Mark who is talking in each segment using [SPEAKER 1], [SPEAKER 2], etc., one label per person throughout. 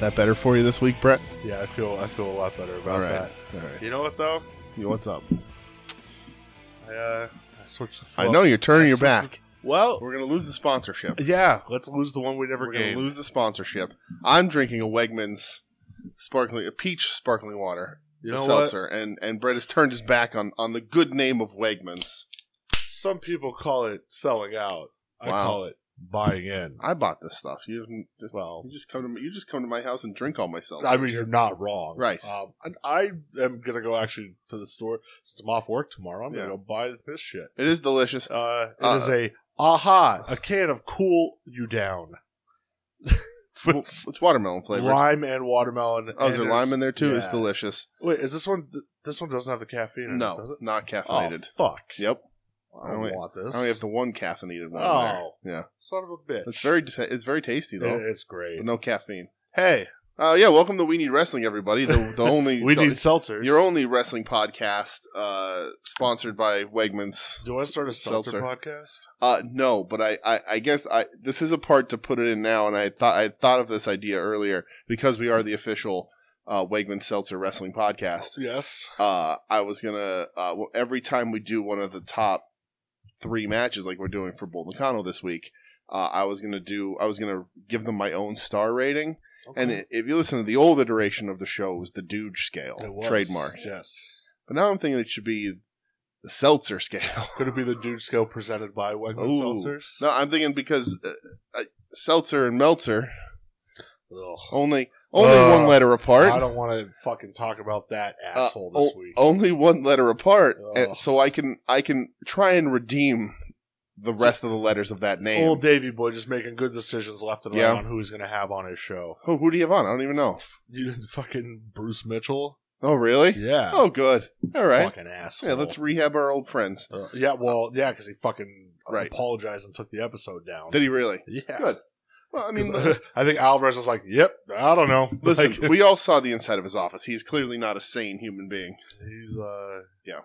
[SPEAKER 1] That better for you this week, Brett?
[SPEAKER 2] Yeah, I feel I feel a lot better about
[SPEAKER 1] All right.
[SPEAKER 2] that.
[SPEAKER 1] All right.
[SPEAKER 2] You know what though?
[SPEAKER 1] You- What's up?
[SPEAKER 2] I, uh, I switched the.
[SPEAKER 1] I know you're turning
[SPEAKER 2] I
[SPEAKER 1] your
[SPEAKER 2] switched
[SPEAKER 1] back.
[SPEAKER 2] the- well,
[SPEAKER 1] We're gonna lose the sponsorship.
[SPEAKER 2] yeah. Let's lose the one we never
[SPEAKER 1] We're
[SPEAKER 2] gained.
[SPEAKER 1] gonna lose the sponsorship. I'm drinking a Wegmans sparkling, a peach sparkling water,
[SPEAKER 2] you
[SPEAKER 1] a
[SPEAKER 2] know what?
[SPEAKER 1] seltzer, and and Brett has turned his back on on the good name of Wegmans.
[SPEAKER 2] Some people call it selling out. I
[SPEAKER 1] Wow.
[SPEAKER 2] call it buying in.
[SPEAKER 1] I bought this stuff. You haven't-
[SPEAKER 2] Well,
[SPEAKER 1] you just come to my, you just come to my house and drink all my seltzers.
[SPEAKER 2] I mean, you're not wrong,
[SPEAKER 1] Right.
[SPEAKER 2] Um, and I am gonna go actually to the store since I'm off work tomorrow. I'm
[SPEAKER 1] Yeah.
[SPEAKER 2] gonna go buy this shit.
[SPEAKER 1] it is delicious.
[SPEAKER 2] Uh, it
[SPEAKER 1] Uh,
[SPEAKER 2] is a aha, a can of cool you down.
[SPEAKER 1] Well,
[SPEAKER 2] With
[SPEAKER 1] It's watermelon flavored.
[SPEAKER 2] lime and watermelon.
[SPEAKER 1] Oh, is there
[SPEAKER 2] and
[SPEAKER 1] lime in there too? It's
[SPEAKER 2] yeah.
[SPEAKER 1] delicious.
[SPEAKER 2] Wait, is this one? th- This one doesn't have the caffeine. In it, does
[SPEAKER 1] No,
[SPEAKER 2] it?
[SPEAKER 1] not
[SPEAKER 2] Oh,
[SPEAKER 1] caffeinated.
[SPEAKER 2] fuck.
[SPEAKER 1] Yep.
[SPEAKER 2] I don't
[SPEAKER 1] I only-
[SPEAKER 2] want this.
[SPEAKER 1] I only have the one caffeinated one.
[SPEAKER 2] Oh.
[SPEAKER 1] in there. yeah.
[SPEAKER 2] Son of a bitch.
[SPEAKER 1] It's very ta- it's very tasty though.
[SPEAKER 2] It- it's great.
[SPEAKER 1] But no caffeine.
[SPEAKER 2] Hey,
[SPEAKER 1] Uh, yeah, welcome to We Need Wrestling, everybody. The, the only
[SPEAKER 2] we
[SPEAKER 1] the-
[SPEAKER 2] need seltzers.
[SPEAKER 1] your only wrestling podcast, uh, sponsored by Wegmans.
[SPEAKER 2] Do I start a seltzer,
[SPEAKER 1] Seltzer.
[SPEAKER 2] podcast?
[SPEAKER 1] Uh, no, but I, I, I guess I this is a part to put it in now, and I thought I thought of this idea earlier because we are the official uh, Wegman Seltzer Wrestling Podcast.
[SPEAKER 2] Yes.
[SPEAKER 1] Uh, I was gonna uh, well, every time we do one of the top three matches, like we're doing for Bull Nakano this week. Uh, I was gonna do. I was gonna give them my own star rating,
[SPEAKER 2] Okay.
[SPEAKER 1] and i- if you listen to the old iteration of the show, it was the Dude scale,
[SPEAKER 2] It was.
[SPEAKER 1] Oh, trademark.
[SPEAKER 2] Yes.
[SPEAKER 1] But now I'm thinking it should be the seltzer scale.
[SPEAKER 2] Could it be the dude scale presented by Wegmans
[SPEAKER 1] Ooh.
[SPEAKER 2] Seltzers?
[SPEAKER 1] no, I'm thinking because uh, uh, seltzer and Meltzer
[SPEAKER 2] Ugh.
[SPEAKER 1] only only
[SPEAKER 2] Ugh.
[SPEAKER 1] one letter apart.
[SPEAKER 2] I don't want to fucking talk about that
[SPEAKER 1] Uh,
[SPEAKER 2] asshole this
[SPEAKER 1] o-
[SPEAKER 2] week.
[SPEAKER 1] Only one letter apart,
[SPEAKER 2] Ugh.
[SPEAKER 1] and so I can I can try and redeem the rest of the letters of that name.
[SPEAKER 2] Old Davy boy just making good decisions left and right
[SPEAKER 1] Yeah.
[SPEAKER 2] on who he's going to have on his show.
[SPEAKER 1] Who, Oh, who do you have on? I don't even know.
[SPEAKER 2] You fucking Bruce Mitchell.
[SPEAKER 1] Oh, really?
[SPEAKER 2] Yeah.
[SPEAKER 1] Oh, good. All right.
[SPEAKER 2] Fucking asshole.
[SPEAKER 1] Yeah, let's rehab our old friends.
[SPEAKER 2] Uh, yeah, well, yeah, because he fucking
[SPEAKER 1] Right.
[SPEAKER 2] apologized and took the episode down.
[SPEAKER 1] Did he really?
[SPEAKER 2] yeah.
[SPEAKER 1] Good. Well, I
[SPEAKER 2] I
[SPEAKER 1] mean, uh,
[SPEAKER 2] mean, I think Alvarez was like, "Yep, I don't know."
[SPEAKER 1] listen,
[SPEAKER 2] Like,
[SPEAKER 1] we all saw the inside of his office. He's clearly not a sane human being.
[SPEAKER 2] he's uh,
[SPEAKER 1] Yeah.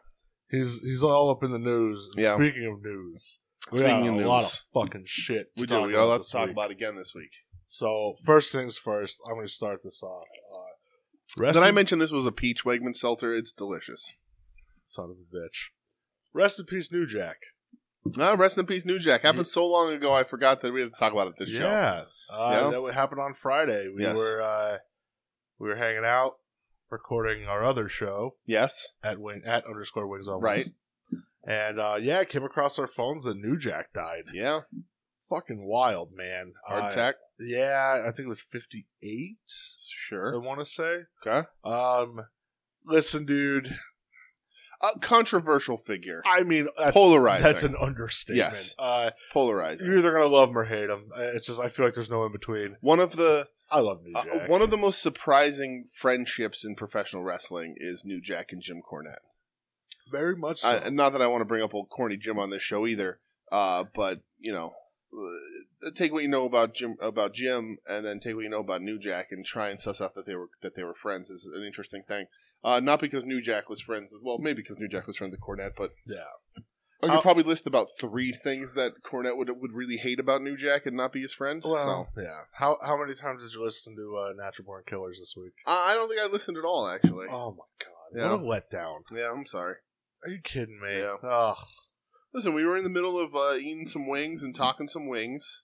[SPEAKER 2] he's he's all up in the news. And
[SPEAKER 1] Yeah.
[SPEAKER 2] Speaking of news, we
[SPEAKER 1] Speaking
[SPEAKER 2] got
[SPEAKER 1] of
[SPEAKER 2] a
[SPEAKER 1] news,
[SPEAKER 2] lot of fucking shit. To
[SPEAKER 1] we do.
[SPEAKER 2] talk
[SPEAKER 1] We got a lot
[SPEAKER 2] this
[SPEAKER 1] to talk
[SPEAKER 2] week.
[SPEAKER 1] about again this week.
[SPEAKER 2] So first things first, I'm going to start this off. Uh,
[SPEAKER 1] Did I
[SPEAKER 2] wrestling-
[SPEAKER 1] mention this was a peach Wegman seltzer? It's delicious.
[SPEAKER 2] son of a bitch. Rest in peace, New Jack.
[SPEAKER 1] Ah, rest in peace, New Jack. Happened so long ago, I forgot that we had to talk about it this show.
[SPEAKER 2] yeah, uh,
[SPEAKER 1] Yeah.
[SPEAKER 2] that would happen on Friday. We
[SPEAKER 1] Yes.
[SPEAKER 2] were uh, we were hanging out, recording our other show,
[SPEAKER 1] Yes.
[SPEAKER 2] at wing at underscore wings on
[SPEAKER 1] Right.
[SPEAKER 2] Wings. And uh, yeah, it came across our phones that New Jack died.
[SPEAKER 1] Yeah.
[SPEAKER 2] Fucking wild, man.
[SPEAKER 1] Hard
[SPEAKER 2] Uh,
[SPEAKER 1] attack.
[SPEAKER 2] Yeah, I think it was fifty eight. I
[SPEAKER 1] Sure.
[SPEAKER 2] want to say.
[SPEAKER 1] Okay.
[SPEAKER 2] Um, listen, dude.
[SPEAKER 1] A controversial figure.
[SPEAKER 2] I mean, that's,
[SPEAKER 1] Polarizing.
[SPEAKER 2] That's an understatement.
[SPEAKER 1] Yes.
[SPEAKER 2] Uh,
[SPEAKER 1] Polarizing.
[SPEAKER 2] you're either gonna love him or hate him. Uh, It's just I feel like there's no in between.
[SPEAKER 1] One of the
[SPEAKER 2] I love New
[SPEAKER 1] uh,
[SPEAKER 2] Jack.
[SPEAKER 1] one of the most surprising friendships in professional wrestling is New Jack and Jim Cornette.
[SPEAKER 2] very much. So.
[SPEAKER 1] I- and not that I want to bring up old corny Jim on this show either, uh, but you know, uh, take what you know about Jim about Jim, and then take what you know about New Jack, and try and suss out that they were that they were friends is an interesting thing. Uh, not because New Jack was friends with, well, maybe because New Jack was friends with Cornette, but
[SPEAKER 2] Yeah. Uh,
[SPEAKER 1] I could
[SPEAKER 2] I'll-
[SPEAKER 1] probably list about three things that Cornette would would really hate about New Jack and not be his friend. so
[SPEAKER 2] well, yeah. How how many times did you listen to uh, Natural Born Killers this week?
[SPEAKER 1] I, I don't think I listened at all actually.
[SPEAKER 2] Oh my
[SPEAKER 1] Yeah.
[SPEAKER 2] god! What a letdown.
[SPEAKER 1] Yeah, I'm sorry.
[SPEAKER 2] Are you kidding me?
[SPEAKER 1] Yeah.
[SPEAKER 2] Ugh.
[SPEAKER 1] Listen, we were in the middle of uh, eating some wings and talking some wings,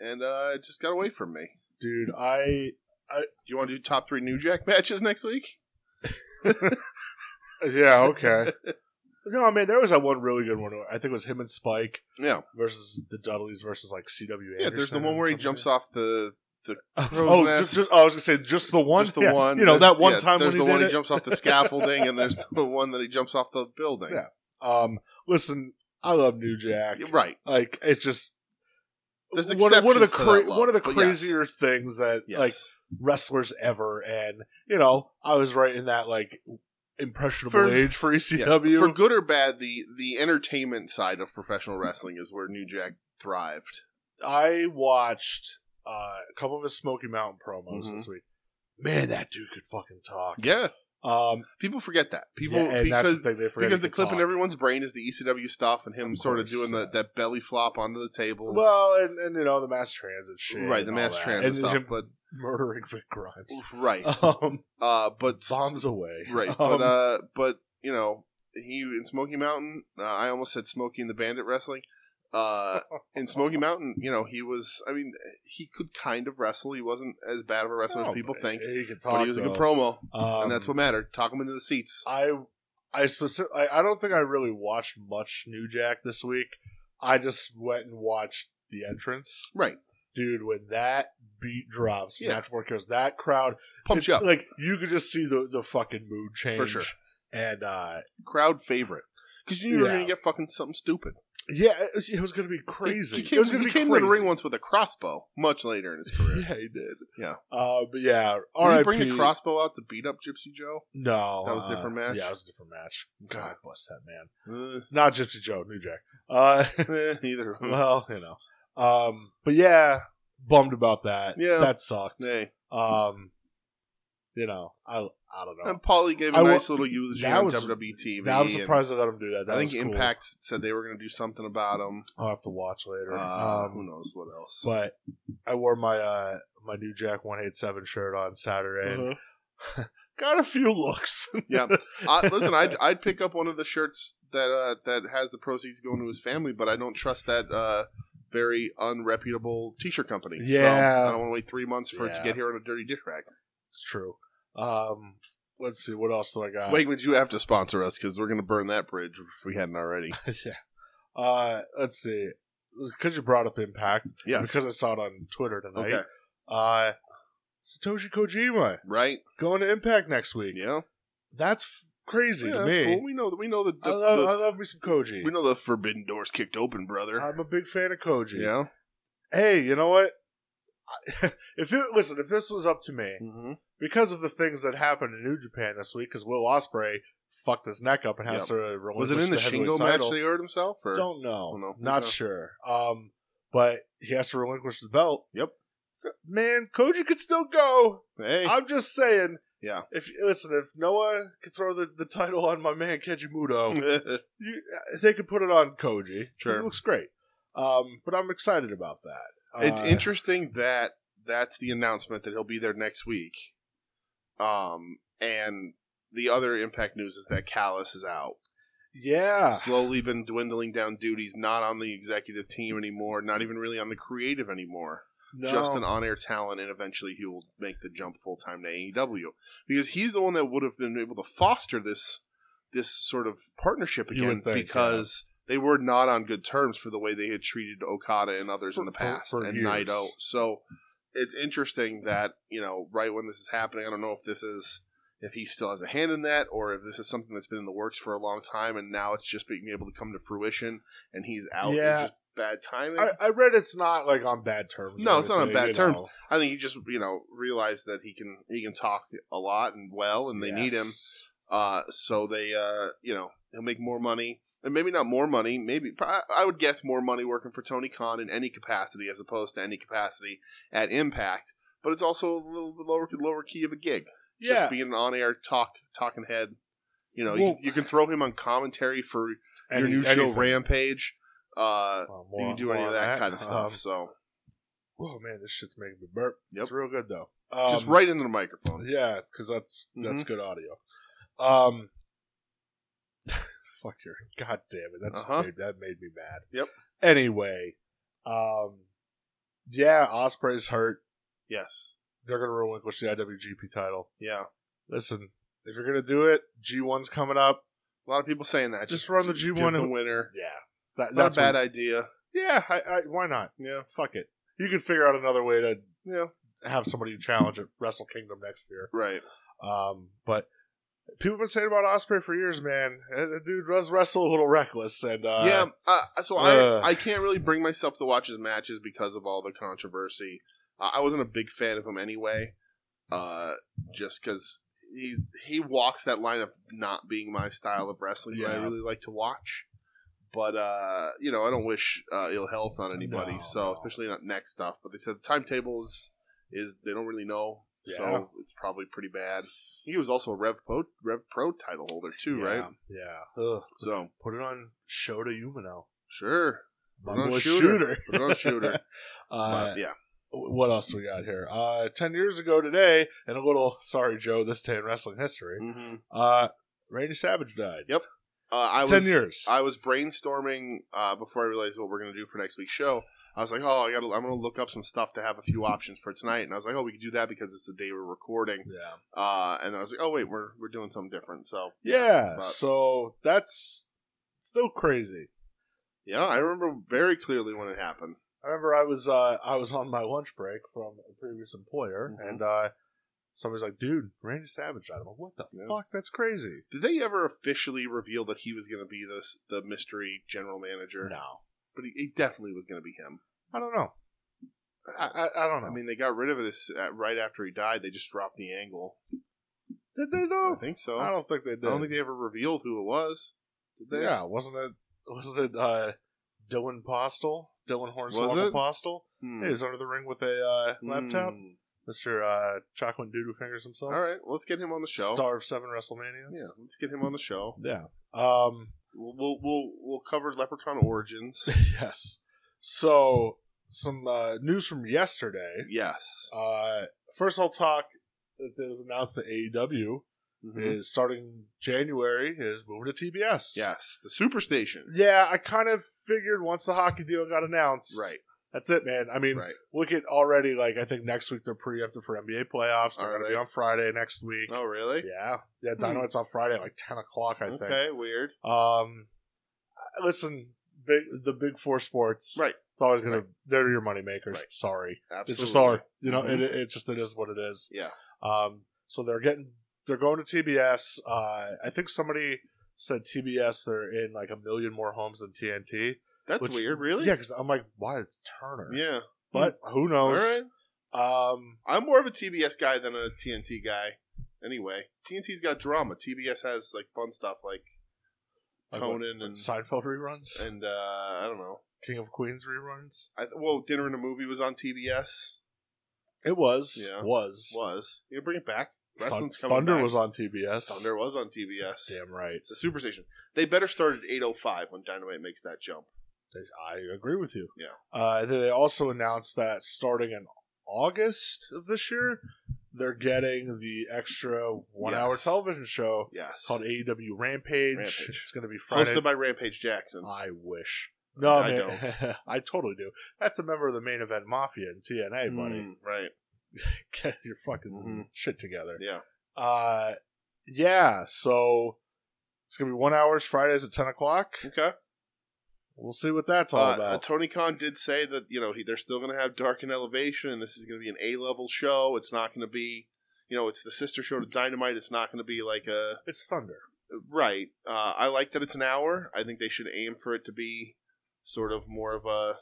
[SPEAKER 1] and uh, it just got away from me.
[SPEAKER 2] dude, I
[SPEAKER 1] Do you want to do top three New Jack matches next week?
[SPEAKER 2] yeah okay. no, I mean there was that one really good one. I think it was him and Spike
[SPEAKER 1] Yeah,
[SPEAKER 2] versus the Dudleys versus like CW.
[SPEAKER 1] yeah. There's the one where he jumps off the crow's
[SPEAKER 2] Oh,
[SPEAKER 1] nest.
[SPEAKER 2] just, just- oh, I was gonna say just the one.
[SPEAKER 1] just the
[SPEAKER 2] Yeah,
[SPEAKER 1] one.
[SPEAKER 2] You know
[SPEAKER 1] There's-
[SPEAKER 2] that one
[SPEAKER 1] yeah,
[SPEAKER 2] time when
[SPEAKER 1] There's
[SPEAKER 2] he
[SPEAKER 1] the
[SPEAKER 2] did
[SPEAKER 1] one
[SPEAKER 2] it.
[SPEAKER 1] he jumps off the scaffolding, and there's the one that he jumps off the building.
[SPEAKER 2] Yeah. Um, listen, I love New Jack.
[SPEAKER 1] You're right.
[SPEAKER 2] Like it's just.
[SPEAKER 1] There's
[SPEAKER 2] one, of- one of the
[SPEAKER 1] exceptions to that
[SPEAKER 2] cra-
[SPEAKER 1] love,
[SPEAKER 2] one of the
[SPEAKER 1] but yes.
[SPEAKER 2] crazier things that
[SPEAKER 1] Yes.
[SPEAKER 2] like wrestlers ever, and you know I was right in that like impressionable
[SPEAKER 1] For-
[SPEAKER 2] age for E
[SPEAKER 1] Yes.
[SPEAKER 2] ECW.
[SPEAKER 1] for good or bad, the the entertainment side of professional wrestling is where New Jack thrived.
[SPEAKER 2] I watched uh, a couple of his Smoky Mountain promos
[SPEAKER 1] Mhm.
[SPEAKER 2] this week. Man, that dude could fucking talk.
[SPEAKER 1] Yeah,
[SPEAKER 2] Um,
[SPEAKER 1] people forget that. People
[SPEAKER 2] yeah, and that's
[SPEAKER 1] because
[SPEAKER 2] the thing they forget
[SPEAKER 1] because
[SPEAKER 2] he
[SPEAKER 1] the
[SPEAKER 2] could
[SPEAKER 1] clip in
[SPEAKER 2] talk.
[SPEAKER 1] everyone's brain is the ECW stuff and him
[SPEAKER 2] Of
[SPEAKER 1] sort of
[SPEAKER 2] course,
[SPEAKER 1] doing the,
[SPEAKER 2] yeah.
[SPEAKER 1] that belly flop onto the table.
[SPEAKER 2] well, and, and you know the mass transit shit,
[SPEAKER 1] right, the
[SPEAKER 2] and all
[SPEAKER 1] mass
[SPEAKER 2] that.
[SPEAKER 1] transit
[SPEAKER 2] and
[SPEAKER 1] stuff.
[SPEAKER 2] him
[SPEAKER 1] but
[SPEAKER 2] murdering Vic Grimes.
[SPEAKER 1] right.
[SPEAKER 2] Um,
[SPEAKER 1] Uh, but
[SPEAKER 2] bombs away.
[SPEAKER 1] right,
[SPEAKER 2] Um,
[SPEAKER 1] but uh, but you know, he in Smoky Mountain. Uh, I almost said Smoky and the Bandit wrestling. Uh, in Smoky Mountain, you know, he was. I mean, he could kind of wrestle. He wasn't as bad of a wrestler
[SPEAKER 2] no,
[SPEAKER 1] as people
[SPEAKER 2] but
[SPEAKER 1] think,
[SPEAKER 2] He could talk,
[SPEAKER 1] but he was a
[SPEAKER 2] though.
[SPEAKER 1] good promo,
[SPEAKER 2] Um,
[SPEAKER 1] and that's what mattered. Talk him into the seats.
[SPEAKER 2] I I specific I, I don't think I really watched much New Jack this week. I just went and watched the entrance.
[SPEAKER 1] Right,
[SPEAKER 2] Dude, when that beat drops,
[SPEAKER 1] Yeah.
[SPEAKER 2] Matchboard Heroes, that crowd
[SPEAKER 1] pumps
[SPEAKER 2] it-
[SPEAKER 1] you up.
[SPEAKER 2] Like you could just see the the fucking mood change.
[SPEAKER 1] For sure.
[SPEAKER 2] And uh
[SPEAKER 1] Crowd favorite. Because you knew you were
[SPEAKER 2] Yeah.
[SPEAKER 1] going to get fucking something stupid.
[SPEAKER 2] yeah, it was, it was gonna be crazy.
[SPEAKER 1] He, he came,
[SPEAKER 2] it was gonna
[SPEAKER 1] he
[SPEAKER 2] be
[SPEAKER 1] came
[SPEAKER 2] crazy.
[SPEAKER 1] to the ring once with a crossbow, much later in his career.
[SPEAKER 2] Yeah, he did.
[SPEAKER 1] Yeah.
[SPEAKER 2] Uh, but yeah,
[SPEAKER 1] Did he
[SPEAKER 2] R.I.P.
[SPEAKER 1] bring the crossbow out to beat up Gypsy Joe?
[SPEAKER 2] No,
[SPEAKER 1] That was a
[SPEAKER 2] uh,
[SPEAKER 1] different match?
[SPEAKER 2] Yeah, it was a different match. God bless that man.
[SPEAKER 1] Uh,
[SPEAKER 2] Not Gypsy Joe, New Jack. Uh,
[SPEAKER 1] eh, neither. of 'em.
[SPEAKER 2] well, you know. Um, but yeah, bummed about that.
[SPEAKER 1] Yeah.
[SPEAKER 2] that sucked.
[SPEAKER 1] Hey,
[SPEAKER 2] Um, you know, I I don't know.
[SPEAKER 1] and Paulie gave a
[SPEAKER 2] I wa-
[SPEAKER 1] nice little eulogy
[SPEAKER 2] that
[SPEAKER 1] on
[SPEAKER 2] was-
[SPEAKER 1] WWE TV.
[SPEAKER 2] That, I'm
[SPEAKER 1] Um, E and
[SPEAKER 2] surprised they let him do that. that
[SPEAKER 1] I think
[SPEAKER 2] was cool.
[SPEAKER 1] Impact said they were going to do something about him.
[SPEAKER 2] I'll have to watch later.
[SPEAKER 1] Uh,
[SPEAKER 2] um,
[SPEAKER 1] who knows what else?
[SPEAKER 2] but I wore my uh my New Jack One Eight Seven shirt on
[SPEAKER 1] Uh-huh.
[SPEAKER 2] Saturday. and Got a few looks.
[SPEAKER 1] Yeah. I, listen, I'd, I'd pick up one of the shirts that uh, that has the proceeds going to his family, but I don't trust that uh, very unreputable T-shirt company. so
[SPEAKER 2] Yeah.
[SPEAKER 1] I don't want to wait three months for it to
[SPEAKER 2] Yeah.
[SPEAKER 1] get here on a dirty dish rag.
[SPEAKER 2] it's true. Um, let's see what else do I got.
[SPEAKER 1] Wegmans, you have to sponsor us because we're going to burn that bridge if we hadn't already.
[SPEAKER 2] yeah. Uh, let's see. Because you brought up Impact,
[SPEAKER 1] Yes.
[SPEAKER 2] because I saw it on Twitter tonight.
[SPEAKER 1] okay.
[SPEAKER 2] Uh, Satoshi Kojima
[SPEAKER 1] Right.
[SPEAKER 2] going to Impact next week.
[SPEAKER 1] Yeah.
[SPEAKER 2] That's f- crazy
[SPEAKER 1] Yeah,
[SPEAKER 2] to
[SPEAKER 1] that's
[SPEAKER 2] me.
[SPEAKER 1] cool. We know that. We know the. the,
[SPEAKER 2] I, love,
[SPEAKER 1] the-
[SPEAKER 2] I love me some Koji.
[SPEAKER 1] we know the forbidden doors kicked open, brother.
[SPEAKER 2] I'm a big fan of Koji.
[SPEAKER 1] yeah.
[SPEAKER 2] Hey, you know what? I- if it listen, if this was up to me,
[SPEAKER 1] Mm-hmm.
[SPEAKER 2] because of the things that happened in New Japan this week, because Will Osprey fucked his neck up and has
[SPEAKER 1] Yep.
[SPEAKER 2] to relinquish
[SPEAKER 1] Was it in the,
[SPEAKER 2] heavyweight
[SPEAKER 1] Shingo match
[SPEAKER 2] title.
[SPEAKER 1] that he hurt himself? Or?
[SPEAKER 2] Don't know.
[SPEAKER 1] Don't know.
[SPEAKER 2] Not
[SPEAKER 1] Okay.
[SPEAKER 2] sure. Um, but he has to relinquish the belt.
[SPEAKER 1] Yep.
[SPEAKER 2] Man, Koji could still go.
[SPEAKER 1] Hey.
[SPEAKER 2] I'm just saying.
[SPEAKER 1] Yeah.
[SPEAKER 2] If listen, if Noah could throw the, the title on my man Kejimudo, you, they could put it on Koji.
[SPEAKER 1] Sure.
[SPEAKER 2] it looks great. Um, but I'm excited about that.
[SPEAKER 1] it's
[SPEAKER 2] Uh,
[SPEAKER 1] interesting that that's the announcement that he'll be there next week. Um, and the other impact news is that Callus is out.
[SPEAKER 2] Yeah.
[SPEAKER 1] Slowly been dwindling down duties, not on the executive team anymore, not even really on the creative anymore.
[SPEAKER 2] No.
[SPEAKER 1] just an on-air talent, and eventually he will make the jump full-time to AEW because he's the one that would have been able to foster this this sort of partnership
[SPEAKER 2] You
[SPEAKER 1] again
[SPEAKER 2] would think,
[SPEAKER 1] because they were not on good terms for the way they had treated Okada and others in
[SPEAKER 2] For-
[SPEAKER 1] the
[SPEAKER 2] for-
[SPEAKER 1] past
[SPEAKER 2] for
[SPEAKER 1] and
[SPEAKER 2] years.
[SPEAKER 1] Naito. So it's interesting that you know right when this is happening, I don't know if this is if he still has a hand in that or if this is something that's been in the works for a long time and now it's just being able to come to fruition and he's out.
[SPEAKER 2] Yeah.
[SPEAKER 1] It's just bad timing.
[SPEAKER 2] I, I read it's not like on bad terms. or
[SPEAKER 1] No, it's not on
[SPEAKER 2] anything,
[SPEAKER 1] bad
[SPEAKER 2] you
[SPEAKER 1] terms.
[SPEAKER 2] know.
[SPEAKER 1] I think he just you know realized that he can he can talk a lot and well, and they need him.
[SPEAKER 2] Yes.
[SPEAKER 1] Uh, so they uh, you know he'll make more money, and maybe not more money. Maybe I I would guess more money working for Tony Khan in any capacity as opposed to any capacity at Impact. But it's also a little bit lower lower key of a gig.
[SPEAKER 2] Yeah.
[SPEAKER 1] Just being an on air talk talking head. You know, you,
[SPEAKER 2] Well-
[SPEAKER 1] can- you can throw him on commentary for your
[SPEAKER 2] Any-
[SPEAKER 1] new show
[SPEAKER 2] anything.
[SPEAKER 1] Rampage. Uh,
[SPEAKER 2] Well,
[SPEAKER 1] you
[SPEAKER 2] more-
[SPEAKER 1] can do any
[SPEAKER 2] more
[SPEAKER 1] of
[SPEAKER 2] on
[SPEAKER 1] that, kind of
[SPEAKER 2] Um,
[SPEAKER 1] stuff. So
[SPEAKER 2] Oh man, this shit's making me burp.
[SPEAKER 1] Yep.
[SPEAKER 2] It's real good though. Um,
[SPEAKER 1] just right into the microphone.
[SPEAKER 2] Yeah, because that's that's
[SPEAKER 1] Mhm.
[SPEAKER 2] good audio. Um, fuck your god damn it. That's
[SPEAKER 1] Uh-huh.
[SPEAKER 2] made, that made me mad.
[SPEAKER 1] Yep.
[SPEAKER 2] Anyway, um, yeah, Osprey's hurt.
[SPEAKER 1] Yes.
[SPEAKER 2] They're gonna relinquish the IWGP title.
[SPEAKER 1] Yeah.
[SPEAKER 2] Listen, if you're gonna do it, G1's coming up.
[SPEAKER 1] A lot of people saying that.
[SPEAKER 2] Just run the
[SPEAKER 1] give
[SPEAKER 2] G1
[SPEAKER 1] the
[SPEAKER 2] and-
[SPEAKER 1] winner.
[SPEAKER 2] Yeah, that,
[SPEAKER 1] It's not
[SPEAKER 2] that's
[SPEAKER 1] a bad
[SPEAKER 2] what-
[SPEAKER 1] idea.
[SPEAKER 2] yeah, I, I, why not?
[SPEAKER 1] Yeah.
[SPEAKER 2] Fuck it. You could figure out another way to
[SPEAKER 1] Yeah.
[SPEAKER 2] have somebody challenge at Wrestle Kingdom next year.
[SPEAKER 1] Right.
[SPEAKER 2] Um, but people have been saying about Osprey for years, man. Uh, The dude does wrestle a little reckless, and uh,
[SPEAKER 1] yeah. Uh, so
[SPEAKER 2] uh.
[SPEAKER 1] I I can't really bring myself to watch his matches because of all the controversy. Uh, I wasn't a big fan of him anyway. Uh, just because he's he walks that line of not being my style of wrestling that I
[SPEAKER 2] Yeah.
[SPEAKER 1] really like to watch. But uh, you know, I don't wish uh, ill health on anybody.
[SPEAKER 2] No,
[SPEAKER 1] so
[SPEAKER 2] no.
[SPEAKER 1] especially not next stuff. But they said the timetable is, is they don't really know.
[SPEAKER 2] Yeah.
[SPEAKER 1] So it's probably pretty bad. He was also a Rev Pro, Rev Pro title holder too,
[SPEAKER 2] yeah,
[SPEAKER 1] right?
[SPEAKER 2] Yeah, Ugh.
[SPEAKER 1] So
[SPEAKER 2] put it on Shota Umino,
[SPEAKER 1] sure,
[SPEAKER 2] my
[SPEAKER 1] Put it on
[SPEAKER 2] boy
[SPEAKER 1] Shooter.
[SPEAKER 2] Shooter.
[SPEAKER 1] Put it on Shooter.
[SPEAKER 2] uh,
[SPEAKER 1] But, yeah,
[SPEAKER 2] what else we got here? Uh, ten years ago today, and a little sorry, Joe. This day in wrestling history,
[SPEAKER 1] Mm-hmm.
[SPEAKER 2] uh, Randy Savage died.
[SPEAKER 1] Yep. Uh, I was,
[SPEAKER 2] ten years.
[SPEAKER 1] I was brainstorming uh, before I realized what we're gonna do for next week's show. I was like, oh, I gotta, I'm gonna look up some stuff to have a few options for tonight, and I was like, oh, we could do that because it's the day we're recording.
[SPEAKER 2] yeah.
[SPEAKER 1] Uh, and then I was like, oh wait, we're we're doing something different. So
[SPEAKER 2] Yeah.
[SPEAKER 1] But-
[SPEAKER 2] so that's still crazy.
[SPEAKER 1] yeah, I remember very clearly when it happened.
[SPEAKER 2] I remember I was uh, I was on my lunch break from a previous employer,
[SPEAKER 1] Mhm.
[SPEAKER 2] and uh, somebody's like, "Dude, Randy Savage died." I'm like, "What the
[SPEAKER 1] Yeah.
[SPEAKER 2] fuck? That's crazy."
[SPEAKER 1] Did they ever officially reveal that he was gonna be the the mystery general manager?
[SPEAKER 2] No,
[SPEAKER 1] But he, it definitely was gonna be him.
[SPEAKER 2] I don't know. I I, I don't know.
[SPEAKER 1] I mean, they got rid of it as, uh, right after he died. They just dropped the angle.
[SPEAKER 2] did they
[SPEAKER 1] I
[SPEAKER 2] though?
[SPEAKER 1] think so.
[SPEAKER 2] I don't think they did.
[SPEAKER 1] I don't think they ever revealed who it was. Did they?
[SPEAKER 2] Yeah, wasn't it? Wasn't it uh, Dylan Postel? Dylan
[SPEAKER 1] Was
[SPEAKER 2] Hornswoggle
[SPEAKER 1] it?
[SPEAKER 2] Postel?
[SPEAKER 1] Hmm.
[SPEAKER 2] He was under the ring with a uh,
[SPEAKER 1] Hmm.
[SPEAKER 2] laptop. Mister uh, Chocolate Doodoo Fingers himself.
[SPEAKER 1] All right, let's get him on the show.
[SPEAKER 2] Star of seven WrestleManias.
[SPEAKER 1] Yeah, let's get him on the show.
[SPEAKER 2] Yeah. Um.
[SPEAKER 1] We'll we'll we'll, we'll cover Leprechaun origins.
[SPEAKER 2] yes. So some uh, news from yesterday.
[SPEAKER 1] yes.
[SPEAKER 2] Uh, first, I'll talk. That it was announced that AEW
[SPEAKER 1] Mhm.
[SPEAKER 2] is starting January is moving to TBS.
[SPEAKER 1] Yes, the Superstation.
[SPEAKER 2] Yeah, I kind of figured once the hockey deal got announced,
[SPEAKER 1] Right.
[SPEAKER 2] That's it, man. I mean,
[SPEAKER 1] Right.
[SPEAKER 2] look at already. Like, I think next week they're preempted for NBA playoffs. They're
[SPEAKER 1] Are
[SPEAKER 2] going to
[SPEAKER 1] they?
[SPEAKER 2] be on Friday next week.
[SPEAKER 1] Oh, really?
[SPEAKER 2] Yeah, yeah. Dynamite's on Friday at like ten o'clock, I think.
[SPEAKER 1] Okay. Weird.
[SPEAKER 2] Um, I- listen, big, the big four sports,
[SPEAKER 1] Right.
[SPEAKER 2] It's always gonna they're your money makers.
[SPEAKER 1] Right.
[SPEAKER 2] Sorry,
[SPEAKER 1] Absolutely.
[SPEAKER 2] it's just are. You know,
[SPEAKER 1] Mhm.
[SPEAKER 2] it, it just it is what it is.
[SPEAKER 1] Yeah.
[SPEAKER 2] Um, so they're getting they're going to TBS. Uh, I think somebody said TBS. They're in like a million more homes than TNT.
[SPEAKER 1] That's
[SPEAKER 2] which-
[SPEAKER 1] weird. Really?
[SPEAKER 2] Yeah, because I'm like, why it's Turner?
[SPEAKER 1] Yeah.
[SPEAKER 2] but who
[SPEAKER 1] All
[SPEAKER 2] knows?
[SPEAKER 1] right.
[SPEAKER 2] Um,
[SPEAKER 1] I'm more of a TBS guy than a TNT guy. Anyway, TNT's got drama. TBS has like fun stuff like
[SPEAKER 2] Like what-
[SPEAKER 1] Conan and
[SPEAKER 2] Seinfeld reruns,
[SPEAKER 1] and uh, I don't know.
[SPEAKER 2] King of Queens reruns.
[SPEAKER 1] I, well, Dinner and a Movie was on TBS.
[SPEAKER 2] It was,
[SPEAKER 1] Yeah.
[SPEAKER 2] was,
[SPEAKER 1] Was you bring it back?
[SPEAKER 2] Thun-
[SPEAKER 1] Wrestling's coming
[SPEAKER 2] Thunder
[SPEAKER 1] back.
[SPEAKER 2] was on TBS.
[SPEAKER 1] Thunder was on TBS.
[SPEAKER 2] Damn right.
[SPEAKER 1] It's a superstation. They better start at 8:05 when Dynamite makes that jump.
[SPEAKER 2] I agree with you.
[SPEAKER 1] Yeah.
[SPEAKER 2] Uh, they also announced that starting in August of this year, they're getting the extra one-hour
[SPEAKER 1] Yes.
[SPEAKER 2] television show
[SPEAKER 1] Yes.
[SPEAKER 2] called AEW Rampage.
[SPEAKER 1] Rampage.
[SPEAKER 2] It's going to be Friday.
[SPEAKER 1] Hosted by Rampage Jackson.
[SPEAKER 2] I wish. No,
[SPEAKER 1] I
[SPEAKER 2] I don't. I totally do. That's a member of the main event mafia in TNA, buddy.
[SPEAKER 1] Mm, right.
[SPEAKER 2] Get your fucking
[SPEAKER 1] Mhm.
[SPEAKER 2] shit together.
[SPEAKER 1] Yeah.
[SPEAKER 2] Uh, yeah. So it's gonna be one hours Fridays at ten o'clock.
[SPEAKER 1] Okay.
[SPEAKER 2] We'll see what that's all
[SPEAKER 1] Uh,
[SPEAKER 2] about.
[SPEAKER 1] uh, Tony Khan did say that you know he, they're still going to have Dark and Elevation, and this is going to be an A-level show. It's not going to be, you know, it's the sister show to Dynamite. It's not going to be like a
[SPEAKER 2] it's Thunder.
[SPEAKER 1] Right. Uh, I like that it's an hour. I think they should aim for it to be sort of more of a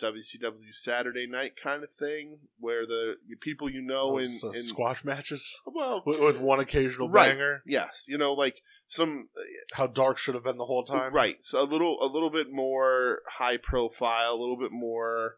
[SPEAKER 1] WCW Saturday night kind of thing where the people you know in,
[SPEAKER 2] So- so
[SPEAKER 1] in
[SPEAKER 2] squash matches
[SPEAKER 1] well,
[SPEAKER 2] with, with one occasional
[SPEAKER 1] Right.
[SPEAKER 2] banger.
[SPEAKER 1] yes, you know, like some
[SPEAKER 2] How dark should have been the whole time.
[SPEAKER 1] right, so a little a little bit more high profile, a little bit more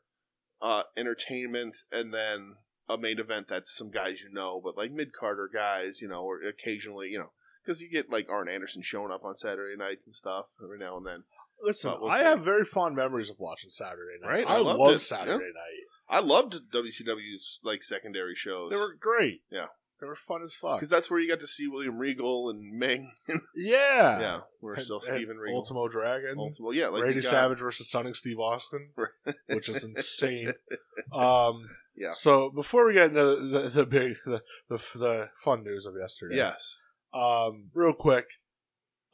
[SPEAKER 1] uh, entertainment, and then a main event that's some guys you know, but like mid Carter guys, you know, or occasionally, you know. Because you get like Arn Anderson showing up on Saturday nights and stuff every now and then.
[SPEAKER 2] Listen,
[SPEAKER 1] But we'll
[SPEAKER 2] I
[SPEAKER 1] see.
[SPEAKER 2] have very fond memories of watching Saturday Night.
[SPEAKER 1] Right,
[SPEAKER 2] I,
[SPEAKER 1] I loved
[SPEAKER 2] love
[SPEAKER 1] it,
[SPEAKER 2] Saturday
[SPEAKER 1] yeah.
[SPEAKER 2] Night.
[SPEAKER 1] I loved WCW's like secondary shows
[SPEAKER 2] They were great.
[SPEAKER 1] Yeah.
[SPEAKER 2] they were fun as fuck.
[SPEAKER 1] because that's where you got to see William Regal and Ming.
[SPEAKER 2] Yeah,
[SPEAKER 1] yeah, we're
[SPEAKER 2] And-
[SPEAKER 1] still
[SPEAKER 2] and
[SPEAKER 1] Steven Regal.
[SPEAKER 2] Ultimo Dragon,
[SPEAKER 1] Ultimo- yeah, like
[SPEAKER 2] Brady
[SPEAKER 1] you got-
[SPEAKER 2] Savage versus Stunning Steve Austin, which is insane. um,
[SPEAKER 1] Yeah.
[SPEAKER 2] So before we get into the, the, the big the, the the fun news of yesterday,
[SPEAKER 1] Yes,
[SPEAKER 2] Um, real quick,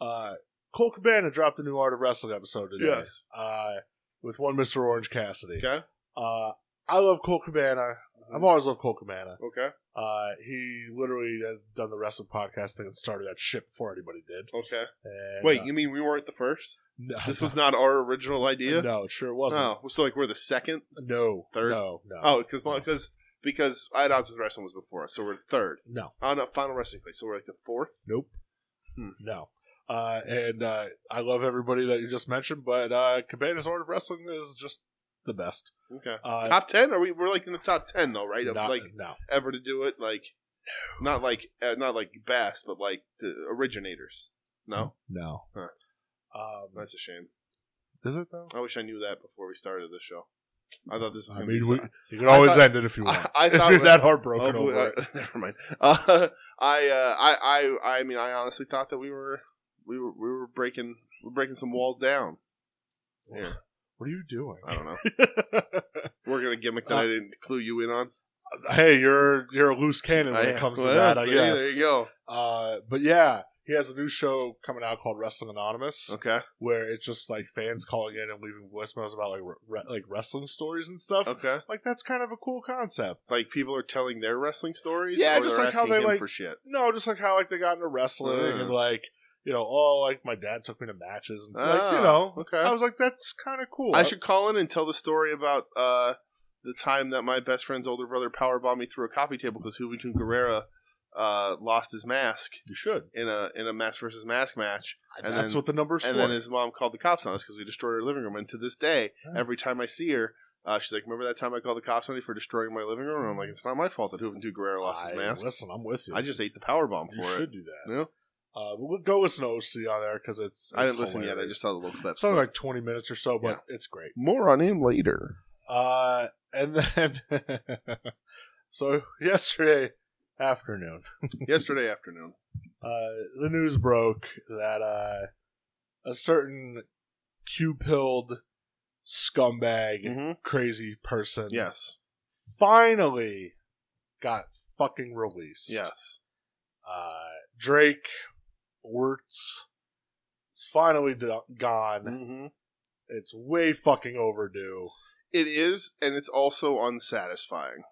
[SPEAKER 2] uh, Cole Cabana dropped the new Art of Wrestling episode today.
[SPEAKER 1] yes.
[SPEAKER 2] uh, with one Mr. Orange Cassidy.
[SPEAKER 1] Okay, Mm-hmm.
[SPEAKER 2] Uh, I love Cole Cabana. I've always loved Cole Cabana.
[SPEAKER 1] okay,
[SPEAKER 2] Uh, he literally has done the wrestling podcast thing and started that shit before anybody did.
[SPEAKER 1] okay.
[SPEAKER 2] And,
[SPEAKER 1] Wait,
[SPEAKER 2] uh,
[SPEAKER 1] you mean we weren't the first?
[SPEAKER 2] no,
[SPEAKER 1] This was not our original idea.
[SPEAKER 2] no, it sure wasn't.
[SPEAKER 1] Oh, so like we're the second.
[SPEAKER 2] No,
[SPEAKER 1] Third?
[SPEAKER 2] no, no,
[SPEAKER 1] Oh, because because because I adopted wrestling was before us, so we're third
[SPEAKER 2] no,
[SPEAKER 1] on a final wrestling place. So we're like the fourth. Hmm.
[SPEAKER 2] no. Uh, and uh, I love everybody that you just mentioned, but uh, Cabana's Art of Wrestling is just the best.
[SPEAKER 1] Okay.
[SPEAKER 2] Uh,
[SPEAKER 1] top ten? Are we? We're like in the top ten though, right? Of
[SPEAKER 2] not-
[SPEAKER 1] like
[SPEAKER 2] no,
[SPEAKER 1] ever to do it. Like not like uh, not like best, but like the originators. No,
[SPEAKER 2] no.
[SPEAKER 1] Huh.
[SPEAKER 2] Um,
[SPEAKER 1] that's a shame.
[SPEAKER 2] is it though?
[SPEAKER 1] I wish I knew that before we started the show. I thought this was.
[SPEAKER 2] I
[SPEAKER 1] gonna
[SPEAKER 2] mean,
[SPEAKER 1] be
[SPEAKER 2] we,
[SPEAKER 1] so-
[SPEAKER 2] you can always
[SPEAKER 1] thought-
[SPEAKER 2] end it if you want.
[SPEAKER 1] I, I
[SPEAKER 2] if
[SPEAKER 1] thought
[SPEAKER 2] you're
[SPEAKER 1] it was-
[SPEAKER 2] that heartbroken
[SPEAKER 1] Oh,
[SPEAKER 2] over it.
[SPEAKER 1] uh, never mind. Uh, I, uh, I, I, I mean, I honestly thought that we were, we were, we were breaking, we're breaking some walls down. Yeah,
[SPEAKER 2] What are you doing?
[SPEAKER 1] I don't know. We're gonna gimmick
[SPEAKER 2] Uh,
[SPEAKER 1] that I didn't clue you in on.
[SPEAKER 2] hey, you're you're a loose cannon when
[SPEAKER 1] I
[SPEAKER 2] it
[SPEAKER 1] am.
[SPEAKER 2] comes to
[SPEAKER 1] Well,
[SPEAKER 2] that. I
[SPEAKER 1] see,
[SPEAKER 2] guess.
[SPEAKER 1] There you go.
[SPEAKER 2] Uh, but yeah, he has a new show coming out called Wrestling Anonymous,
[SPEAKER 1] Okay.
[SPEAKER 2] where it's just like fans calling in and leaving voicemails about like re- like wrestling stories and stuff.
[SPEAKER 1] Okay.
[SPEAKER 2] Like that's kind of a cool concept.
[SPEAKER 1] It's like people are telling their wrestling stories.
[SPEAKER 2] Yeah,
[SPEAKER 1] or
[SPEAKER 2] just
[SPEAKER 1] they're
[SPEAKER 2] like how
[SPEAKER 1] asking
[SPEAKER 2] they,
[SPEAKER 1] him
[SPEAKER 2] like-
[SPEAKER 1] for shit.
[SPEAKER 2] No, just like how like they got into wrestling
[SPEAKER 1] Mm.
[SPEAKER 2] and like you know, oh, like my dad took me to matches and it's like you
[SPEAKER 1] Ah,
[SPEAKER 2] know,
[SPEAKER 1] okay.
[SPEAKER 2] I was like that's kind of cool.
[SPEAKER 1] I should call in and tell the story about uh, the time that my best friend's older brother powerbombed me through a coffee table because Juventud Guerrera uh, lost his mask
[SPEAKER 2] you should.
[SPEAKER 1] in a in a mask versus mask match, and
[SPEAKER 2] that's
[SPEAKER 1] then-
[SPEAKER 2] what the numbers
[SPEAKER 1] and
[SPEAKER 2] for.
[SPEAKER 1] then his mom called the cops on us because we destroyed her living room. And to this day,
[SPEAKER 2] Yeah.
[SPEAKER 1] every time I see her, uh, she's like, "Remember that time I called the cops on you for destroying my living room?" And I'm like, "It's not my fault that Juventud Guerrera lost
[SPEAKER 2] I-
[SPEAKER 1] his mask.
[SPEAKER 2] Listen, I'm with you.
[SPEAKER 1] I just ate the powerbomb
[SPEAKER 2] you
[SPEAKER 1] for
[SPEAKER 2] should
[SPEAKER 1] it."
[SPEAKER 2] do that.
[SPEAKER 1] Yeah.
[SPEAKER 2] Uh, but we'll go listen to OC on there because it's,
[SPEAKER 1] I
[SPEAKER 2] it's
[SPEAKER 1] didn't listen yet. I
[SPEAKER 2] hilarious.
[SPEAKER 1] just saw the little clips.
[SPEAKER 2] it's only
[SPEAKER 1] but-
[SPEAKER 2] like 20 minutes or so, but it's great.
[SPEAKER 1] More on him later.
[SPEAKER 2] Uh, and then, so yesterday afternoon,
[SPEAKER 1] Yesterday afternoon.
[SPEAKER 2] uh, the news broke that uh, a certain Q-pilled scumbag,
[SPEAKER 1] Mm-hmm.
[SPEAKER 2] crazy person,
[SPEAKER 1] Yes.
[SPEAKER 2] finally got fucking released.
[SPEAKER 1] Yes.
[SPEAKER 2] uh, Drake Wirtz is finally do- gone.
[SPEAKER 1] Mm-hmm.
[SPEAKER 2] It's way fucking overdue.
[SPEAKER 1] It is, and it's also unsatisfying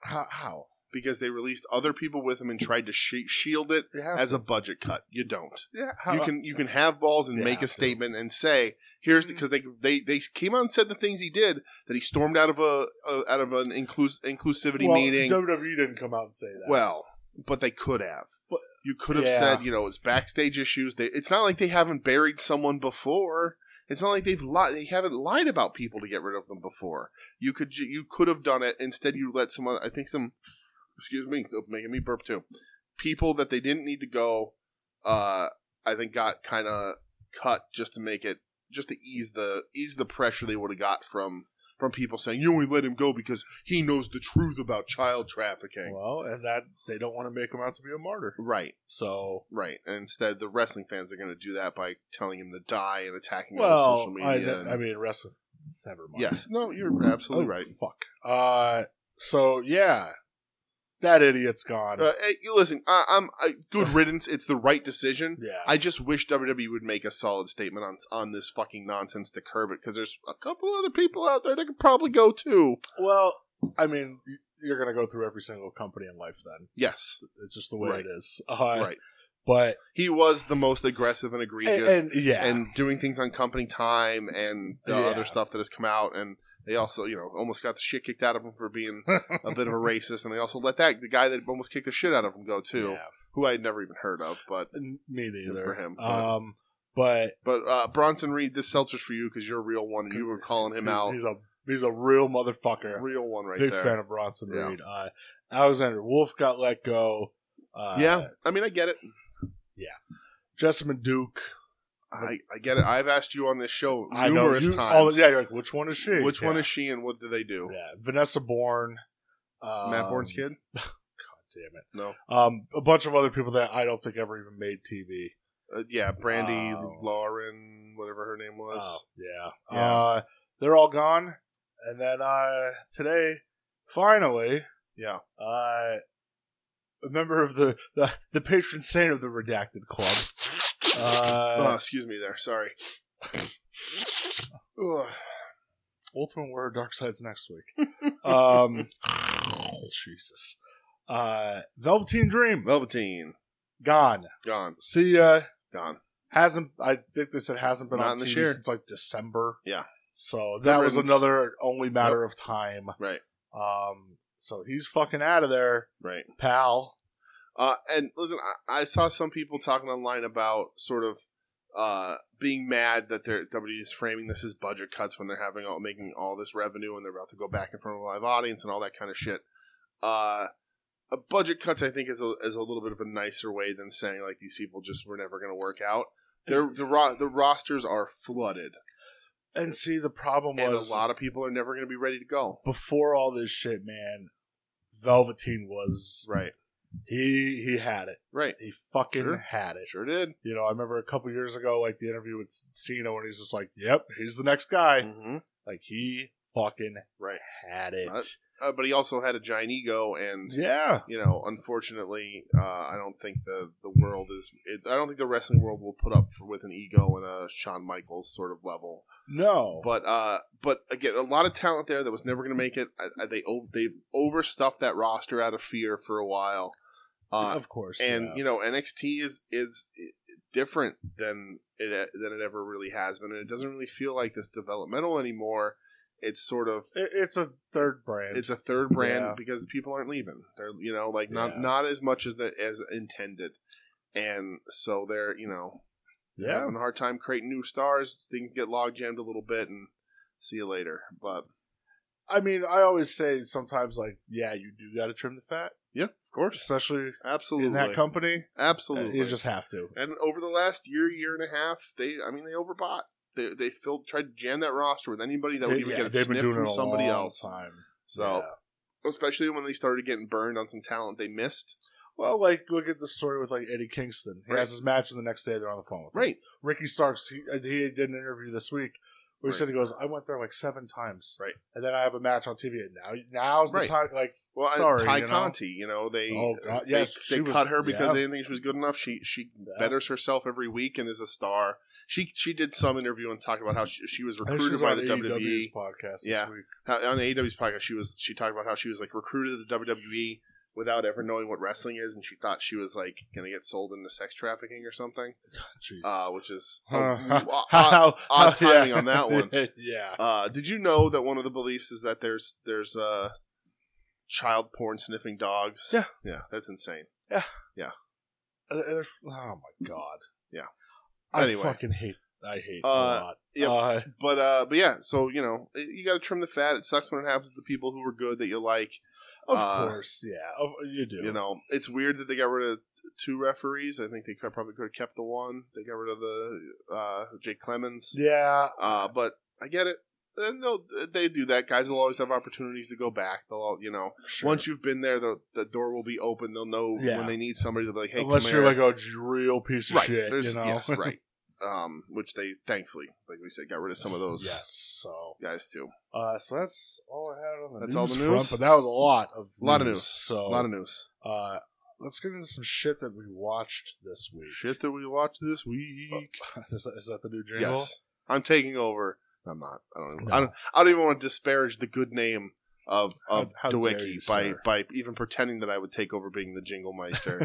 [SPEAKER 2] How? how?
[SPEAKER 1] because they released other people with him and tried to sh- shield it
[SPEAKER 2] You have
[SPEAKER 1] as
[SPEAKER 2] to-
[SPEAKER 1] a budget cut. You don't.
[SPEAKER 2] yeah, how,
[SPEAKER 1] you can you can have balls and
[SPEAKER 2] They
[SPEAKER 1] make
[SPEAKER 2] have
[SPEAKER 1] a
[SPEAKER 2] to.
[SPEAKER 1] statement and say here's because they they they came out and said the things he did that he stormed out of a, a out of an inclus- inclusivity
[SPEAKER 2] well,
[SPEAKER 1] meeting.
[SPEAKER 2] WWE didn't come out and say that.
[SPEAKER 1] Well, but they could have.
[SPEAKER 2] But-
[SPEAKER 1] you could have
[SPEAKER 2] Yeah.
[SPEAKER 1] said, you know, it's backstage issues. They, it's not like they haven't buried someone before. It's not like they've lied. They haven't lied about people to get rid of them before. You could ju- you could have done it. Instead, you let someone. I think some. Excuse me, oh, making me burp too. People that they didn't need to go. Uh, I think got kind of cut just to make it just to ease the ease the pressure they would have got from from people saying you only let him go because he knows the truth about child trafficking.
[SPEAKER 2] well, and that they don't want to make him out to be a martyr.
[SPEAKER 1] Right.
[SPEAKER 2] So,
[SPEAKER 1] Right, and instead the wrestling fans are going to do that by telling him to die and attacking him on social
[SPEAKER 2] well, I,
[SPEAKER 1] media. and-
[SPEAKER 2] I mean, wrestling. Never mind.
[SPEAKER 1] yes, no, you're absolutely
[SPEAKER 2] Oh,
[SPEAKER 1] right.
[SPEAKER 2] Fuck. Uh, so yeah, that idiot's gone.
[SPEAKER 1] Uh, hey, you listen, I, I'm I, good riddance. It's the right decision.
[SPEAKER 2] yeah.
[SPEAKER 1] I just wish WWE would make a solid statement on on this fucking nonsense to curb it because there's a couple other people out there that could probably go too.
[SPEAKER 2] well, I mean, y- you're gonna go through every single company in life then.
[SPEAKER 1] Yes,
[SPEAKER 2] It's just the way
[SPEAKER 1] Right.
[SPEAKER 2] it is. Uh,
[SPEAKER 1] right.
[SPEAKER 2] But
[SPEAKER 1] He was the most aggressive and egregious, and,
[SPEAKER 2] and, and- yeah,
[SPEAKER 1] doing things on company time and the
[SPEAKER 2] Yeah.
[SPEAKER 1] other stuff that has come out. And they also, you know, almost got the shit kicked out of him for being a bit of a racist, and they also let that the guy that almost kicked the shit out of him go too,
[SPEAKER 2] Yeah.
[SPEAKER 1] who I had never even heard of. But
[SPEAKER 2] N- me neither.
[SPEAKER 1] for him, but-
[SPEAKER 2] Um, but
[SPEAKER 1] but uh, Bronson Reed, this seltzer's for you because you're a real one, and you were calling him
[SPEAKER 2] he's,
[SPEAKER 1] out,
[SPEAKER 2] He's a he's a real motherfucker.
[SPEAKER 1] real one right
[SPEAKER 2] Big
[SPEAKER 1] there.
[SPEAKER 2] fan of Bronson
[SPEAKER 1] Yeah.
[SPEAKER 2] Reed. Uh, Alexander Wolf got let go. Uh,
[SPEAKER 1] yeah, I mean, I get it.
[SPEAKER 2] Jessamine Duke.
[SPEAKER 1] I, I get it. I've asked you on this show
[SPEAKER 2] I know
[SPEAKER 1] numerous
[SPEAKER 2] you-
[SPEAKER 1] times.
[SPEAKER 2] all the- yeah, you're like, which one is she?
[SPEAKER 1] which
[SPEAKER 2] yeah.
[SPEAKER 1] one is she, and what do they do?
[SPEAKER 2] Yeah, Vanessa Bourne. Um,
[SPEAKER 1] Matt Bourne's kid?
[SPEAKER 2] Damn it.
[SPEAKER 1] No.
[SPEAKER 2] Um, a bunch of other people that I don't think ever even made TV.
[SPEAKER 1] Uh, yeah, Brandy,
[SPEAKER 2] Oh.
[SPEAKER 1] Lauren, whatever her name was.
[SPEAKER 2] Oh, yeah.
[SPEAKER 1] Yeah.
[SPEAKER 2] Uh, they're all gone. And then uh, today, finally,
[SPEAKER 1] Yeah.
[SPEAKER 2] uh, a member of the, the, the patron saint of the Redacted Club.
[SPEAKER 1] Oh,
[SPEAKER 2] Uh,
[SPEAKER 1] excuse me there. Sorry. Ugh.
[SPEAKER 2] Ultimate Warrior Dark Side's next week. um, Jesus. Uh, Velveteen Dream,
[SPEAKER 1] Velveteen.
[SPEAKER 2] gone.
[SPEAKER 1] Gone.
[SPEAKER 2] See ya.
[SPEAKER 1] Gone.
[SPEAKER 2] Hasn't, I think they said hasn't been
[SPEAKER 1] Not
[SPEAKER 2] on
[SPEAKER 1] in this
[SPEAKER 2] TV
[SPEAKER 1] year.
[SPEAKER 2] since like December.
[SPEAKER 1] Yeah.
[SPEAKER 2] So
[SPEAKER 1] Good
[SPEAKER 2] that was
[SPEAKER 1] riddance.
[SPEAKER 2] another only matter of time.
[SPEAKER 1] Right.
[SPEAKER 2] Um, so he's fucking out of there,
[SPEAKER 1] Right.
[SPEAKER 2] pal.
[SPEAKER 1] Uh, and listen, I, I saw some people talking online about sort of uh, being mad that they're WWE is framing this as budget cuts when they're having all making all this revenue and they're about to go back in front of a live audience and all that kind of shit. Uh, uh, budget cuts, I think, is a, is a little bit of a nicer way than saying like these people just were never going to work out. They're, the ro- the rosters are flooded.
[SPEAKER 2] And see, the problem
[SPEAKER 1] And
[SPEAKER 2] was
[SPEAKER 1] a lot of people are never going to be ready to go.
[SPEAKER 2] before all this shit, man. Velveteen was
[SPEAKER 1] Right.
[SPEAKER 2] he he had it.
[SPEAKER 1] Right.
[SPEAKER 2] He fucking
[SPEAKER 1] Sure.
[SPEAKER 2] had it.
[SPEAKER 1] Sure did.
[SPEAKER 2] You know, I remember a couple years ago, like the interview with Cena, when he's just like, "Yep, he's the next guy."
[SPEAKER 1] hmm
[SPEAKER 2] Like he fucking
[SPEAKER 1] Right.
[SPEAKER 2] had it.
[SPEAKER 1] Uh, Uh, but he also had a giant ego, and
[SPEAKER 2] yeah,
[SPEAKER 1] you know, unfortunately, uh, I don't think the the world is. It, I don't think the wrestling world will put up for, with an ego and a Shawn Michaels sort of level.
[SPEAKER 2] no,
[SPEAKER 1] But uh, but again, a lot of talent there that was never going to make it. I, I, they o- they overstuffed that roster out of fear for a while. Uh,
[SPEAKER 2] of course.
[SPEAKER 1] and
[SPEAKER 2] yeah.
[SPEAKER 1] you know NXT is is different than it than it ever really has been, and it doesn't really feel like this developmental anymore. It's sort of
[SPEAKER 2] It- it's a third brand.
[SPEAKER 1] it's a third brand
[SPEAKER 2] Yeah.
[SPEAKER 1] because people aren't leaving. They're you know like not
[SPEAKER 2] Yeah.
[SPEAKER 1] not as much as that as intended, and so they're you know they're
[SPEAKER 2] yeah,
[SPEAKER 1] having a hard time creating new stars. Things get log jammed a little bit, and see you later. But
[SPEAKER 2] I mean, I always say sometimes, like, yeah, you do got to trim the fat,
[SPEAKER 1] yeah, of course,
[SPEAKER 2] especially
[SPEAKER 1] absolutely,
[SPEAKER 2] in that company. Uh,
[SPEAKER 1] absolutely,
[SPEAKER 2] You just have to.
[SPEAKER 1] And over the last year, year and a half, they I mean they overbought. They they filled tried to jam that roster with anybody that would even
[SPEAKER 2] yeah,
[SPEAKER 1] get a sniff from
[SPEAKER 2] it a
[SPEAKER 1] somebody
[SPEAKER 2] long
[SPEAKER 1] else.
[SPEAKER 2] Time.
[SPEAKER 1] So
[SPEAKER 2] Yeah.
[SPEAKER 1] especially when they started getting burned on some talent they missed.
[SPEAKER 2] well, like, look at the story with like Eddie Kingston. He
[SPEAKER 1] Right.
[SPEAKER 2] has his match, and the next day they're on the phone with him.
[SPEAKER 1] Right.
[SPEAKER 2] Ricky Starks, he, uh, he did an interview this week where he
[SPEAKER 1] Right.
[SPEAKER 2] said he goes, I went there like seven times.
[SPEAKER 1] Right.
[SPEAKER 2] And then I have a match on TV. And now, now's the
[SPEAKER 1] Right.
[SPEAKER 2] time. Like,
[SPEAKER 1] Well, I-
[SPEAKER 2] Sorry,
[SPEAKER 1] Ty
[SPEAKER 2] you know?
[SPEAKER 1] Conti, you know they uh,
[SPEAKER 2] Oh, God,
[SPEAKER 1] they-
[SPEAKER 2] yes,
[SPEAKER 1] they,
[SPEAKER 2] she was-
[SPEAKER 1] cut her because
[SPEAKER 2] yeah.
[SPEAKER 1] they didn't think she was good enough. She she
[SPEAKER 2] Yeah.
[SPEAKER 1] betters herself every week and is a star. She she did some interview and talked about how she, she was
[SPEAKER 2] I think
[SPEAKER 1] recruited
[SPEAKER 2] she's
[SPEAKER 1] by
[SPEAKER 2] on
[SPEAKER 1] the E.
[SPEAKER 2] AEW's
[SPEAKER 1] WWE.
[SPEAKER 2] podcast this
[SPEAKER 1] Yeah.
[SPEAKER 2] week.
[SPEAKER 1] how, on AEW's podcast, she was she talked about how she was like recruited to the WWE without ever knowing what wrestling is, and she thought she was like going to get sold into sex trafficking or something,
[SPEAKER 2] Jesus.
[SPEAKER 1] uh, which is
[SPEAKER 2] Huh.
[SPEAKER 1] oh, uh,
[SPEAKER 2] How-
[SPEAKER 1] odd
[SPEAKER 2] how- yeah.
[SPEAKER 1] timing on that one.
[SPEAKER 2] yeah.
[SPEAKER 1] uh, did you know that one of the beliefs is that there's there's uh, child porn sniffing dogs?
[SPEAKER 2] Yeah.
[SPEAKER 1] yeah, that's insane.
[SPEAKER 2] Uh, they're f- Oh my god.
[SPEAKER 1] Yeah.
[SPEAKER 2] I
[SPEAKER 1] Anyway.
[SPEAKER 2] fucking hate. I hate
[SPEAKER 1] Uh,
[SPEAKER 2] a lot.
[SPEAKER 1] yep.
[SPEAKER 2] Uh,
[SPEAKER 1] But uh, but yeah, so you know it- you got to trim the fat. It sucks when it happens to the people who are good that you like.
[SPEAKER 2] of
[SPEAKER 1] Uh,
[SPEAKER 2] course. Yeah. Of, you do.
[SPEAKER 1] You know, it's weird that they got rid of two referees. I think they could, probably could have kept the one. They got rid of the uh, Jake Clemens.
[SPEAKER 2] Yeah.
[SPEAKER 1] Uh, but I get it. And they'll they do that. Guys will always have opportunities to go back. They'll all, you know
[SPEAKER 2] Sure.
[SPEAKER 1] once you've been there, the the door will be open. They'll know
[SPEAKER 2] Yeah.
[SPEAKER 1] when they need somebody. They'll be like, hey,
[SPEAKER 2] Unless
[SPEAKER 1] come
[SPEAKER 2] you're
[SPEAKER 1] here.
[SPEAKER 2] like a j- real piece of
[SPEAKER 1] right.
[SPEAKER 2] shit.
[SPEAKER 1] There's,
[SPEAKER 2] you know.
[SPEAKER 1] Yes, right. Um, which they thankfully, like we said, got rid of some of those
[SPEAKER 2] Yes. So.
[SPEAKER 1] guys too.
[SPEAKER 2] Uh, so that's all I had on the
[SPEAKER 1] That's
[SPEAKER 2] news
[SPEAKER 1] all the
[SPEAKER 2] front,
[SPEAKER 1] news?
[SPEAKER 2] but that was a lot of news,
[SPEAKER 1] A lot of news.
[SPEAKER 2] So
[SPEAKER 1] A lot of news.
[SPEAKER 2] Uh, let's get into some shit that we watched this week.
[SPEAKER 1] Shit that we watched this week.
[SPEAKER 2] is, that, is that the new
[SPEAKER 1] Uh,
[SPEAKER 2] jingle?
[SPEAKER 1] Yes, I'm taking over. I'm not. I don't. Even,
[SPEAKER 2] No.
[SPEAKER 1] I don't. I don't even want to disparage the good name of of
[SPEAKER 2] How- how dare you,
[SPEAKER 1] Dewicki by
[SPEAKER 2] sir.
[SPEAKER 1] by even pretending that I would take over being the jingle meister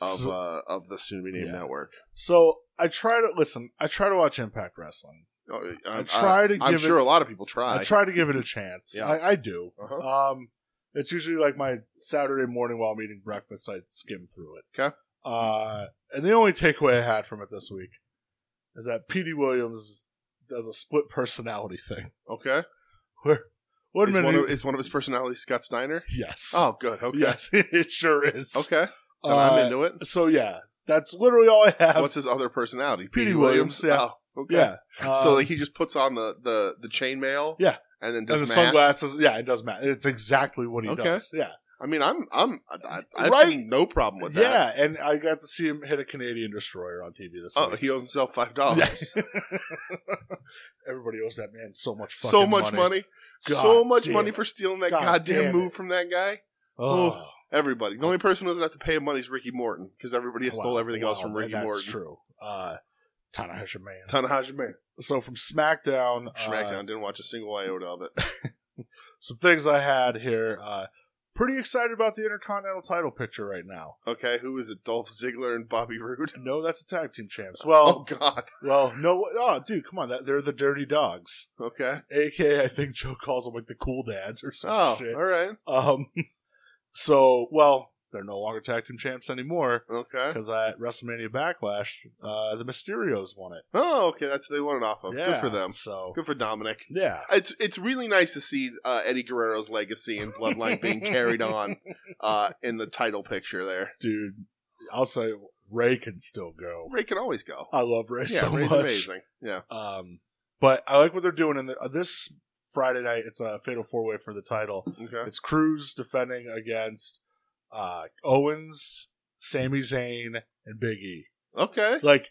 [SPEAKER 1] of
[SPEAKER 2] So-
[SPEAKER 1] uh, of the soon to be named
[SPEAKER 2] Yeah.
[SPEAKER 1] network.
[SPEAKER 2] So I try to listen. I try to watch Impact Wrestling.
[SPEAKER 1] Oh,
[SPEAKER 2] I try to
[SPEAKER 1] I'm
[SPEAKER 2] give
[SPEAKER 1] sure
[SPEAKER 2] it.
[SPEAKER 1] a lot of people try.
[SPEAKER 2] I try to give it a chance.
[SPEAKER 1] Yeah.
[SPEAKER 2] I, I do.
[SPEAKER 1] Uh-huh.
[SPEAKER 2] Um, it's usually like my Saturday morning while I'm eating breakfast. I skim through it.
[SPEAKER 1] 'Kay.
[SPEAKER 2] Uh, and the only takeaway I had from it this week is that P.D. Williams does a split personality thing.
[SPEAKER 1] Okay.
[SPEAKER 2] Where one
[SPEAKER 1] Is
[SPEAKER 2] Uh-huh. minute,
[SPEAKER 1] one,
[SPEAKER 2] he-
[SPEAKER 1] of, is one of his personalities Scott Steiner?
[SPEAKER 2] yes,
[SPEAKER 1] Oh, good. Okay.
[SPEAKER 2] yes, it sure is. Uh,
[SPEAKER 1] Okay. Then I'm into it.
[SPEAKER 2] So yeah, that's literally all I have.
[SPEAKER 1] What's his other personality?
[SPEAKER 2] Petey
[SPEAKER 1] Petey
[SPEAKER 2] Williams, yeah.
[SPEAKER 1] Oh, okay.
[SPEAKER 2] yeah.
[SPEAKER 1] so
[SPEAKER 2] um,
[SPEAKER 1] like he just puts on the the the chainmail.
[SPEAKER 2] Yeah.
[SPEAKER 1] And then does
[SPEAKER 2] and the
[SPEAKER 1] math.
[SPEAKER 2] sunglasses. Yeah, it does matter. It's exactly what he
[SPEAKER 1] Okay.
[SPEAKER 2] does. Yeah,
[SPEAKER 1] I mean, I'm I'm I, I have
[SPEAKER 2] Right.
[SPEAKER 1] no problem with that.
[SPEAKER 2] yeah. And I got to see him hit a Canadian destroyer on TV this
[SPEAKER 1] Oh,
[SPEAKER 2] week.
[SPEAKER 1] he owes himself five dollars.
[SPEAKER 2] Yes. Everybody owes that man so much. Fucking
[SPEAKER 1] so much money.
[SPEAKER 2] God
[SPEAKER 1] so much
[SPEAKER 2] damn
[SPEAKER 1] money
[SPEAKER 2] it.
[SPEAKER 1] for stealing that
[SPEAKER 2] God
[SPEAKER 1] goddamn
[SPEAKER 2] damn it.
[SPEAKER 1] move from that guy.
[SPEAKER 2] Oh,
[SPEAKER 1] Everybody. The only person who doesn't have to pay him money is Ricky Morton because everybody has stole
[SPEAKER 2] wow,
[SPEAKER 1] everything else
[SPEAKER 2] wow,
[SPEAKER 1] from
[SPEAKER 2] that-
[SPEAKER 1] Ricky
[SPEAKER 2] that's
[SPEAKER 1] Morton.
[SPEAKER 2] true. Uh, Tanahashi man.
[SPEAKER 1] Tanahashi Man.
[SPEAKER 2] So from SmackDown, uh,
[SPEAKER 1] SmackDown didn't watch a single iota of it.
[SPEAKER 2] some things I had here. Uh, pretty excited about the Intercontinental title picture right now.
[SPEAKER 1] Okay, who is it? Dolph Ziggler and Bobby Roode.
[SPEAKER 2] No, that's the tag team champs.
[SPEAKER 1] Oh
[SPEAKER 2] Well,
[SPEAKER 1] God.
[SPEAKER 2] well, no, oh, dude, come on, that they're the Dirty Dogs,
[SPEAKER 1] Okay.
[SPEAKER 2] aka I think Joe calls them like the Cool Dads or some
[SPEAKER 1] Oh,
[SPEAKER 2] shit.
[SPEAKER 1] all right.
[SPEAKER 2] Um, so well, they're no longer tag team champs anymore
[SPEAKER 1] Okay.
[SPEAKER 2] because at WrestleMania Backlash, uh, the Mysterios won it.
[SPEAKER 1] Oh, okay. That's what they wanted off of.
[SPEAKER 2] yeah,
[SPEAKER 1] Good for them.
[SPEAKER 2] So
[SPEAKER 1] Good for Dominic.
[SPEAKER 2] yeah,
[SPEAKER 1] It's it's really nice to see uh, Eddie Guerrero's legacy and bloodline being carried on uh, in the title picture. There,
[SPEAKER 2] dude, I'll say Ray can still go.
[SPEAKER 1] Ray can always go.
[SPEAKER 2] I love Ray
[SPEAKER 1] yeah,
[SPEAKER 2] Oh, so
[SPEAKER 1] Ray's
[SPEAKER 2] much.
[SPEAKER 1] amazing. Yeah,
[SPEAKER 2] Um, But I like what they're doing. And the, uh, this Friday night, it's a fatal four way for the title.
[SPEAKER 1] Okay.
[SPEAKER 2] It's Cruz defending against uh, Owens, Sami Zayn, and Big E.
[SPEAKER 1] Okay.
[SPEAKER 2] Like,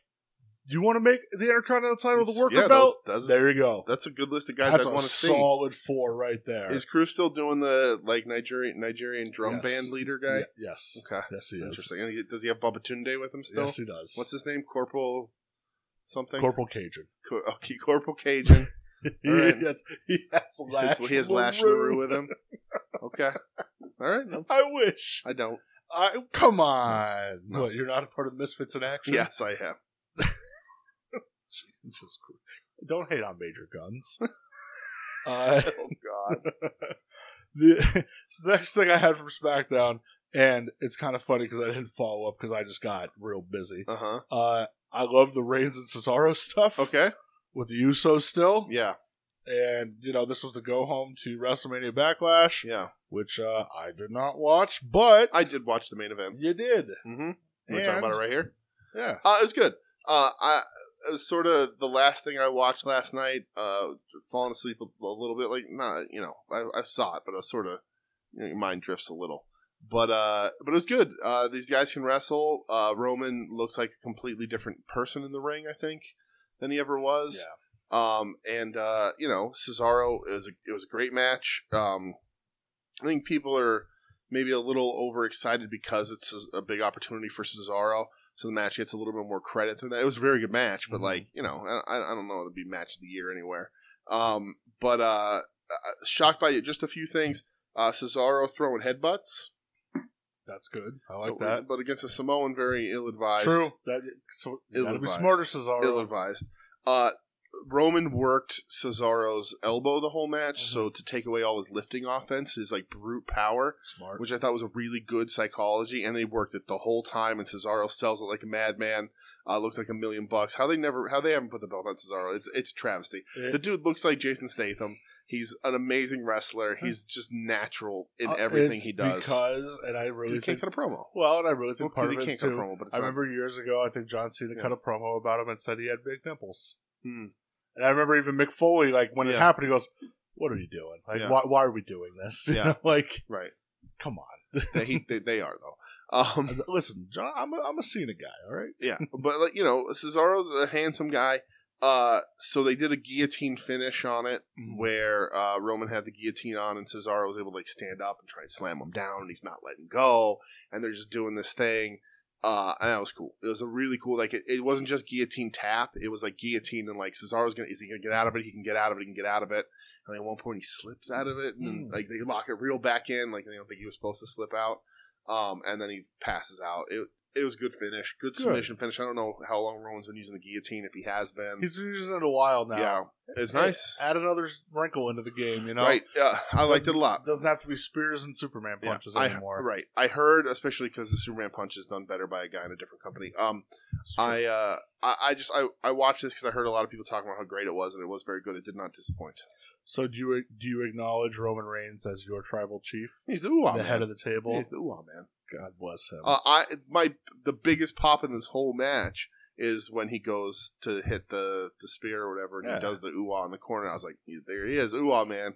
[SPEAKER 2] you want to make the Intercontinental title the
[SPEAKER 1] It's-
[SPEAKER 2] worker
[SPEAKER 1] yeah,
[SPEAKER 2] belt?
[SPEAKER 1] those- those-
[SPEAKER 2] there you go.
[SPEAKER 1] That's a good list of guys
[SPEAKER 2] That's
[SPEAKER 1] I'd
[SPEAKER 2] a
[SPEAKER 1] want to see.
[SPEAKER 2] solid four right there.
[SPEAKER 1] Is Cruz still doing the like Nigerian Nigerian drum
[SPEAKER 2] Yes.
[SPEAKER 1] band leader guy?
[SPEAKER 2] Ye- yes.
[SPEAKER 1] Okay.
[SPEAKER 2] Yes, he is.
[SPEAKER 1] Interesting. And he- Does he have Babatunde with him still?
[SPEAKER 2] Yes, he does.
[SPEAKER 1] What's his name? Corporal something?
[SPEAKER 2] Corporal Cajun?
[SPEAKER 1] Co- okay, Corporal Cajun.
[SPEAKER 2] He,
[SPEAKER 1] Alright.
[SPEAKER 2] has, he has Lash.
[SPEAKER 1] he has Lash
[SPEAKER 2] LaRue.
[SPEAKER 1] LaRue with him. Okay. All right. No,
[SPEAKER 2] I wish.
[SPEAKER 1] I don't.
[SPEAKER 2] I come on.
[SPEAKER 1] No.
[SPEAKER 2] What? You're not a part of Misfits in Action?
[SPEAKER 1] Yes, I have.
[SPEAKER 2] Jesus Christ. Don't hate on Major Guns. uh,
[SPEAKER 1] Oh God.
[SPEAKER 2] the, so the next thing I had from SmackDown, and it's kind of funny because I didn't follow up because I just got real busy.
[SPEAKER 1] Uh huh.
[SPEAKER 2] Uh, I love the Reigns and Cesaro stuff
[SPEAKER 1] Okay.
[SPEAKER 2] with the Usos still,
[SPEAKER 1] Yeah.
[SPEAKER 2] and you know this was the go home to WrestleMania Backlash,
[SPEAKER 1] Yeah.
[SPEAKER 2] which uh, I did not watch, but
[SPEAKER 1] I did watch the main event.
[SPEAKER 2] you did.
[SPEAKER 1] Mm-hmm. We're talking about
[SPEAKER 2] And-
[SPEAKER 1] it right here.
[SPEAKER 2] Yeah,
[SPEAKER 1] Uh, it was good. Uh, I it was sort of the last thing I watched last night. Uh, falling asleep a, a little bit. Like not, you know, I, I saw it, but I was sort of you know, your mind drifts a little. But uh, but it was good. Uh, these guys can wrestle. Uh, Roman looks like a completely different person in the ring. I think than he ever was.
[SPEAKER 2] Yeah.
[SPEAKER 1] Um, and uh, you know, Cesaro it was a, it was a great match. Um, I think people are maybe a little overexcited because it's a big opportunity for Cesaro, so the match gets a little bit more credit than that. It was a very good match, but
[SPEAKER 2] Mhm.
[SPEAKER 1] like you know, I, I don't know it'd be match of the year anywhere. Um, but uh, uh, shocked by just a few things. Uh, Cesaro throwing headbutts,
[SPEAKER 2] that's good. I like
[SPEAKER 1] but,
[SPEAKER 2] that.
[SPEAKER 1] but against a Samoan, very ill-advised.
[SPEAKER 2] True. That so you gotta be
[SPEAKER 1] Ill-advised.
[SPEAKER 2] smarter, Cesaro.
[SPEAKER 1] ill-advised. Uh, Roman worked Cesaro's elbow the whole match, so to take away all his lifting offense, his like brute power,
[SPEAKER 2] Smart.
[SPEAKER 1] which I thought was a really good psychology, and they worked it the whole time. And Cesaro sells it like a madman. Uh, looks like a million bucks. How they never, how they haven't put the belt on Cesaro? It's it's a travesty.
[SPEAKER 2] It-
[SPEAKER 1] The dude looks like Jason Statham. He's an amazing wrestler. He's just natural in
[SPEAKER 2] uh,
[SPEAKER 1] everything
[SPEAKER 2] it's
[SPEAKER 1] he does.
[SPEAKER 2] Because, and I
[SPEAKER 1] Because
[SPEAKER 2] really
[SPEAKER 1] he can't
[SPEAKER 2] think,
[SPEAKER 1] cut a promo.
[SPEAKER 2] well, and I really think
[SPEAKER 1] Because
[SPEAKER 2] part
[SPEAKER 1] he
[SPEAKER 2] of
[SPEAKER 1] can't
[SPEAKER 2] it's
[SPEAKER 1] cut a
[SPEAKER 2] too.
[SPEAKER 1] promo. But it's
[SPEAKER 2] I
[SPEAKER 1] not-
[SPEAKER 2] remember years ago, I think John Cena
[SPEAKER 1] Yeah.
[SPEAKER 2] cut a promo about him and said he had big nipples.
[SPEAKER 1] Hmm.
[SPEAKER 2] And I remember even Mick Foley, like when it
[SPEAKER 1] Yeah.
[SPEAKER 2] happened, he goes, "What are you doing? Like,
[SPEAKER 1] Yeah.
[SPEAKER 2] why, why are we doing this? You
[SPEAKER 1] Yeah.
[SPEAKER 2] know, like,
[SPEAKER 1] right.
[SPEAKER 2] come on.
[SPEAKER 1] They, he, they, they are though. Um,
[SPEAKER 2] Listen, John, I'm a, I'm a Cena guy, all right.
[SPEAKER 1] yeah, but like you know, Cesaro's a handsome guy. Uh, so they did a guillotine finish on it, where uh, Roman had the guillotine on, and Cesaro was able to like stand up and try and slam him down, and he's not letting go, and they're just doing this thing. Uh, and that was cool. It was a really cool. Like it, it wasn't just guillotine tap. It was like guillotine, and like Cesaro's gonna is he gonna get out of it? He can get out of it. He can get out of it. And at one point, he slips out of it, and then,
[SPEAKER 2] Hmm.
[SPEAKER 1] like they lock it real back in. Like they don't think he was supposed to slip out. Um, and then he passes out. It it was a good finish, good,
[SPEAKER 2] Good.
[SPEAKER 1] submission finish. I don't know how long Roman's been using the guillotine if he has been.
[SPEAKER 2] He's been using it a while now.
[SPEAKER 1] yeah, it's nice.
[SPEAKER 2] Add another wrinkle into the game, you know.
[SPEAKER 1] Right. Yeah, I liked it a lot.
[SPEAKER 2] Doesn't have to be spears and Superman
[SPEAKER 1] Yeah,
[SPEAKER 2] punches
[SPEAKER 1] I-
[SPEAKER 2] anymore.
[SPEAKER 1] right. I heard, especially because the Superman punch is done better by a guy in a different company. Um,
[SPEAKER 2] It's true.
[SPEAKER 1] I, uh, I, I just, I, I watched this because I heard a lot of people talking about how great it was, and it was very good. It did not disappoint.
[SPEAKER 2] So do you do you acknowledge Roman Reigns as your tribal chief,
[SPEAKER 1] He's the ooh
[SPEAKER 2] the head
[SPEAKER 1] man.
[SPEAKER 2] of the table?
[SPEAKER 1] He's the ooh man.
[SPEAKER 2] God bless him.
[SPEAKER 1] Uh, I, my, the biggest pop in this whole match is when he goes to hit the the spear or whatever, and
[SPEAKER 2] Yeah.
[SPEAKER 1] he does the ooh in the corner. I was like, there he is, ooh man.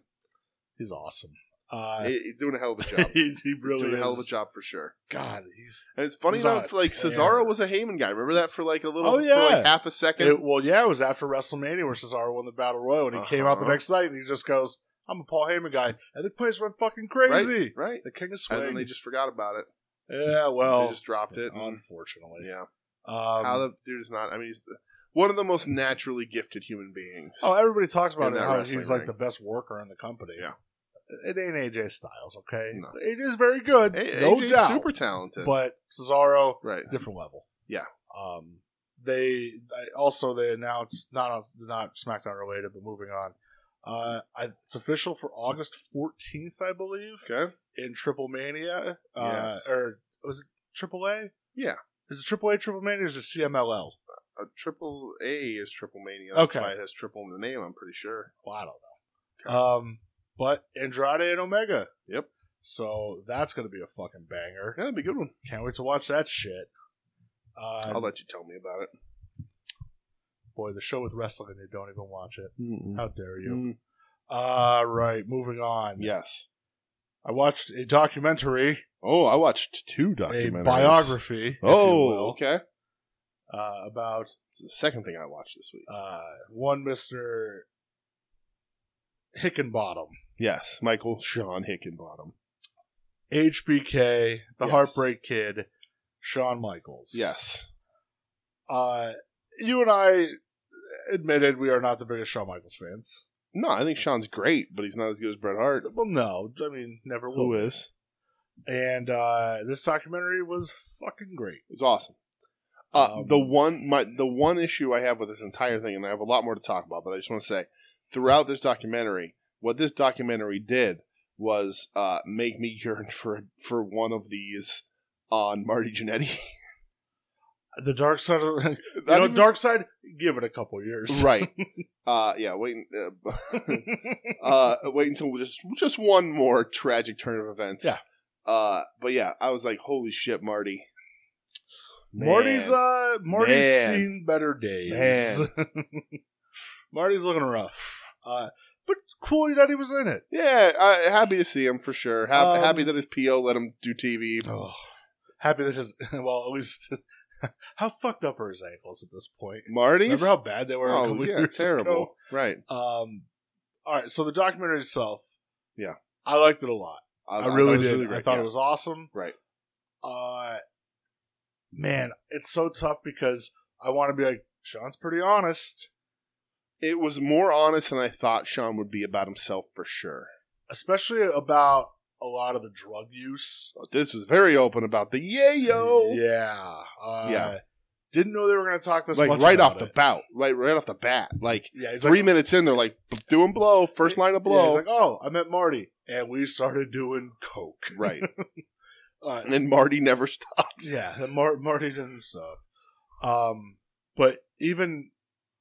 [SPEAKER 2] he's awesome. Uh,
[SPEAKER 1] He- he's doing a hell of a job.
[SPEAKER 2] he, he really
[SPEAKER 1] doing
[SPEAKER 2] is.
[SPEAKER 1] a hell of a job for sure.
[SPEAKER 2] God, he's
[SPEAKER 1] And it's funny
[SPEAKER 2] He's on
[SPEAKER 1] enough,
[SPEAKER 2] a
[SPEAKER 1] like
[SPEAKER 2] tear.
[SPEAKER 1] Cesaro was a Heyman guy. Remember that for like a little,
[SPEAKER 2] Oh,
[SPEAKER 1] for
[SPEAKER 2] yeah.
[SPEAKER 1] like half a second.
[SPEAKER 2] it, well. Yeah, it was after WrestleMania where Cesaro won the Battle Royal, and he came out the
[SPEAKER 1] Uh-huh.
[SPEAKER 2] next night and he just goes, "I'm a Paul Heyman guy," and the place went fucking crazy.
[SPEAKER 1] right?
[SPEAKER 2] The King of Swing.
[SPEAKER 1] And then they just forgot about it.
[SPEAKER 2] yeah, well,
[SPEAKER 1] they just dropped it. and-
[SPEAKER 2] unfortunately.
[SPEAKER 1] yeah,
[SPEAKER 2] Um,
[SPEAKER 1] how the dude is not. I mean, he's the, one of the most naturally gifted human beings.
[SPEAKER 2] Oh, everybody talks
[SPEAKER 1] In
[SPEAKER 2] about it,
[SPEAKER 1] that
[SPEAKER 2] how
[SPEAKER 1] wrestling
[SPEAKER 2] he's like
[SPEAKER 1] ring.
[SPEAKER 2] the best worker in the company.
[SPEAKER 1] Yeah.
[SPEAKER 2] It ain't AJ Styles, okay?
[SPEAKER 1] No.
[SPEAKER 2] AJ's very good,
[SPEAKER 1] A-
[SPEAKER 2] no
[SPEAKER 1] AJ's
[SPEAKER 2] doubt.
[SPEAKER 1] super talented.
[SPEAKER 2] but Cesaro,
[SPEAKER 1] right?
[SPEAKER 2] different level.
[SPEAKER 1] Yeah.
[SPEAKER 2] Um, they I- also they announced not on, not SmackDown related, but moving on. Uh, I, it's official for August 14th, I believe,
[SPEAKER 1] Okay.
[SPEAKER 2] in Triple Mania. Uh,
[SPEAKER 1] Yes.
[SPEAKER 2] Or was it AAA?
[SPEAKER 1] Yeah.
[SPEAKER 2] Is it AAA Triple Mania or is it CMLL?
[SPEAKER 1] A triple A is triple mania. That's
[SPEAKER 2] Okay.
[SPEAKER 1] why it has triple in the name. I'm pretty sure.
[SPEAKER 2] Well, I don't know. Um, but Andrade and Omega.
[SPEAKER 1] Yep.
[SPEAKER 2] So that's gonna be a fucking banger.
[SPEAKER 1] Yeah, that'd be a good one.
[SPEAKER 2] Can't wait to watch that shit. Uh,
[SPEAKER 1] I'll let you tell me about it.
[SPEAKER 2] Boy, the show with wrestling, and you don't even watch it.
[SPEAKER 1] Mm-mm.
[SPEAKER 2] How dare you?
[SPEAKER 1] Mm,
[SPEAKER 2] All Ah, right, moving on.
[SPEAKER 1] Yes.
[SPEAKER 2] I watched a documentary,
[SPEAKER 1] Oh, I watched two
[SPEAKER 2] a
[SPEAKER 1] documentaries.
[SPEAKER 2] biography, if you
[SPEAKER 1] Oh,
[SPEAKER 2] will,
[SPEAKER 1] okay.
[SPEAKER 2] uh, about
[SPEAKER 1] It's the second thing I watched this week.
[SPEAKER 2] uh, one Mister Hickenbottom,
[SPEAKER 1] Yes, Michael Sean Hickenbottom.
[SPEAKER 2] HBK, the
[SPEAKER 1] Yes.
[SPEAKER 2] Heartbreak Kid, Shawn Michaels.
[SPEAKER 1] Yes.
[SPEAKER 2] Uh, you and I admitted we are not the biggest Shawn Michaels fans.
[SPEAKER 1] No, I think Sean's great, but he's not as good as Bret Hart.
[SPEAKER 2] Well, no, I mean never will.
[SPEAKER 1] Who
[SPEAKER 2] be.
[SPEAKER 1] is?
[SPEAKER 2] And uh, this documentary was fucking great.
[SPEAKER 1] It was awesome. Uh,
[SPEAKER 2] Um,
[SPEAKER 1] the one my the one issue I have with this entire thing, and I have a lot more to talk about, but I just want to say, throughout this documentary, what this documentary did was uh, make me yearn for for one of these on Marty Jannetty.
[SPEAKER 2] The Dark Side, of the, you
[SPEAKER 1] Not
[SPEAKER 2] know,
[SPEAKER 1] even-
[SPEAKER 2] Dark Side. Give it a couple years,
[SPEAKER 1] right? Uh, yeah, wait, uh, uh, wait until just just one more tragic turn of events.
[SPEAKER 2] Yeah.
[SPEAKER 1] Uh, but yeah, I was like, holy shit, Marty. Man.
[SPEAKER 2] Marty's uh, Marty's
[SPEAKER 1] Man.
[SPEAKER 2] seen better days. Marty's looking rough, uh, but cool that he was in it.
[SPEAKER 1] Yeah, uh, happy to see him for sure. Ha-
[SPEAKER 2] Um,
[SPEAKER 1] happy that his PO let him do TV.
[SPEAKER 2] Oh, happy that his well, at least how fucked up are his ankles at this point?
[SPEAKER 1] Marty's?
[SPEAKER 2] Remember how bad they were? a
[SPEAKER 1] oh,
[SPEAKER 2] couple
[SPEAKER 1] yeah,
[SPEAKER 2] years
[SPEAKER 1] terrible.
[SPEAKER 2] ago?
[SPEAKER 1] Right.
[SPEAKER 2] Um, all right. So the documentary itself,
[SPEAKER 1] Yeah.
[SPEAKER 2] I liked it a lot. I,
[SPEAKER 1] thought it
[SPEAKER 2] really
[SPEAKER 1] was
[SPEAKER 2] did. I
[SPEAKER 1] great,
[SPEAKER 2] thought
[SPEAKER 1] yeah.
[SPEAKER 2] it was awesome.
[SPEAKER 1] Right.
[SPEAKER 2] Uh, man, it's so tough because I want to be like Sean's pretty honest,
[SPEAKER 1] It was more honest than I thought Sean would be about himself for sure.
[SPEAKER 2] especially about a lot of the drug use.
[SPEAKER 1] But this was very open about the yeah, yo.
[SPEAKER 2] yeah, uh,
[SPEAKER 1] Yeah.
[SPEAKER 2] Didn't know they were going to talk this
[SPEAKER 1] Like
[SPEAKER 2] much
[SPEAKER 1] right
[SPEAKER 2] about
[SPEAKER 1] off
[SPEAKER 2] it.
[SPEAKER 1] the bout. Like right off the bat. Like
[SPEAKER 2] Yeah, he's
[SPEAKER 1] three
[SPEAKER 2] like,
[SPEAKER 1] minutes in, they're like doing blow, first line of
[SPEAKER 2] Yeah,
[SPEAKER 1] blow.
[SPEAKER 2] he's like, oh, I met Marty, and we started doing coke.
[SPEAKER 1] right.
[SPEAKER 2] Uh,
[SPEAKER 1] And then Marty never stopped.
[SPEAKER 2] Yeah, the Mar- Marty didn't sub. Um, but even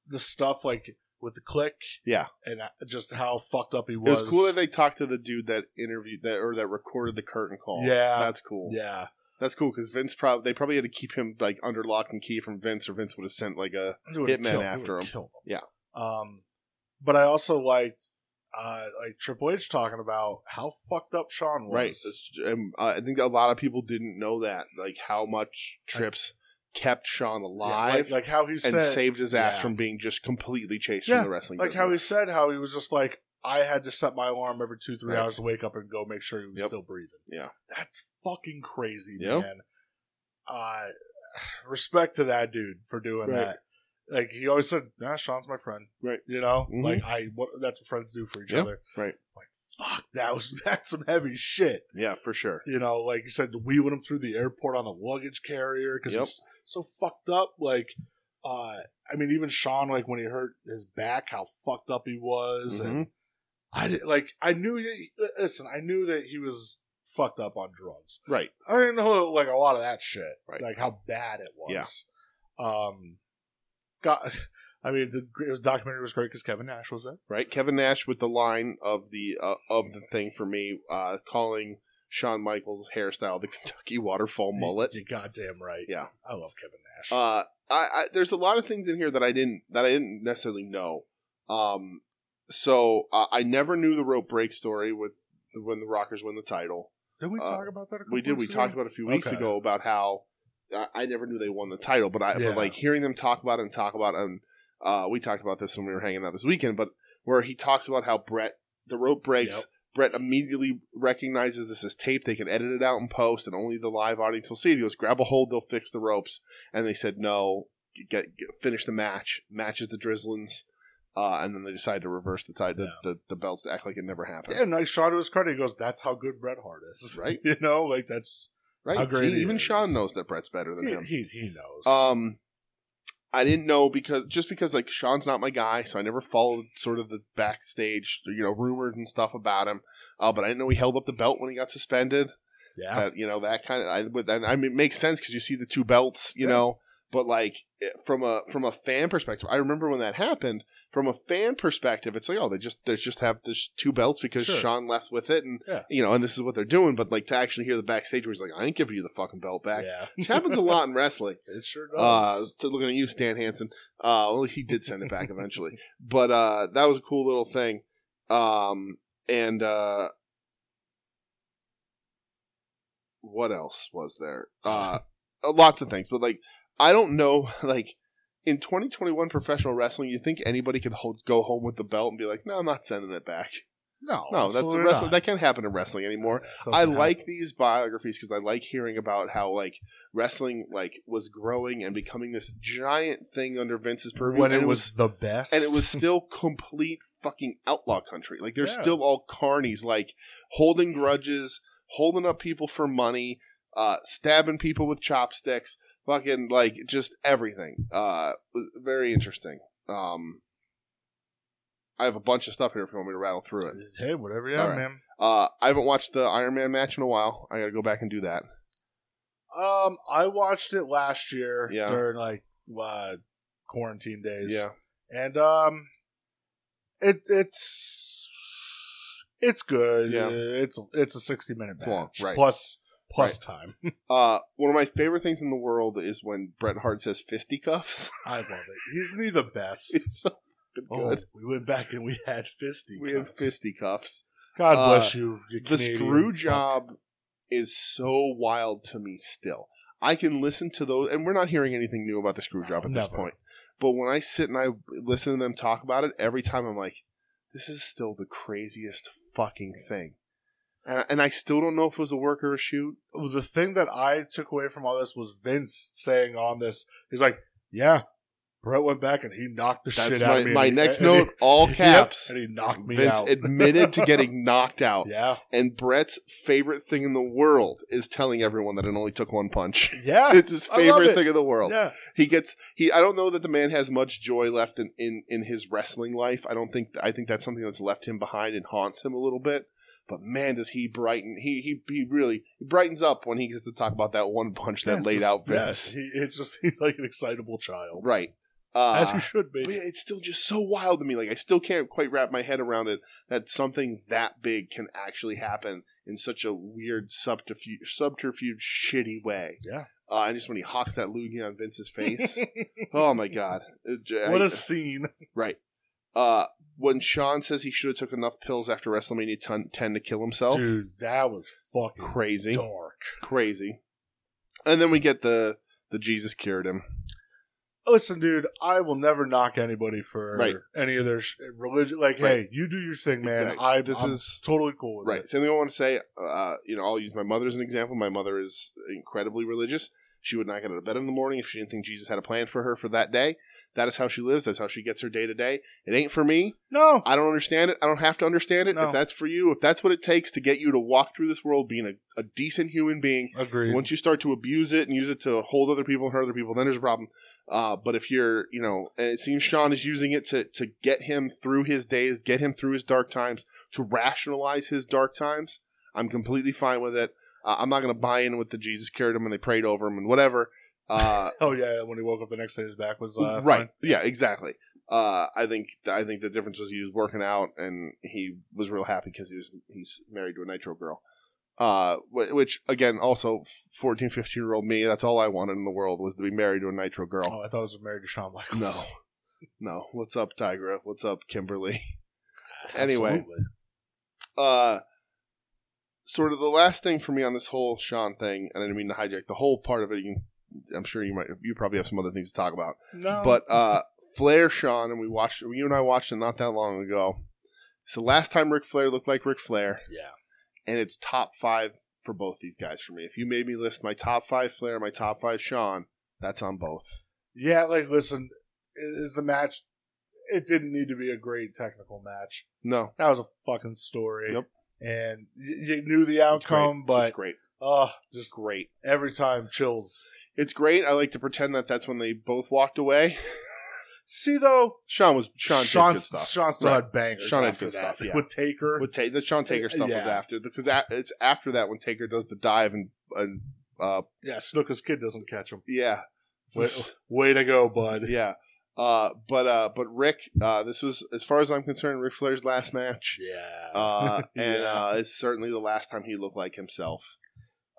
[SPEAKER 2] the stuff like with the click,
[SPEAKER 1] Yeah.
[SPEAKER 2] and uh, just how fucked up he
[SPEAKER 1] It was
[SPEAKER 2] was.
[SPEAKER 1] cool that they talked to the dude that interviewed that or that recorded the curtain call.
[SPEAKER 2] Yeah.
[SPEAKER 1] That's cool.
[SPEAKER 2] yeah,
[SPEAKER 1] That's cool because Vince probably they probably had to keep him like under lock and key from Vince, or Vince would have sent like a
[SPEAKER 2] He would've
[SPEAKER 1] Hitman
[SPEAKER 2] killed- he
[SPEAKER 1] after
[SPEAKER 2] would've
[SPEAKER 1] him.
[SPEAKER 2] killed
[SPEAKER 1] Yeah.
[SPEAKER 2] Um, but I also liked, uh, like Triple H talking about how fucked up Sean was.
[SPEAKER 1] right. Um, I think a lot of people didn't know that, like how much Trips kept Sean
[SPEAKER 2] Yeah,
[SPEAKER 1] alive
[SPEAKER 2] like, like how he
[SPEAKER 1] and
[SPEAKER 2] said,
[SPEAKER 1] saved his ass
[SPEAKER 2] yeah.
[SPEAKER 1] from being just completely chased
[SPEAKER 2] Yeah,
[SPEAKER 1] from the wrestling.
[SPEAKER 2] like how he
[SPEAKER 1] business.
[SPEAKER 2] said how he was just like I had to set my alarm every two three
[SPEAKER 1] Right.
[SPEAKER 2] hours to wake up and go make sure he was
[SPEAKER 1] Yep.
[SPEAKER 2] still breathing.
[SPEAKER 1] Yeah.
[SPEAKER 2] that's fucking crazy,
[SPEAKER 1] Yeah.
[SPEAKER 2] man. Uh, respect to that dude for doing
[SPEAKER 1] Right.
[SPEAKER 2] that. Like he always said, nah, Sean's my friend.
[SPEAKER 1] Right.
[SPEAKER 2] You know,
[SPEAKER 1] Mhm.
[SPEAKER 2] like I, what, that's what friends do for each
[SPEAKER 1] Yeah,
[SPEAKER 2] other.
[SPEAKER 1] right.
[SPEAKER 2] Like, fuck, that was, that's some heavy shit.
[SPEAKER 1] yeah, for sure.
[SPEAKER 2] You know, like you said, we went him through the airport on a luggage carrier because
[SPEAKER 1] Yep.
[SPEAKER 2] was so fucked up. Like, uh, I mean, even Sean, like when he hurt his back, how fucked up he was, and
[SPEAKER 1] Mm-hmm.
[SPEAKER 2] I didn't like. I knew. he- Listen, I knew that he was fucked up on drugs.
[SPEAKER 1] Right.
[SPEAKER 2] I didn't know like a lot of that shit,
[SPEAKER 1] Right.
[SPEAKER 2] like how bad it was. Um, got. I mean, the it was- documentary was great because Kevin Nash was in.
[SPEAKER 1] right? Kevin Nash with the line of the uh, of the thing for me, uh, calling Shawn Michaels' hairstyle the Kentucky waterfall mullet.
[SPEAKER 2] You goddamn right.
[SPEAKER 1] Yeah.
[SPEAKER 2] I love Kevin Nash.
[SPEAKER 1] Uh, I, I there's a lot of things in here that I didn't that I didn't necessarily know. Um, so uh, I never knew the rope break story with when the Rockers win the title.
[SPEAKER 2] did we
[SPEAKER 1] uh,
[SPEAKER 2] talk about that? A couple
[SPEAKER 1] We did. We
[SPEAKER 2] weeks
[SPEAKER 1] talked
[SPEAKER 2] ago?
[SPEAKER 1] about it a few weeks
[SPEAKER 2] Okay.
[SPEAKER 1] ago about how I, I never knew they won the title, but I
[SPEAKER 2] Yeah.
[SPEAKER 1] but like hearing them talk about it and talk about it, and uh, we talked about this when we were hanging out this weekend, but where he talks about how Brett the rope breaks.
[SPEAKER 2] Yep.
[SPEAKER 1] Brett immediately recognizes this is tape. They can edit it out and post, and only the live audience will see it. He goes, "Grab a hold. They'll fix the ropes." And they said, "No, get, get finish the match." Matches the Drizzlins, uh, and then they decide to reverse the, tie, the,
[SPEAKER 2] Yeah.
[SPEAKER 1] the the belts to act like it never happened.
[SPEAKER 2] Yeah, nice Sean to his credit. He goes, "That's how good Bret Hart is."
[SPEAKER 1] Right.
[SPEAKER 2] You know, like that's How
[SPEAKER 1] Right?
[SPEAKER 2] great
[SPEAKER 1] See,
[SPEAKER 2] he
[SPEAKER 1] even
[SPEAKER 2] is.
[SPEAKER 1] Sean knows that Brett's better
[SPEAKER 2] he,
[SPEAKER 1] than him.
[SPEAKER 2] he, he knows.
[SPEAKER 1] Um, I didn't know because just because like Sean's not my guy, so I never followed sort of the backstage, you know, rumors and stuff about him. Uh, but I didn't know he held up the belt when he got suspended.
[SPEAKER 2] yeah.
[SPEAKER 1] That you know that kind of I would then I mean it makes sense because you see the two belts, you know, But like it- from a from a fan perspective, I remember when that happened. From a fan perspective, it's like oh they just they just have this two belts because
[SPEAKER 2] Sure.
[SPEAKER 1] Sean left with it, and
[SPEAKER 2] Yeah.
[SPEAKER 1] you know, and this is what they're doing. But like to actually hear the backstage where he's like, I ain't giving you the fucking belt back,
[SPEAKER 2] Yeah,
[SPEAKER 1] which happens a lot in wrestling.
[SPEAKER 2] it sure
[SPEAKER 1] Uh,
[SPEAKER 2] does.
[SPEAKER 1] to looking at you, Stan Hansen. Uh, well, he did send it back eventually, but uh, that was a cool little thing. Um, and uh, what else was there? Uh, lots of things, but like I don't know, like. In 2021 professional wrestling, you think anybody could hold, go home with the belt and be like, "No, I'm not sending it back."
[SPEAKER 2] no,
[SPEAKER 1] No, that's
[SPEAKER 2] absolutely
[SPEAKER 1] wrestling.
[SPEAKER 2] not.
[SPEAKER 1] That can't happen in wrestling anymore.
[SPEAKER 2] Doesn't
[SPEAKER 1] I
[SPEAKER 2] happen.
[SPEAKER 1] like these biographies because I like hearing about how like wrestling like was growing and becoming this giant thing under Vince's purview.
[SPEAKER 2] when
[SPEAKER 1] and
[SPEAKER 2] it was the best,
[SPEAKER 1] and it was still complete fucking outlaw country. Like they're
[SPEAKER 2] Yeah.
[SPEAKER 1] still all carnies, like holding grudges, holding up people for money, uh, stabbing people with chopsticks, fucking like just everything. Uh, was very interesting. Um, I have a bunch of stuff here if you want me to rattle through it.
[SPEAKER 2] Hey, whatever you have,
[SPEAKER 1] Alright.
[SPEAKER 2] man.
[SPEAKER 1] Uh, I haven't watched the Iron Man match in a while. I got to go back and do that.
[SPEAKER 2] Um, I watched it last year
[SPEAKER 1] Yeah.
[SPEAKER 2] during like uh, quarantine days.
[SPEAKER 1] Yeah.
[SPEAKER 2] and um, it it's it's good.
[SPEAKER 1] Yeah.
[SPEAKER 2] It's it's a sixty minute
[SPEAKER 1] It's long,
[SPEAKER 2] match
[SPEAKER 1] right.
[SPEAKER 2] plus plus time.
[SPEAKER 1] Uh, one of my favorite things in the world is when Bret Hart says fisticuffs.
[SPEAKER 2] I love it. Isn't he the best?
[SPEAKER 1] it's so
[SPEAKER 2] Oh,
[SPEAKER 1] good.
[SPEAKER 2] we went back and we had fisty.
[SPEAKER 1] we have
[SPEAKER 2] cups.
[SPEAKER 1] fisticuffs.
[SPEAKER 2] God
[SPEAKER 1] Uh,
[SPEAKER 2] bless you. you
[SPEAKER 1] The
[SPEAKER 2] Canadian
[SPEAKER 1] screw
[SPEAKER 2] fuck.
[SPEAKER 1] job is so wild to me still. I can listen to those, and we're not hearing anything new about the screw job at this
[SPEAKER 2] Never.
[SPEAKER 1] point. But when I sit and I listen to them talk about it, every time I'm like, this is still the craziest fucking thing. And, and I still don't know if it was a work or a shoot.
[SPEAKER 2] the thing that I took away from all this was Vince saying on this, he's like, "Yeah, Brett went back and he knocked the
[SPEAKER 1] That's
[SPEAKER 2] shit out
[SPEAKER 1] my,
[SPEAKER 2] of me."
[SPEAKER 1] my
[SPEAKER 2] and he-
[SPEAKER 1] next
[SPEAKER 2] and
[SPEAKER 1] note, all
[SPEAKER 2] he-
[SPEAKER 1] caps.
[SPEAKER 2] yep, and he knocked me
[SPEAKER 1] Vince
[SPEAKER 2] out.
[SPEAKER 1] admitted to getting knocked out.
[SPEAKER 2] yeah,
[SPEAKER 1] And Brett's favorite thing in the world is telling everyone that it only took one punch.
[SPEAKER 2] yeah,
[SPEAKER 1] It's his
[SPEAKER 2] I love
[SPEAKER 1] favorite
[SPEAKER 2] it.
[SPEAKER 1] thing in the world.
[SPEAKER 2] yeah.
[SPEAKER 1] He gets he I don't know that the man has much joy left in, in in his wrestling life. I don't think I think that's something that's left him behind and haunts him a little bit. But man does he brighten he he he really he brightens up when he gets to talk about that one punch that
[SPEAKER 2] Yeah,
[SPEAKER 1] laid
[SPEAKER 2] just-
[SPEAKER 1] out
[SPEAKER 2] yeah,
[SPEAKER 1] Vince.
[SPEAKER 2] he, it's just he's like an excitable child,
[SPEAKER 1] Right. Uh,
[SPEAKER 2] as he should be.
[SPEAKER 1] but yeah, it's still just so wild to me. Like I still can't quite wrap my head around it that something that big can actually happen in such a weird subterfuge, subterfuge, shitty way.
[SPEAKER 2] Yeah.
[SPEAKER 1] Uh, and just when he hawks that loogie on Vince's face, oh my god, It j-
[SPEAKER 2] what
[SPEAKER 1] I-
[SPEAKER 2] a scene!
[SPEAKER 1] right. Uh, when Sean says he should have took enough pills after WrestleMania ton- ten to kill himself,
[SPEAKER 2] Dude, that was fucking
[SPEAKER 1] crazy,
[SPEAKER 2] dark.
[SPEAKER 1] crazy. And then we get the the Jesus cured him.
[SPEAKER 2] Listen, dude, I will never knock anybody for
[SPEAKER 1] Right.
[SPEAKER 2] any of their sh- religion. Like,
[SPEAKER 1] Right.
[SPEAKER 2] hey, you do your thing, man.
[SPEAKER 1] Exactly.
[SPEAKER 2] I
[SPEAKER 1] This
[SPEAKER 2] this I'm
[SPEAKER 1] is-
[SPEAKER 2] is totally cool with
[SPEAKER 1] Right.
[SPEAKER 2] it.
[SPEAKER 1] Same thing I want to say. Uh, you know, I'll use my mother as an example. My mother is incredibly religious. She would not get out of bed in the morning if she didn't think Jesus had a plan for her for that day. That is how she lives. That's how she gets her day to day. It ain't for me.
[SPEAKER 2] No,
[SPEAKER 1] I don't understand it. I don't have to understand it.
[SPEAKER 2] No.
[SPEAKER 1] If that's for you, if that's what it takes to get you to walk through this world being a, a decent human being,
[SPEAKER 2] agreed.
[SPEAKER 1] once you start to abuse it and use it to hold other people and hurt other people, then there's a problem. Uh, but if you're, you know, and it seems Sean is using it to to get him through his days, get him through his dark times, to rationalize his dark times. I'm completely fine with it. Uh, I'm not going to buy in with the Jesus carried him and they prayed over him and whatever. Uh,
[SPEAKER 2] Oh yeah, when he woke up the next day, his back was uh,
[SPEAKER 1] right?
[SPEAKER 2] fine.
[SPEAKER 1] Yeah, exactly. Uh, I think I think the difference was he was working out and he was real happy because he was he's married to a nitro girl. Uh, wh- which again, also 14, 15 year old me, that's all I wanted in the world was to be married to a nitro girl.
[SPEAKER 2] Oh, I thought it was married to Shawn Michaels.
[SPEAKER 1] no, no. What's up, Tigra? What's up, Kimberly? Anyway.
[SPEAKER 2] Absolutely.
[SPEAKER 1] Uh, sort of the last thing for me on this whole Sean thing, and I didn't mean to hijack the whole part of it. You can, I'm sure you might, you probably have some other things to talk about.
[SPEAKER 2] no,
[SPEAKER 1] But uh, Flair, Sean, and we watched. You and I watched it not that long ago. It's the last time Ric Flair looked like Ric Flair,
[SPEAKER 2] yeah,
[SPEAKER 1] and it's top five for both these guys for me. If you made me list my top five Flair, my top five Sean, that's on both.
[SPEAKER 2] yeah. Like, listen, i- is the match? It didn't need to be a great technical match.
[SPEAKER 1] No,
[SPEAKER 2] That was a fucking story.
[SPEAKER 1] Yep.
[SPEAKER 2] And you, you knew the outcome,
[SPEAKER 1] it's
[SPEAKER 2] but
[SPEAKER 1] great.
[SPEAKER 2] oh, just
[SPEAKER 1] Great.
[SPEAKER 2] every time chills.
[SPEAKER 1] It's great. I like to pretend that that's when they both walked away.
[SPEAKER 2] See though,
[SPEAKER 1] Sean was Sean. Sean did
[SPEAKER 2] Sean Sean,
[SPEAKER 1] good stuff.
[SPEAKER 2] still
[SPEAKER 1] Right.
[SPEAKER 2] had bangers.
[SPEAKER 1] Sean had
[SPEAKER 2] after
[SPEAKER 1] good
[SPEAKER 2] that.
[SPEAKER 1] stuff, yeah.
[SPEAKER 2] With Taker,
[SPEAKER 1] With Ta- the Sean Taker stuff was
[SPEAKER 2] Yeah.
[SPEAKER 1] after because a- it's after that when Taker does the dive and and uh,
[SPEAKER 2] yeah, Snooker's kid doesn't catch him.
[SPEAKER 1] yeah,
[SPEAKER 2] way, way to go, bud.
[SPEAKER 1] Yeah. Uh, but uh, but Rick, uh, this was as far as I'm concerned, Ric Flair's last match,
[SPEAKER 2] Yeah.
[SPEAKER 1] uh, and
[SPEAKER 2] Yeah.
[SPEAKER 1] uh, it's certainly the last time he looked like himself.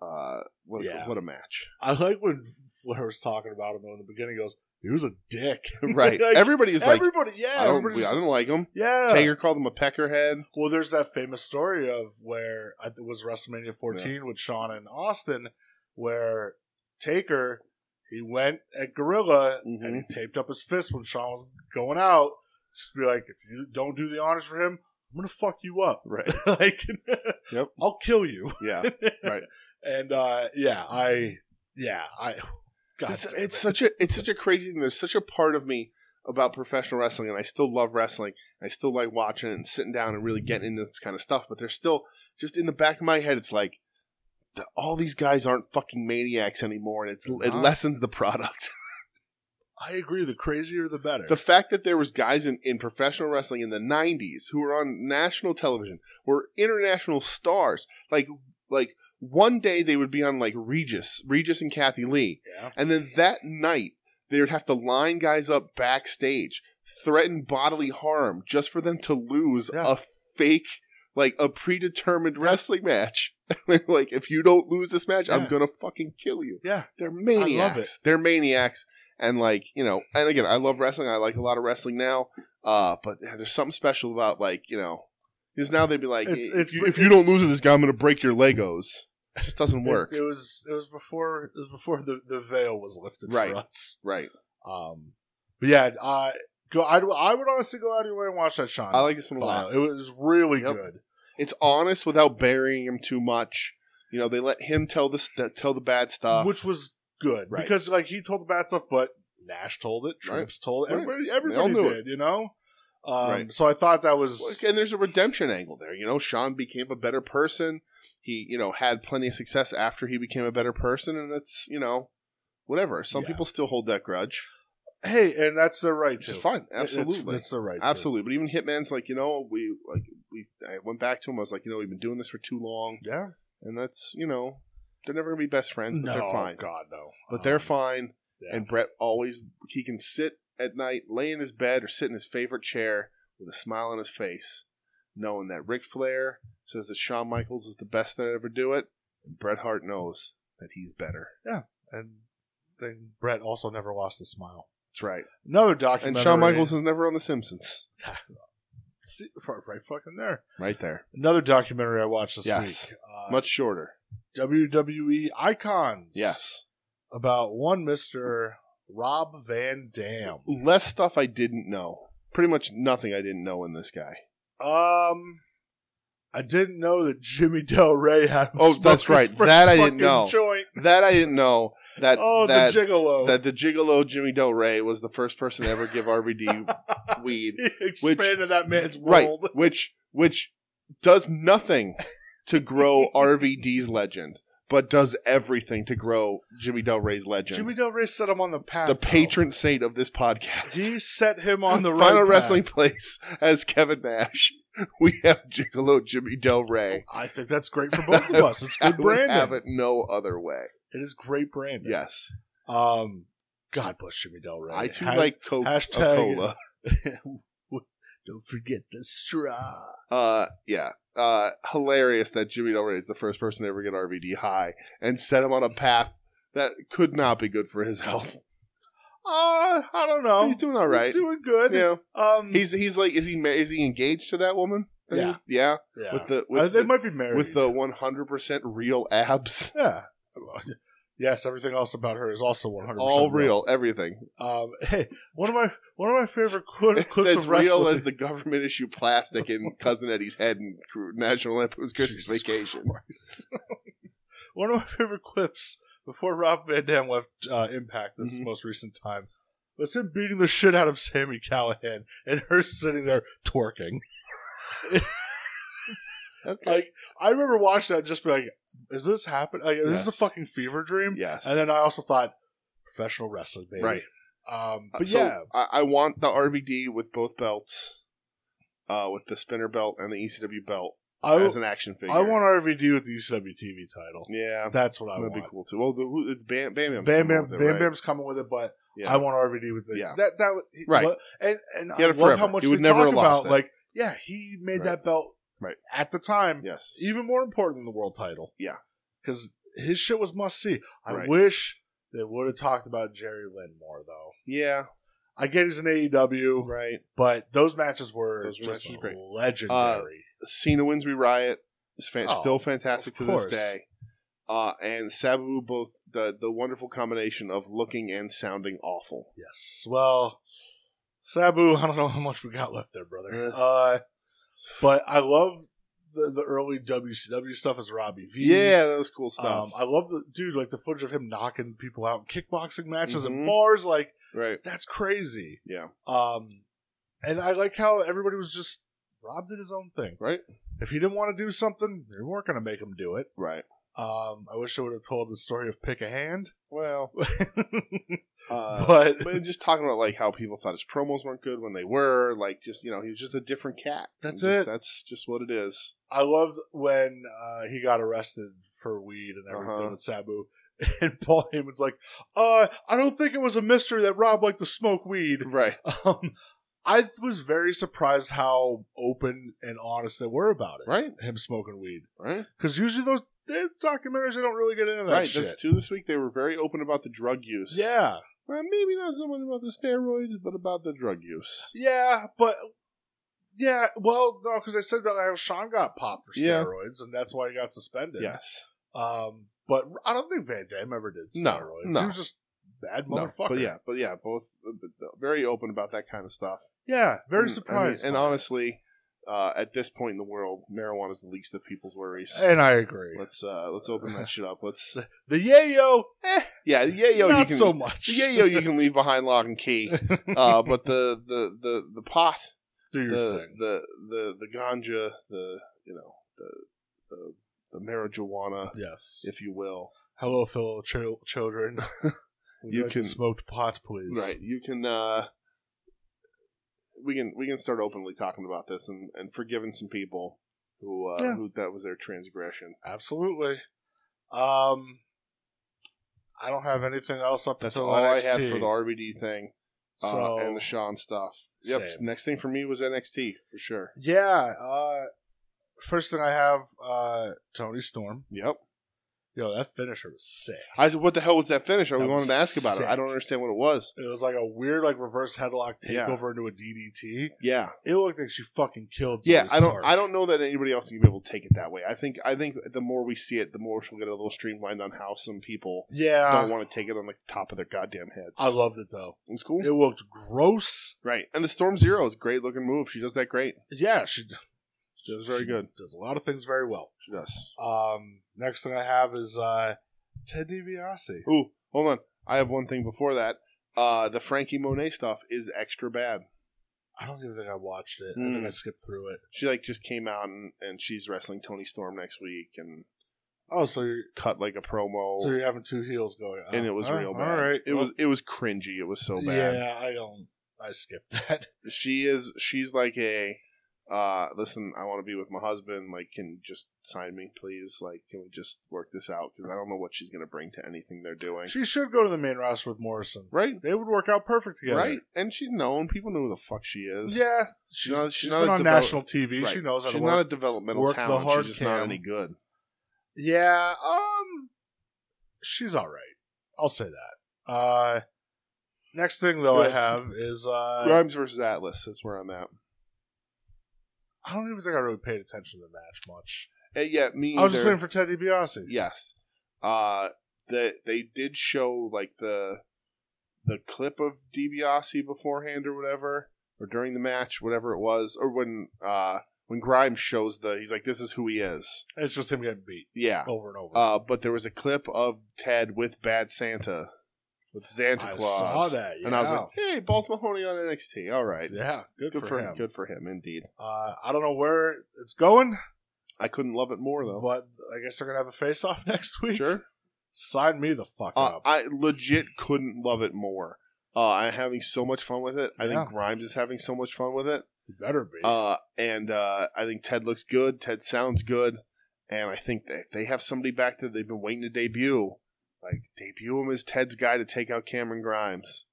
[SPEAKER 1] Uh, what a,
[SPEAKER 2] Yeah.
[SPEAKER 1] what a match,
[SPEAKER 2] I like when Flair was talking about him though in the beginning. He goes, he was a dick.
[SPEAKER 1] right?
[SPEAKER 2] Like,
[SPEAKER 1] everybody is like,
[SPEAKER 2] everybody, yeah,
[SPEAKER 1] I don't,
[SPEAKER 2] everybody's-
[SPEAKER 1] I don't like him.
[SPEAKER 2] yeah.
[SPEAKER 1] Taker called him a peckerhead.
[SPEAKER 2] Well, there's that famous story of where I think it was WrestleMania 14 with Sean and Austin, where Taker he went at Gorilla
[SPEAKER 1] Mm-hmm.
[SPEAKER 2] and he taped up his fist when Sean was going out, just to be like, if you don't do the honors for him, I'm gonna fuck you up.
[SPEAKER 1] Right.
[SPEAKER 2] like,
[SPEAKER 1] Yep.
[SPEAKER 2] I'll kill you.
[SPEAKER 1] Yeah. Right.
[SPEAKER 2] And uh, yeah, I, yeah, I. God,
[SPEAKER 1] it's,
[SPEAKER 2] damn it.
[SPEAKER 1] it's such a it's such a crazy thing. There's such a part of me about professional wrestling, and I still love wrestling. I still like watching and sitting down and really getting into this kind of stuff. But there's still just in the back of my head, it's like the, all these guys aren't fucking maniacs anymore, and it's it
[SPEAKER 2] Uh-huh.
[SPEAKER 1] lessens the product.
[SPEAKER 2] I agree. The crazier, the better.
[SPEAKER 1] the fact that there was guys in, in professional wrestling in the 90s who were on national television were international stars like like one day they would be on like regis regis and kathy lee
[SPEAKER 2] yeah.
[SPEAKER 1] and then that night, they would have to line guys up backstage, threaten bodily harm just for them to lose
[SPEAKER 2] Yeah.
[SPEAKER 1] a fake, like a predetermined wrestling match. They're like, if you don't lose this match, I'm
[SPEAKER 2] Yeah.
[SPEAKER 1] gonna fucking kill you.
[SPEAKER 2] Yeah.
[SPEAKER 1] They're maniacs. They're maniacs. And like, you know, and again, I love wrestling. I like a lot of wrestling now. Uh, but there's something special about like, you know, because now they'd be like,
[SPEAKER 2] It's-
[SPEAKER 1] if,
[SPEAKER 2] it's-
[SPEAKER 1] you, if you don't lose to this guy, I'm gonna break your Legos. It just doesn't
[SPEAKER 2] It-
[SPEAKER 1] work.
[SPEAKER 2] It, was it was before it was before the, the veil was lifted
[SPEAKER 1] Right.
[SPEAKER 2] for us.
[SPEAKER 1] right.
[SPEAKER 2] Um, but yeah, I go. I'd, I would honestly go out of your way and watch that Sean.
[SPEAKER 1] I like this one a lot.
[SPEAKER 2] Wow, it was really
[SPEAKER 1] Yep.
[SPEAKER 2] good.
[SPEAKER 1] it's honest without burying him too much. You know, they let him tell the st- tell the bad stuff.
[SPEAKER 2] which was good
[SPEAKER 1] Right.
[SPEAKER 2] because like he told the bad stuff, but Nash told it,
[SPEAKER 1] Right.
[SPEAKER 2] Trips told it,
[SPEAKER 1] Right.
[SPEAKER 2] everybody,
[SPEAKER 1] all
[SPEAKER 2] everybody
[SPEAKER 1] knew
[SPEAKER 2] did, you know. Um,
[SPEAKER 1] Right.
[SPEAKER 2] So I thought that was
[SPEAKER 1] and there's a redemption angle there. You know, Sean became a better person. He, you know, had plenty of success after he became a better person, and that's you know, whatever. Some
[SPEAKER 2] Yeah.
[SPEAKER 1] people still hold that grudge.
[SPEAKER 2] hey, and that's their right
[SPEAKER 1] It's
[SPEAKER 2] to
[SPEAKER 1] fun,
[SPEAKER 2] It- it's-
[SPEAKER 1] absolutely,
[SPEAKER 2] that's their right, to.
[SPEAKER 1] absolutely. But even Hitman's like, you know, we like we. I went back to him. I was like, you know, we've been doing this for too long,
[SPEAKER 2] Yeah,
[SPEAKER 1] and that's you know, they're never gonna be best friends, but
[SPEAKER 2] no,
[SPEAKER 1] they're fine.
[SPEAKER 2] God no,
[SPEAKER 1] But they're
[SPEAKER 2] Um,
[SPEAKER 1] fine.
[SPEAKER 2] yeah.
[SPEAKER 1] And Brett always he can sit at night, lay in his bed or sit in his favorite chair with a smile on his face, knowing that Ric Flair says that Shawn Michaels is the best that ever do it, and Bret Hart knows that he's better.
[SPEAKER 2] and then Brett also never lost a smile.
[SPEAKER 1] That's right.
[SPEAKER 2] Another documentary.
[SPEAKER 1] And Shawn Michaels is never on The Simpsons.
[SPEAKER 2] See, right, right fucking there.
[SPEAKER 1] Right there.
[SPEAKER 2] Another documentary I watched this
[SPEAKER 1] Yes.
[SPEAKER 2] week. Uh,
[SPEAKER 1] Much shorter.
[SPEAKER 2] WWE E icons.
[SPEAKER 1] Yes.
[SPEAKER 2] About one Mr. Rob Van Dam.
[SPEAKER 1] Less stuff I didn't know. Pretty much nothing I didn't know in this guy.
[SPEAKER 2] Um, I didn't know that Jimmy Del Rey had. him
[SPEAKER 1] Oh, that's
[SPEAKER 2] smoking
[SPEAKER 1] right.
[SPEAKER 2] fresh
[SPEAKER 1] That I didn't
[SPEAKER 2] fucking
[SPEAKER 1] know.
[SPEAKER 2] Joint.
[SPEAKER 1] That I didn't know. That
[SPEAKER 2] Oh,
[SPEAKER 1] that,
[SPEAKER 2] the gigolo.
[SPEAKER 1] that the gigolo Jimmy Del Rey was the first person to ever give RVD weed.
[SPEAKER 2] He expanded that man's
[SPEAKER 1] right,
[SPEAKER 2] world.
[SPEAKER 1] which which does nothing to grow RVD's legend, but does everything to grow Jimmy Del Rey's legend.
[SPEAKER 2] Jimmy Del Rey set him on the path.
[SPEAKER 1] the
[SPEAKER 2] though.
[SPEAKER 1] patron saint of this podcast.
[SPEAKER 2] He set him on the right
[SPEAKER 1] Final
[SPEAKER 2] path.
[SPEAKER 1] Wrestling Place as Kevin Nash. We have Gigolo Jimmy Del Rey.
[SPEAKER 2] I think that's great for both of us. It's good
[SPEAKER 1] I would have
[SPEAKER 2] branding.
[SPEAKER 1] it no other way.
[SPEAKER 2] It is great branding.
[SPEAKER 1] Yes.
[SPEAKER 2] Um, God bless Jimmy Del Rey.
[SPEAKER 1] I too
[SPEAKER 2] Ha-
[SPEAKER 1] like Coca
[SPEAKER 2] hashtag-
[SPEAKER 1] Cola.
[SPEAKER 2] Don't forget the straw.
[SPEAKER 1] Uh, yeah. Uh, hilarious that Jimmy Del Rey is the first person to ever get RVD high and set him on a path that could not be good for his health.
[SPEAKER 2] Uh, I don't know.
[SPEAKER 1] He's doing all right.
[SPEAKER 2] He's doing good.
[SPEAKER 1] yeah.
[SPEAKER 2] Um,
[SPEAKER 1] He's he's like is he ma- is he engaged to that woman?
[SPEAKER 2] Yeah.
[SPEAKER 1] yeah.
[SPEAKER 2] yeah.
[SPEAKER 1] With the
[SPEAKER 2] Uh,
[SPEAKER 1] with
[SPEAKER 2] they
[SPEAKER 1] the,
[SPEAKER 2] might be married.
[SPEAKER 1] with the one hundred percent real abs,
[SPEAKER 2] yeah. Yes, everything else about her is also one hundred
[SPEAKER 1] all real, everything.
[SPEAKER 2] Um, hey, one of my one of my favorite cli-
[SPEAKER 1] It's
[SPEAKER 2] clips
[SPEAKER 1] as
[SPEAKER 2] of wrestling.
[SPEAKER 1] real as the government issue plastic in Cousin Eddie's head and National Lampoon's Christmas
[SPEAKER 2] Jesus
[SPEAKER 1] Vacation.
[SPEAKER 2] Christ. one of my favorite clips before Rob Van Dam left uh, Impact this
[SPEAKER 1] Mhm.
[SPEAKER 2] most recent time was him beating the shit out of Sammy Callahan and her sitting there twerking.
[SPEAKER 1] Okay.
[SPEAKER 2] Like I remember watching that and just be like, "Is this happen? Like, is this a
[SPEAKER 1] Yes.
[SPEAKER 2] fucking fever dream?"
[SPEAKER 1] yes.
[SPEAKER 2] And then I also thought professional wrestling, baby.
[SPEAKER 1] Right.
[SPEAKER 2] Um,
[SPEAKER 1] Uh,
[SPEAKER 2] but
[SPEAKER 1] so
[SPEAKER 2] yeah,
[SPEAKER 1] I, I want the RVD with both belts, uh, with the spinner belt and the ECW belt.
[SPEAKER 2] I,
[SPEAKER 1] as an action figure.
[SPEAKER 2] I want RVD with the UCW TV title.
[SPEAKER 1] Yeah,
[SPEAKER 2] That's what I
[SPEAKER 1] that'd
[SPEAKER 2] want.
[SPEAKER 1] be cool too. Well, the, who- it's Bam Bam Bam.
[SPEAKER 2] Bam Bam,
[SPEAKER 1] with it,
[SPEAKER 2] Bam
[SPEAKER 1] right?
[SPEAKER 2] Bam's coming with it, but
[SPEAKER 1] Yeah.
[SPEAKER 2] I want RVD with it.
[SPEAKER 1] Yeah.
[SPEAKER 2] That that was-
[SPEAKER 1] Right.
[SPEAKER 2] what- and and
[SPEAKER 1] He
[SPEAKER 2] I
[SPEAKER 1] had
[SPEAKER 2] love
[SPEAKER 1] it
[SPEAKER 2] how
[SPEAKER 1] forever.
[SPEAKER 2] much
[SPEAKER 1] He
[SPEAKER 2] we
[SPEAKER 1] would never
[SPEAKER 2] talk
[SPEAKER 1] have lost
[SPEAKER 2] about.
[SPEAKER 1] it.
[SPEAKER 2] Like, yeah, he made
[SPEAKER 1] Right.
[SPEAKER 2] that belt
[SPEAKER 1] Right.
[SPEAKER 2] at the time.
[SPEAKER 1] Yes.
[SPEAKER 2] Even more important than the world title.
[SPEAKER 1] Yeah.
[SPEAKER 2] because his shit was must see. I
[SPEAKER 1] Right.
[SPEAKER 2] wish they would have talked about Jerry Lynn more though.
[SPEAKER 1] Yeah.
[SPEAKER 2] I get he's an AEW,
[SPEAKER 1] Right.
[SPEAKER 2] but those matches were
[SPEAKER 1] Those
[SPEAKER 2] just
[SPEAKER 1] matches were great. Uh,
[SPEAKER 2] legendary.
[SPEAKER 1] Cena wins We Riot. It's fan-
[SPEAKER 2] Oh,
[SPEAKER 1] still fantastic
[SPEAKER 2] of
[SPEAKER 1] to
[SPEAKER 2] course.
[SPEAKER 1] this day. Uh, and Sabu both the the wonderful combination of looking and sounding awful.
[SPEAKER 2] yes. Well, Sabu, I don't know how much we got left there, brother.
[SPEAKER 1] Yeah.
[SPEAKER 2] Uh, but I love the, the early WCW stuff as Robbie V.
[SPEAKER 1] Yeah, that was cool
[SPEAKER 2] Um,
[SPEAKER 1] stuff.
[SPEAKER 2] I love the dude, like the footage of him knocking people out in kickboxing matches and
[SPEAKER 1] Mhm.
[SPEAKER 2] bars. Like,
[SPEAKER 1] right.
[SPEAKER 2] that's crazy.
[SPEAKER 1] Yeah.
[SPEAKER 2] Um, and I like how everybody was just Rob did his own thing.
[SPEAKER 1] Right.
[SPEAKER 2] If he didn't want to do something, they weren't going to make him do it.
[SPEAKER 1] Right.
[SPEAKER 2] Um, I wish I would have told the story of pick a hand,
[SPEAKER 1] Well, uh,
[SPEAKER 2] but
[SPEAKER 1] but just talking about like how people thought his promos weren't good when they were, like just you know he was just a different cat.
[SPEAKER 2] That's
[SPEAKER 1] Just-
[SPEAKER 2] it.
[SPEAKER 1] That's just what it is.
[SPEAKER 2] I loved when uh, he got arrested for weed and everything
[SPEAKER 1] Uh-huh.
[SPEAKER 2] with Sabu. And Paul Heyman's like, uh, I don't think it was a mystery that Rob liked to smoke weed.
[SPEAKER 1] Right.
[SPEAKER 2] Um, I was very surprised how open and honest they were about it.
[SPEAKER 1] Right.
[SPEAKER 2] Him smoking weed.
[SPEAKER 1] Right.
[SPEAKER 2] Because usually those they, documentaries, they don't really get into that
[SPEAKER 1] right.
[SPEAKER 2] shit.
[SPEAKER 1] That's two this week. They were very open about the drug use.
[SPEAKER 2] yeah.
[SPEAKER 1] Well, maybe not so much about the steroids, but about the drug use.
[SPEAKER 2] Yeah, but yeah, well, no, because I said about how Sean got popped for
[SPEAKER 1] Yeah.
[SPEAKER 2] steroids, and that's why he got suspended.
[SPEAKER 1] Yes.
[SPEAKER 2] Um, but I don't think Van Damme ever did
[SPEAKER 1] No,
[SPEAKER 2] steroids.
[SPEAKER 1] no.
[SPEAKER 2] He was just a bad
[SPEAKER 1] No,
[SPEAKER 2] motherfucker.
[SPEAKER 1] but yeah, but yeah, both uh, but, uh, very open about that kind of stuff.
[SPEAKER 2] yeah, very
[SPEAKER 1] And-
[SPEAKER 2] surprised.
[SPEAKER 1] Mm, And,
[SPEAKER 2] by
[SPEAKER 1] and
[SPEAKER 2] it.
[SPEAKER 1] honestly, uh, at this point in the world, marijuana is the least of people's worries.
[SPEAKER 2] and I agree.
[SPEAKER 1] Let's uh, let's open that shit up. Let's
[SPEAKER 2] The yayo, eh,
[SPEAKER 1] yeah, yeah, yo,
[SPEAKER 2] not
[SPEAKER 1] you can,
[SPEAKER 2] so much.
[SPEAKER 1] the yayo you can leave behind lock and key. Uh, but the the the the pot,
[SPEAKER 2] do your
[SPEAKER 1] the
[SPEAKER 2] thing.
[SPEAKER 1] the the the ganja, the you know the the, the marijuana,
[SPEAKER 2] Yes.
[SPEAKER 1] if you will.
[SPEAKER 2] Hello, fellow chil- children. Would
[SPEAKER 1] You
[SPEAKER 2] like to
[SPEAKER 1] can-
[SPEAKER 2] smoked pot, please.
[SPEAKER 1] Right. You can uh we can we can start openly talking about this and, and forgiving some people who uh
[SPEAKER 2] Yeah.
[SPEAKER 1] who that was their transgression.
[SPEAKER 2] Absolutely. Um, I don't have anything else up
[SPEAKER 1] That's
[SPEAKER 2] until
[SPEAKER 1] all I
[SPEAKER 2] NXT,
[SPEAKER 1] had for the RVD thing uh,
[SPEAKER 2] So
[SPEAKER 1] and the Sean stuff. Yep.
[SPEAKER 2] Same.
[SPEAKER 1] Next thing for me was NXT for sure.
[SPEAKER 2] yeah. Uh, first thing I have, uh, Tony Storm.
[SPEAKER 1] Yep.
[SPEAKER 2] Yo, that finisher was sick.
[SPEAKER 1] I said, what the hell was that finish? I
[SPEAKER 2] That
[SPEAKER 1] wanted
[SPEAKER 2] was
[SPEAKER 1] to ask about
[SPEAKER 2] sick.
[SPEAKER 1] it. I don't understand what it was.
[SPEAKER 2] It was like a weird, like reverse headlock
[SPEAKER 1] Yeah.
[SPEAKER 2] takeover into a DDT.
[SPEAKER 1] Yeah.
[SPEAKER 2] It looked like she fucking killed.
[SPEAKER 1] Yeah,
[SPEAKER 2] Zoe
[SPEAKER 1] I don't.
[SPEAKER 2] Stark.
[SPEAKER 1] I don't know that anybody else can be able to take it that way. I think. I think the more we see it, the more she'll get a little streamlined on how some people
[SPEAKER 2] Yeah,
[SPEAKER 1] don't want to take it on the top of their goddamn heads.
[SPEAKER 2] Ah. I loved it though.
[SPEAKER 1] It was cool.
[SPEAKER 2] It looked gross.
[SPEAKER 1] Right. And the Storm Zero is a great looking move. She does that great.
[SPEAKER 2] Yeah, she
[SPEAKER 1] She does very
[SPEAKER 2] she
[SPEAKER 1] good.
[SPEAKER 2] Does a lot of things very well.
[SPEAKER 1] She does.
[SPEAKER 2] Um, next thing I have is uh, Ted DiBiase.
[SPEAKER 1] Ooh, hold on. I have one thing before that. Uh, the Frankie Monet stuff is extra bad.
[SPEAKER 2] I don't even think I watched it. I
[SPEAKER 1] Mm.
[SPEAKER 2] think I skipped through it.
[SPEAKER 1] She like just came out and, and she's wrestling Tony Storm next week and
[SPEAKER 2] Oh, so you're
[SPEAKER 1] cut like a promo
[SPEAKER 2] so you're having two heels going, on.
[SPEAKER 1] and it was
[SPEAKER 2] Oh,
[SPEAKER 1] real bad.
[SPEAKER 2] All right,
[SPEAKER 1] It was it was cringy. It was so bad.
[SPEAKER 2] Yeah, I don't. I skipped that.
[SPEAKER 1] She is she's like a uh listen, I want to be with my husband. Like can you just sign me please? Like can we just work this out cuz I don't know what she's going to bring to anything they're doing.
[SPEAKER 2] she should go to the main roster with Morrison.
[SPEAKER 1] right?
[SPEAKER 2] They would work out perfect together.
[SPEAKER 1] Right? And she's known. People know who the fuck she is.
[SPEAKER 2] Yeah,
[SPEAKER 1] She's
[SPEAKER 2] she's,
[SPEAKER 1] not- she's
[SPEAKER 2] she's
[SPEAKER 1] not
[SPEAKER 2] been
[SPEAKER 1] a
[SPEAKER 2] on
[SPEAKER 1] develop-
[SPEAKER 2] national TV.
[SPEAKER 1] Right.
[SPEAKER 2] She knows how
[SPEAKER 1] She's
[SPEAKER 2] to
[SPEAKER 1] not a
[SPEAKER 2] work.
[SPEAKER 1] developmental
[SPEAKER 2] work the
[SPEAKER 1] talent.
[SPEAKER 2] hard
[SPEAKER 1] She's just not
[SPEAKER 2] cam.
[SPEAKER 1] any good.
[SPEAKER 2] yeah, um, she's all right. I'll say that. Uh, next thing though I
[SPEAKER 1] Right.
[SPEAKER 2] have is uh,
[SPEAKER 1] Grimes versus Atlas. That's where I'm at.
[SPEAKER 2] I don't even think I really paid attention to the match much.
[SPEAKER 1] Uh, yeah, me.
[SPEAKER 2] I was just
[SPEAKER 1] either.
[SPEAKER 2] waiting for Ted DiBiase.
[SPEAKER 1] yes. Uh, the, they did show like the the clip of DiBiase beforehand or whatever, or during the match, whatever it was, or when uh when Grimes shows the he's like this is who he is.
[SPEAKER 2] It's just him getting beat
[SPEAKER 1] Yeah.
[SPEAKER 2] over and over.
[SPEAKER 1] Uh, but there was a clip of Ted with Bad Santa, with Santa
[SPEAKER 2] I
[SPEAKER 1] Claus.
[SPEAKER 2] saw that, yeah.
[SPEAKER 1] and I was like, "Hey, Balls Mahoney on NXT. All right,
[SPEAKER 2] yeah, good,
[SPEAKER 1] good
[SPEAKER 2] for,
[SPEAKER 1] for
[SPEAKER 2] him.
[SPEAKER 1] him. Good for him, indeed.
[SPEAKER 2] Uh, I don't know where it's going,
[SPEAKER 1] I couldn't love it more though.
[SPEAKER 2] but I guess they're gonna have a face off next week.
[SPEAKER 1] Sure.
[SPEAKER 2] Sign me the fuck
[SPEAKER 1] Uh,
[SPEAKER 2] up.
[SPEAKER 1] I legit couldn't love it more. Uh, I'm having so much fun with it. I
[SPEAKER 2] Yeah.
[SPEAKER 1] think Grimes is having so much fun with it.
[SPEAKER 2] He better be.
[SPEAKER 1] Uh, and uh, I think Ted looks good. Ted sounds good. And I think that if they have somebody back there they've been waiting to debut, like debut him as Ted's guy to take out Cameron Grimes.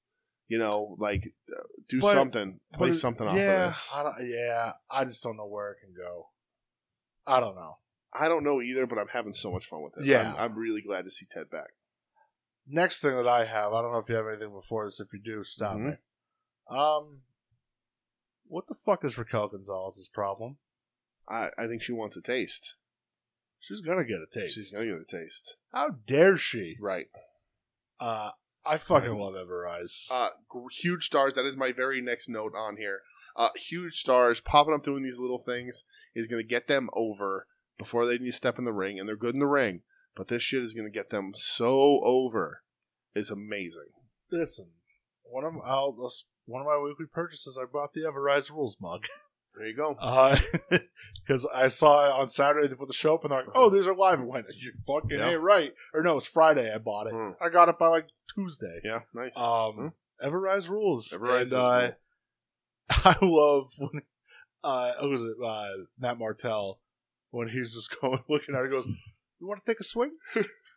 [SPEAKER 1] You know, like uh, do
[SPEAKER 2] But-
[SPEAKER 1] something, play
[SPEAKER 2] But-
[SPEAKER 1] something off
[SPEAKER 2] yeah,
[SPEAKER 1] of this.
[SPEAKER 2] I don't, yeah, I just don't know where it can go. I don't know.
[SPEAKER 1] I don't know either, but I'm having so much fun with it.
[SPEAKER 2] Yeah.
[SPEAKER 1] I'm, I'm really glad to see Ted back.
[SPEAKER 2] Next thing that I have, I don't know if you have anything before this. If you do, stop
[SPEAKER 1] Mhm.
[SPEAKER 2] me. Um, what the fuck is Raquel Gonzalez's problem?
[SPEAKER 1] I, I think she wants a taste.
[SPEAKER 2] She's gonna get a taste.
[SPEAKER 1] She's gonna get a taste,
[SPEAKER 2] How dare she?
[SPEAKER 1] right?
[SPEAKER 2] Uh, I fucking
[SPEAKER 1] Mm-hmm.
[SPEAKER 2] love Ever Rise.
[SPEAKER 1] Uh, gr- huge stars. That is my very next note on here. Uh, huge stars popping up doing these little things is gonna get them over before they need to step in the ring, and they're good in the ring. But this shit is gonna get them so over. It's amazing.
[SPEAKER 2] Listen, one of I'll, let's- one of my weekly purchases, I bought the Ever Rise Rules mug.
[SPEAKER 1] There you
[SPEAKER 2] Uh,
[SPEAKER 1] go.
[SPEAKER 2] because I saw it on Saturday they put the show up and they're like, "Oh, these are live." I went, "You fucking
[SPEAKER 1] Yeah.
[SPEAKER 2] hey, right?" Or no, it's Friday. I bought it.
[SPEAKER 1] Mm.
[SPEAKER 2] I got it by like Tuesday.
[SPEAKER 1] Yeah, nice. Hmm.
[SPEAKER 2] Um, Ever Rise rules.
[SPEAKER 1] Ever Rise
[SPEAKER 2] and, uh, I love when uh, what was it uh, Matt Martell when he's just going looking at it, he goes, "You want to take a swing?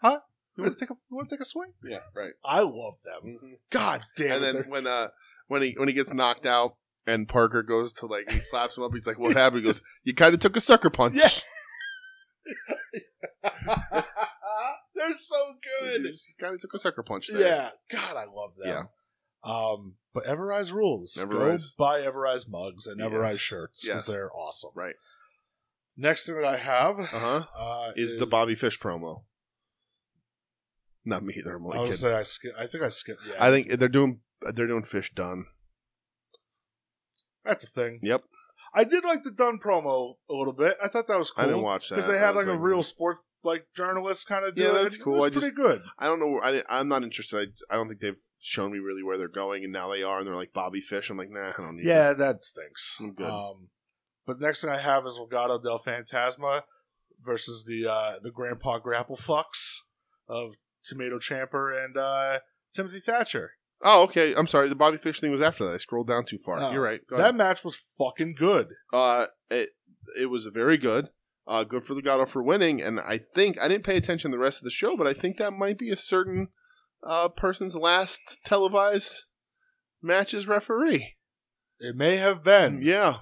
[SPEAKER 2] huh? You want to take a you want to take a swing?"
[SPEAKER 1] yeah, right.
[SPEAKER 2] I love them. God damn
[SPEAKER 1] Mm-hmm. And
[SPEAKER 2] it!
[SPEAKER 1] then
[SPEAKER 2] they're-
[SPEAKER 1] when uh when he when he gets knocked out and Parker goes to like he slaps him up, he's like, "What happened?" He goes, "You kind of took a sucker punch."
[SPEAKER 2] Yeah. they're so good.
[SPEAKER 1] You kind of took a sucker punch there.
[SPEAKER 2] Yeah, God, I love them. Um, but Everrise rules.
[SPEAKER 1] Everrise.
[SPEAKER 2] Go buy Everrise mugs and Everrise
[SPEAKER 1] Yes.
[SPEAKER 2] shirts because
[SPEAKER 1] Yes.
[SPEAKER 2] they're awesome.
[SPEAKER 1] Right.
[SPEAKER 2] Next thing that I have
[SPEAKER 1] Uh huh.
[SPEAKER 2] uh,
[SPEAKER 1] Is the Bobby Fish promo? Not me either. I'm
[SPEAKER 2] I
[SPEAKER 1] like,
[SPEAKER 2] would
[SPEAKER 1] kidding.
[SPEAKER 2] say I skip. I think I skipped. Yeah,
[SPEAKER 1] I think they're doing they're doing Fish done.
[SPEAKER 2] that's a thing.
[SPEAKER 1] Yep.
[SPEAKER 2] I did like the Dunn promo a little bit. I thought that was cool.
[SPEAKER 1] I didn't watch that
[SPEAKER 2] because they
[SPEAKER 1] I
[SPEAKER 2] had
[SPEAKER 1] was
[SPEAKER 2] like a real sports like journalist kind of.
[SPEAKER 1] Yeah,
[SPEAKER 2] do it.
[SPEAKER 1] that's
[SPEAKER 2] It
[SPEAKER 1] cool.
[SPEAKER 2] was
[SPEAKER 1] I
[SPEAKER 2] pretty
[SPEAKER 1] just-
[SPEAKER 2] good.
[SPEAKER 1] I don't know. I, I'm not interested. I, I don't think they've shown me really where they're going, and now they are, and they're like Bobby Fish. I'm like, nah, I don't need. it.
[SPEAKER 2] Yeah, that stinks.
[SPEAKER 1] I'm good.
[SPEAKER 2] Um, but next thing I have is Legado del Fantasma versus the uh, the Grandpa Grapple Fucks of Tomato Champer and uh, Timothy Thatcher.
[SPEAKER 1] Oh, okay. I'm sorry. The Bobby Fish thing was after that. I scrolled down too far.
[SPEAKER 2] Oh.
[SPEAKER 1] You're right. Go
[SPEAKER 2] that
[SPEAKER 1] ahead.
[SPEAKER 2] match was fucking good.
[SPEAKER 1] Uh, it it was very good. Uh, good for Legato for winning. And I think I didn't pay attention to the rest of the show, but I think that might be a certain uh, person's last televised match as referee.
[SPEAKER 2] It may have been.
[SPEAKER 1] Mm, Yeah.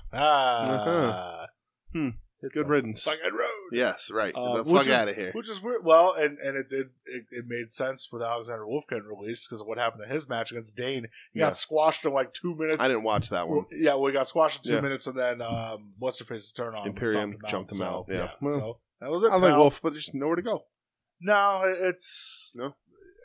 [SPEAKER 2] Ah,
[SPEAKER 1] Hmm. Good riddance.
[SPEAKER 2] Fucking road.
[SPEAKER 1] Yes. Right. Get
[SPEAKER 2] Uh,
[SPEAKER 1] the
[SPEAKER 2] which
[SPEAKER 1] fuck
[SPEAKER 2] is-
[SPEAKER 1] out of here.
[SPEAKER 2] Which is weird. Well, and, and it did. It, it made sense with Alexander Wolf getting released because of what happened in his match against Dane. He
[SPEAKER 1] Yeah.
[SPEAKER 2] got squashed in like two minutes.
[SPEAKER 1] I didn't watch that one.
[SPEAKER 2] Well, yeah, well, he got squashed in two
[SPEAKER 1] Yeah.
[SPEAKER 2] minutes, and then um, what's her face's turn on
[SPEAKER 1] Imperium
[SPEAKER 2] stomped him
[SPEAKER 1] jumped him
[SPEAKER 2] so,
[SPEAKER 1] out, yeah. Well,
[SPEAKER 2] so that was it.
[SPEAKER 1] I like
[SPEAKER 2] pal.
[SPEAKER 1] Wolf, but there's nowhere to go.
[SPEAKER 2] No, it's
[SPEAKER 1] No.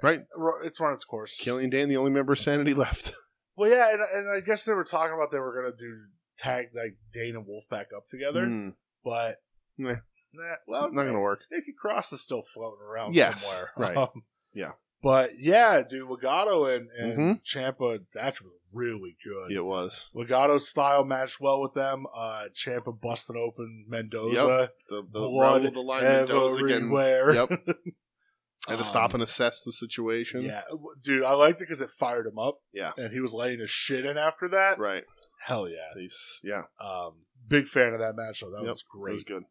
[SPEAKER 1] Right.
[SPEAKER 2] ru- It's run its course.
[SPEAKER 1] Killian Dane, the only member of Sanity left.
[SPEAKER 2] Well, yeah, and, and I guess they were talking about they were gonna do tag like Dane and Wolf back up together,
[SPEAKER 1] Hmm.
[SPEAKER 2] but
[SPEAKER 1] Meh.
[SPEAKER 2] nah,
[SPEAKER 1] Not
[SPEAKER 2] well,
[SPEAKER 1] going to work.
[SPEAKER 2] Nikki Cross is still floating around
[SPEAKER 1] Yes,
[SPEAKER 2] somewhere,
[SPEAKER 1] right.
[SPEAKER 2] Um,
[SPEAKER 1] Yeah. Mm-hmm.
[SPEAKER 2] but yeah, dude, Legato and, and Champa that was really good.
[SPEAKER 1] It was
[SPEAKER 2] Legato style matched well with them. Uh, Champa busted open Mendoza.
[SPEAKER 1] the the
[SPEAKER 2] blood
[SPEAKER 1] Raul, the line Mendoza getting
[SPEAKER 2] everywhere.
[SPEAKER 1] Yep. Had to stop
[SPEAKER 2] Um,
[SPEAKER 1] and assess the situation.
[SPEAKER 2] Yeah, w- dude, I liked it because it fired him up.
[SPEAKER 1] Yeah.
[SPEAKER 2] and he was laying his shit in after that.
[SPEAKER 1] Right.
[SPEAKER 2] Hell yeah!
[SPEAKER 1] He's yeah.
[SPEAKER 2] Um, big fan of that match. though. That
[SPEAKER 1] Yep,
[SPEAKER 2] was
[SPEAKER 1] It was
[SPEAKER 2] great.
[SPEAKER 1] good.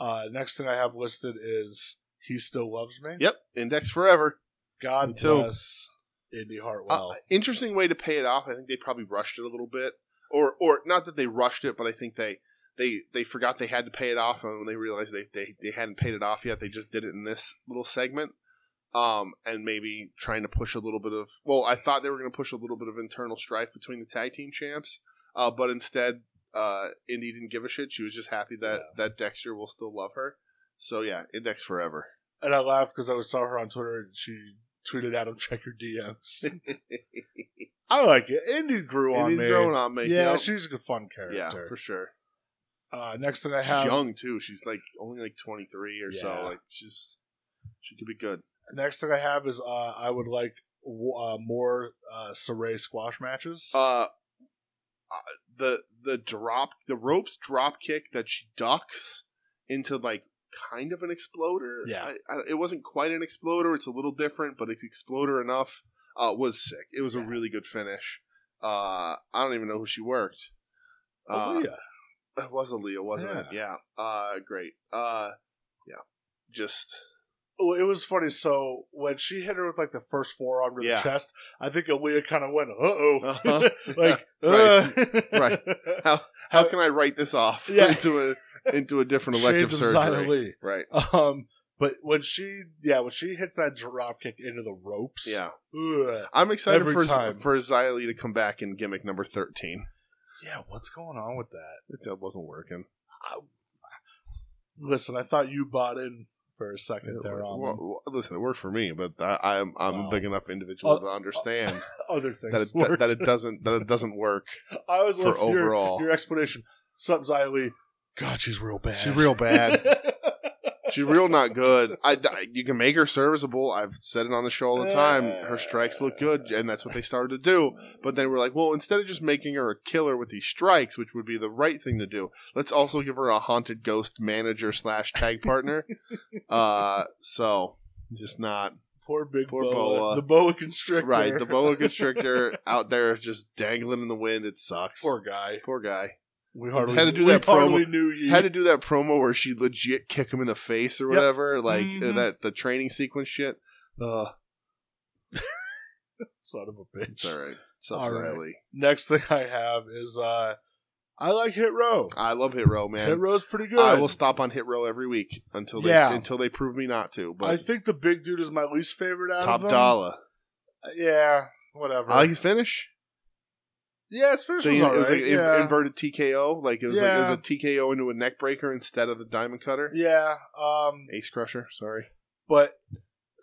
[SPEAKER 2] Uh, next thing I have listed is "He Still Loves Me."
[SPEAKER 1] Yep. Index forever. Me
[SPEAKER 2] God
[SPEAKER 1] too.
[SPEAKER 2] bless Indy Hartwell.
[SPEAKER 1] Uh, interesting way to pay it off. I think they probably rushed it a little bit, or or not that they rushed it, but I think they they they forgot they had to pay it off, and when they realized they they, they hadn't paid it off yet, they just did it in this little segment. Um, and maybe trying to push a little bit of well, I thought they were going to push a little bit of internal strife between the tag team champs, uh, but instead, uh, Indy didn't give a shit. She was just happy that
[SPEAKER 2] Yeah.
[SPEAKER 1] that Dexter will still love her. So yeah, Index forever.
[SPEAKER 2] and I laughed because I saw her on Twitter and she tweeted at him, "Check your DMs." I like it. Indy grew on
[SPEAKER 1] Indy's
[SPEAKER 2] me.
[SPEAKER 1] growing on me.
[SPEAKER 2] yeah,
[SPEAKER 1] Yep.
[SPEAKER 2] she's a good fun
[SPEAKER 1] yeah,
[SPEAKER 2] character.
[SPEAKER 1] for sure.
[SPEAKER 2] uh, next thing I
[SPEAKER 1] She's
[SPEAKER 2] have,
[SPEAKER 1] young too. She's like only like twenty three or so.
[SPEAKER 2] Yeah.
[SPEAKER 1] Like she's she could be good.
[SPEAKER 2] Next thing I have is uh, I would like w- uh, more uh, Saray squash matches.
[SPEAKER 1] Uh, uh, the the drop the ropes drop kick that she ducks into like kind of an exploder.
[SPEAKER 2] Yeah.
[SPEAKER 1] I, I, it wasn't quite an exploder. It's a little different, but it's exploder enough. Uh, was sick. It was a
[SPEAKER 2] Yeah.
[SPEAKER 1] really good finish. Uh, I don't even know who she worked. Uh,
[SPEAKER 2] Aaliyah.
[SPEAKER 1] It was Aaliyah, wasn't it? Yeah. Uh, great. Uh, yeah. Just
[SPEAKER 2] Well, it was funny. So when she hit her with like the first forearm to
[SPEAKER 1] Yeah.
[SPEAKER 2] the chest, I think Aaliyah kind of went, "Uh oh,"
[SPEAKER 1] Uh-huh.
[SPEAKER 2] like
[SPEAKER 1] Right.
[SPEAKER 2] uh.
[SPEAKER 1] Right. how how can I write this off
[SPEAKER 2] Yeah.
[SPEAKER 1] into a into a different elective
[SPEAKER 2] Shades of Zina
[SPEAKER 1] surgery?
[SPEAKER 2] Lee.
[SPEAKER 1] Right.
[SPEAKER 2] Um, but when she, yeah, when she hits that drop kick into the ropes,
[SPEAKER 1] Yeah.
[SPEAKER 2] ugh.
[SPEAKER 1] I'm excited
[SPEAKER 2] Every
[SPEAKER 1] for
[SPEAKER 2] time.
[SPEAKER 1] for Xylee to come back in gimmick number thirteen.
[SPEAKER 2] yeah, what's going on with that?
[SPEAKER 1] That wasn't working.
[SPEAKER 2] Listen, I thought you bought in for a second there on
[SPEAKER 1] Well, well, listen, it worked for me, but I, I'm I'm
[SPEAKER 2] Wow.
[SPEAKER 1] a big enough individual
[SPEAKER 2] Uh,
[SPEAKER 1] to understand
[SPEAKER 2] other things.
[SPEAKER 1] that it that,
[SPEAKER 2] worked.
[SPEAKER 1] that it doesn't that it doesn't work
[SPEAKER 2] I was
[SPEAKER 1] for
[SPEAKER 2] looking for your,
[SPEAKER 1] overall.
[SPEAKER 2] your explanation. Sup, Xylee? God, she's real bad.
[SPEAKER 1] She's real bad. She's real not good. I, I- you can make her serviceable. I've said it on the show all the time. Her strikes look good, and that's what they started to do. But then we're like, well, instead of just making her a killer with these strikes, which would be the right thing to do, let's also give her a haunted ghost manager slash tag partner. uh, so just not
[SPEAKER 2] Poor big
[SPEAKER 1] Poor
[SPEAKER 2] boa.
[SPEAKER 1] boa.
[SPEAKER 2] The boa constrictor.
[SPEAKER 1] right. The boa constrictor out there just dangling in the wind. It sucks.
[SPEAKER 2] Poor guy.
[SPEAKER 1] Poor guy.
[SPEAKER 2] We hardly
[SPEAKER 1] Had to do
[SPEAKER 2] we
[SPEAKER 1] that
[SPEAKER 2] hardly knew you.
[SPEAKER 1] Had to do that promo where she legit kick him in the face or
[SPEAKER 2] Yep.
[SPEAKER 1] whatever, like uh,
[SPEAKER 2] Mhm.
[SPEAKER 1] that the training sequence shit. Uh,
[SPEAKER 2] Son of a bitch.
[SPEAKER 1] It's all right. Sub
[SPEAKER 2] All right. Next thing I have is uh, I like Hit Row.
[SPEAKER 1] I love Hit Row, Oh, man.
[SPEAKER 2] Hit Row's pretty good.
[SPEAKER 1] I will stop on Hit Row every week until they
[SPEAKER 2] Yeah.
[SPEAKER 1] until they prove me not to.
[SPEAKER 2] I
[SPEAKER 1] But
[SPEAKER 2] think the big dude is my least favorite out
[SPEAKER 1] top
[SPEAKER 2] of them.
[SPEAKER 1] dollar.
[SPEAKER 2] Yeah, whatever.
[SPEAKER 1] I like his finish.
[SPEAKER 2] yeah, his finish
[SPEAKER 1] So
[SPEAKER 2] was
[SPEAKER 1] you-
[SPEAKER 2] alright.
[SPEAKER 1] it was like in-
[SPEAKER 2] yeah.
[SPEAKER 1] inverted TKO. Like it was like it
[SPEAKER 2] Yeah.
[SPEAKER 1] was a TKO into a neck breaker instead of the diamond cutter.
[SPEAKER 2] yeah. Um,
[SPEAKER 1] Ace crusher, sorry.
[SPEAKER 2] but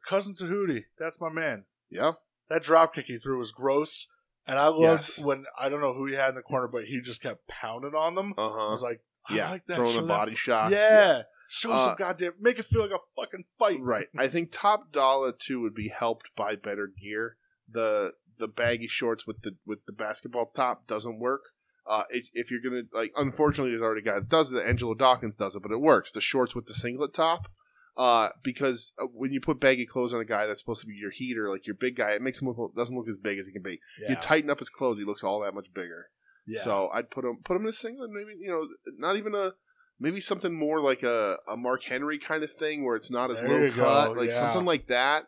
[SPEAKER 2] cousin Tahuti, that's my man.
[SPEAKER 1] Yeah.
[SPEAKER 2] That drop kick he threw was gross, and I loved
[SPEAKER 1] Yes.
[SPEAKER 2] when I don't know who he had in the corner, but he just kept pounding on them.
[SPEAKER 1] Uh
[SPEAKER 2] I
[SPEAKER 1] huh.
[SPEAKER 2] was like, I
[SPEAKER 1] Yeah.
[SPEAKER 2] like that.
[SPEAKER 1] Throwing
[SPEAKER 2] Show
[SPEAKER 1] the
[SPEAKER 2] that
[SPEAKER 1] body shots.
[SPEAKER 2] Yeah. Show
[SPEAKER 1] Uh,
[SPEAKER 2] some goddamn. Make it feel like a fucking fight.
[SPEAKER 1] Right. I think Top Dollar too would be helped by better gear. The the baggy shorts with the with the basketball top doesn't work. Uh, if, if you're gonna like, unfortunately, there's already a guy that does it. Angela Dawkins does it, but it works. The shorts with the singlet top, uh, because uh, when you put baggy clothes on a guy that's supposed to be your heater, like your big guy, it makes him look doesn't look as big as he can be. You tighten up his clothes, he looks all that much bigger. So I'd put him put him in a singlet, maybe you know, not even a maybe something more like a, a Mark Henry kind of thing where it's not as
[SPEAKER 2] There
[SPEAKER 1] low
[SPEAKER 2] you
[SPEAKER 1] cut,
[SPEAKER 2] go,
[SPEAKER 1] like
[SPEAKER 2] yeah.
[SPEAKER 1] something like that,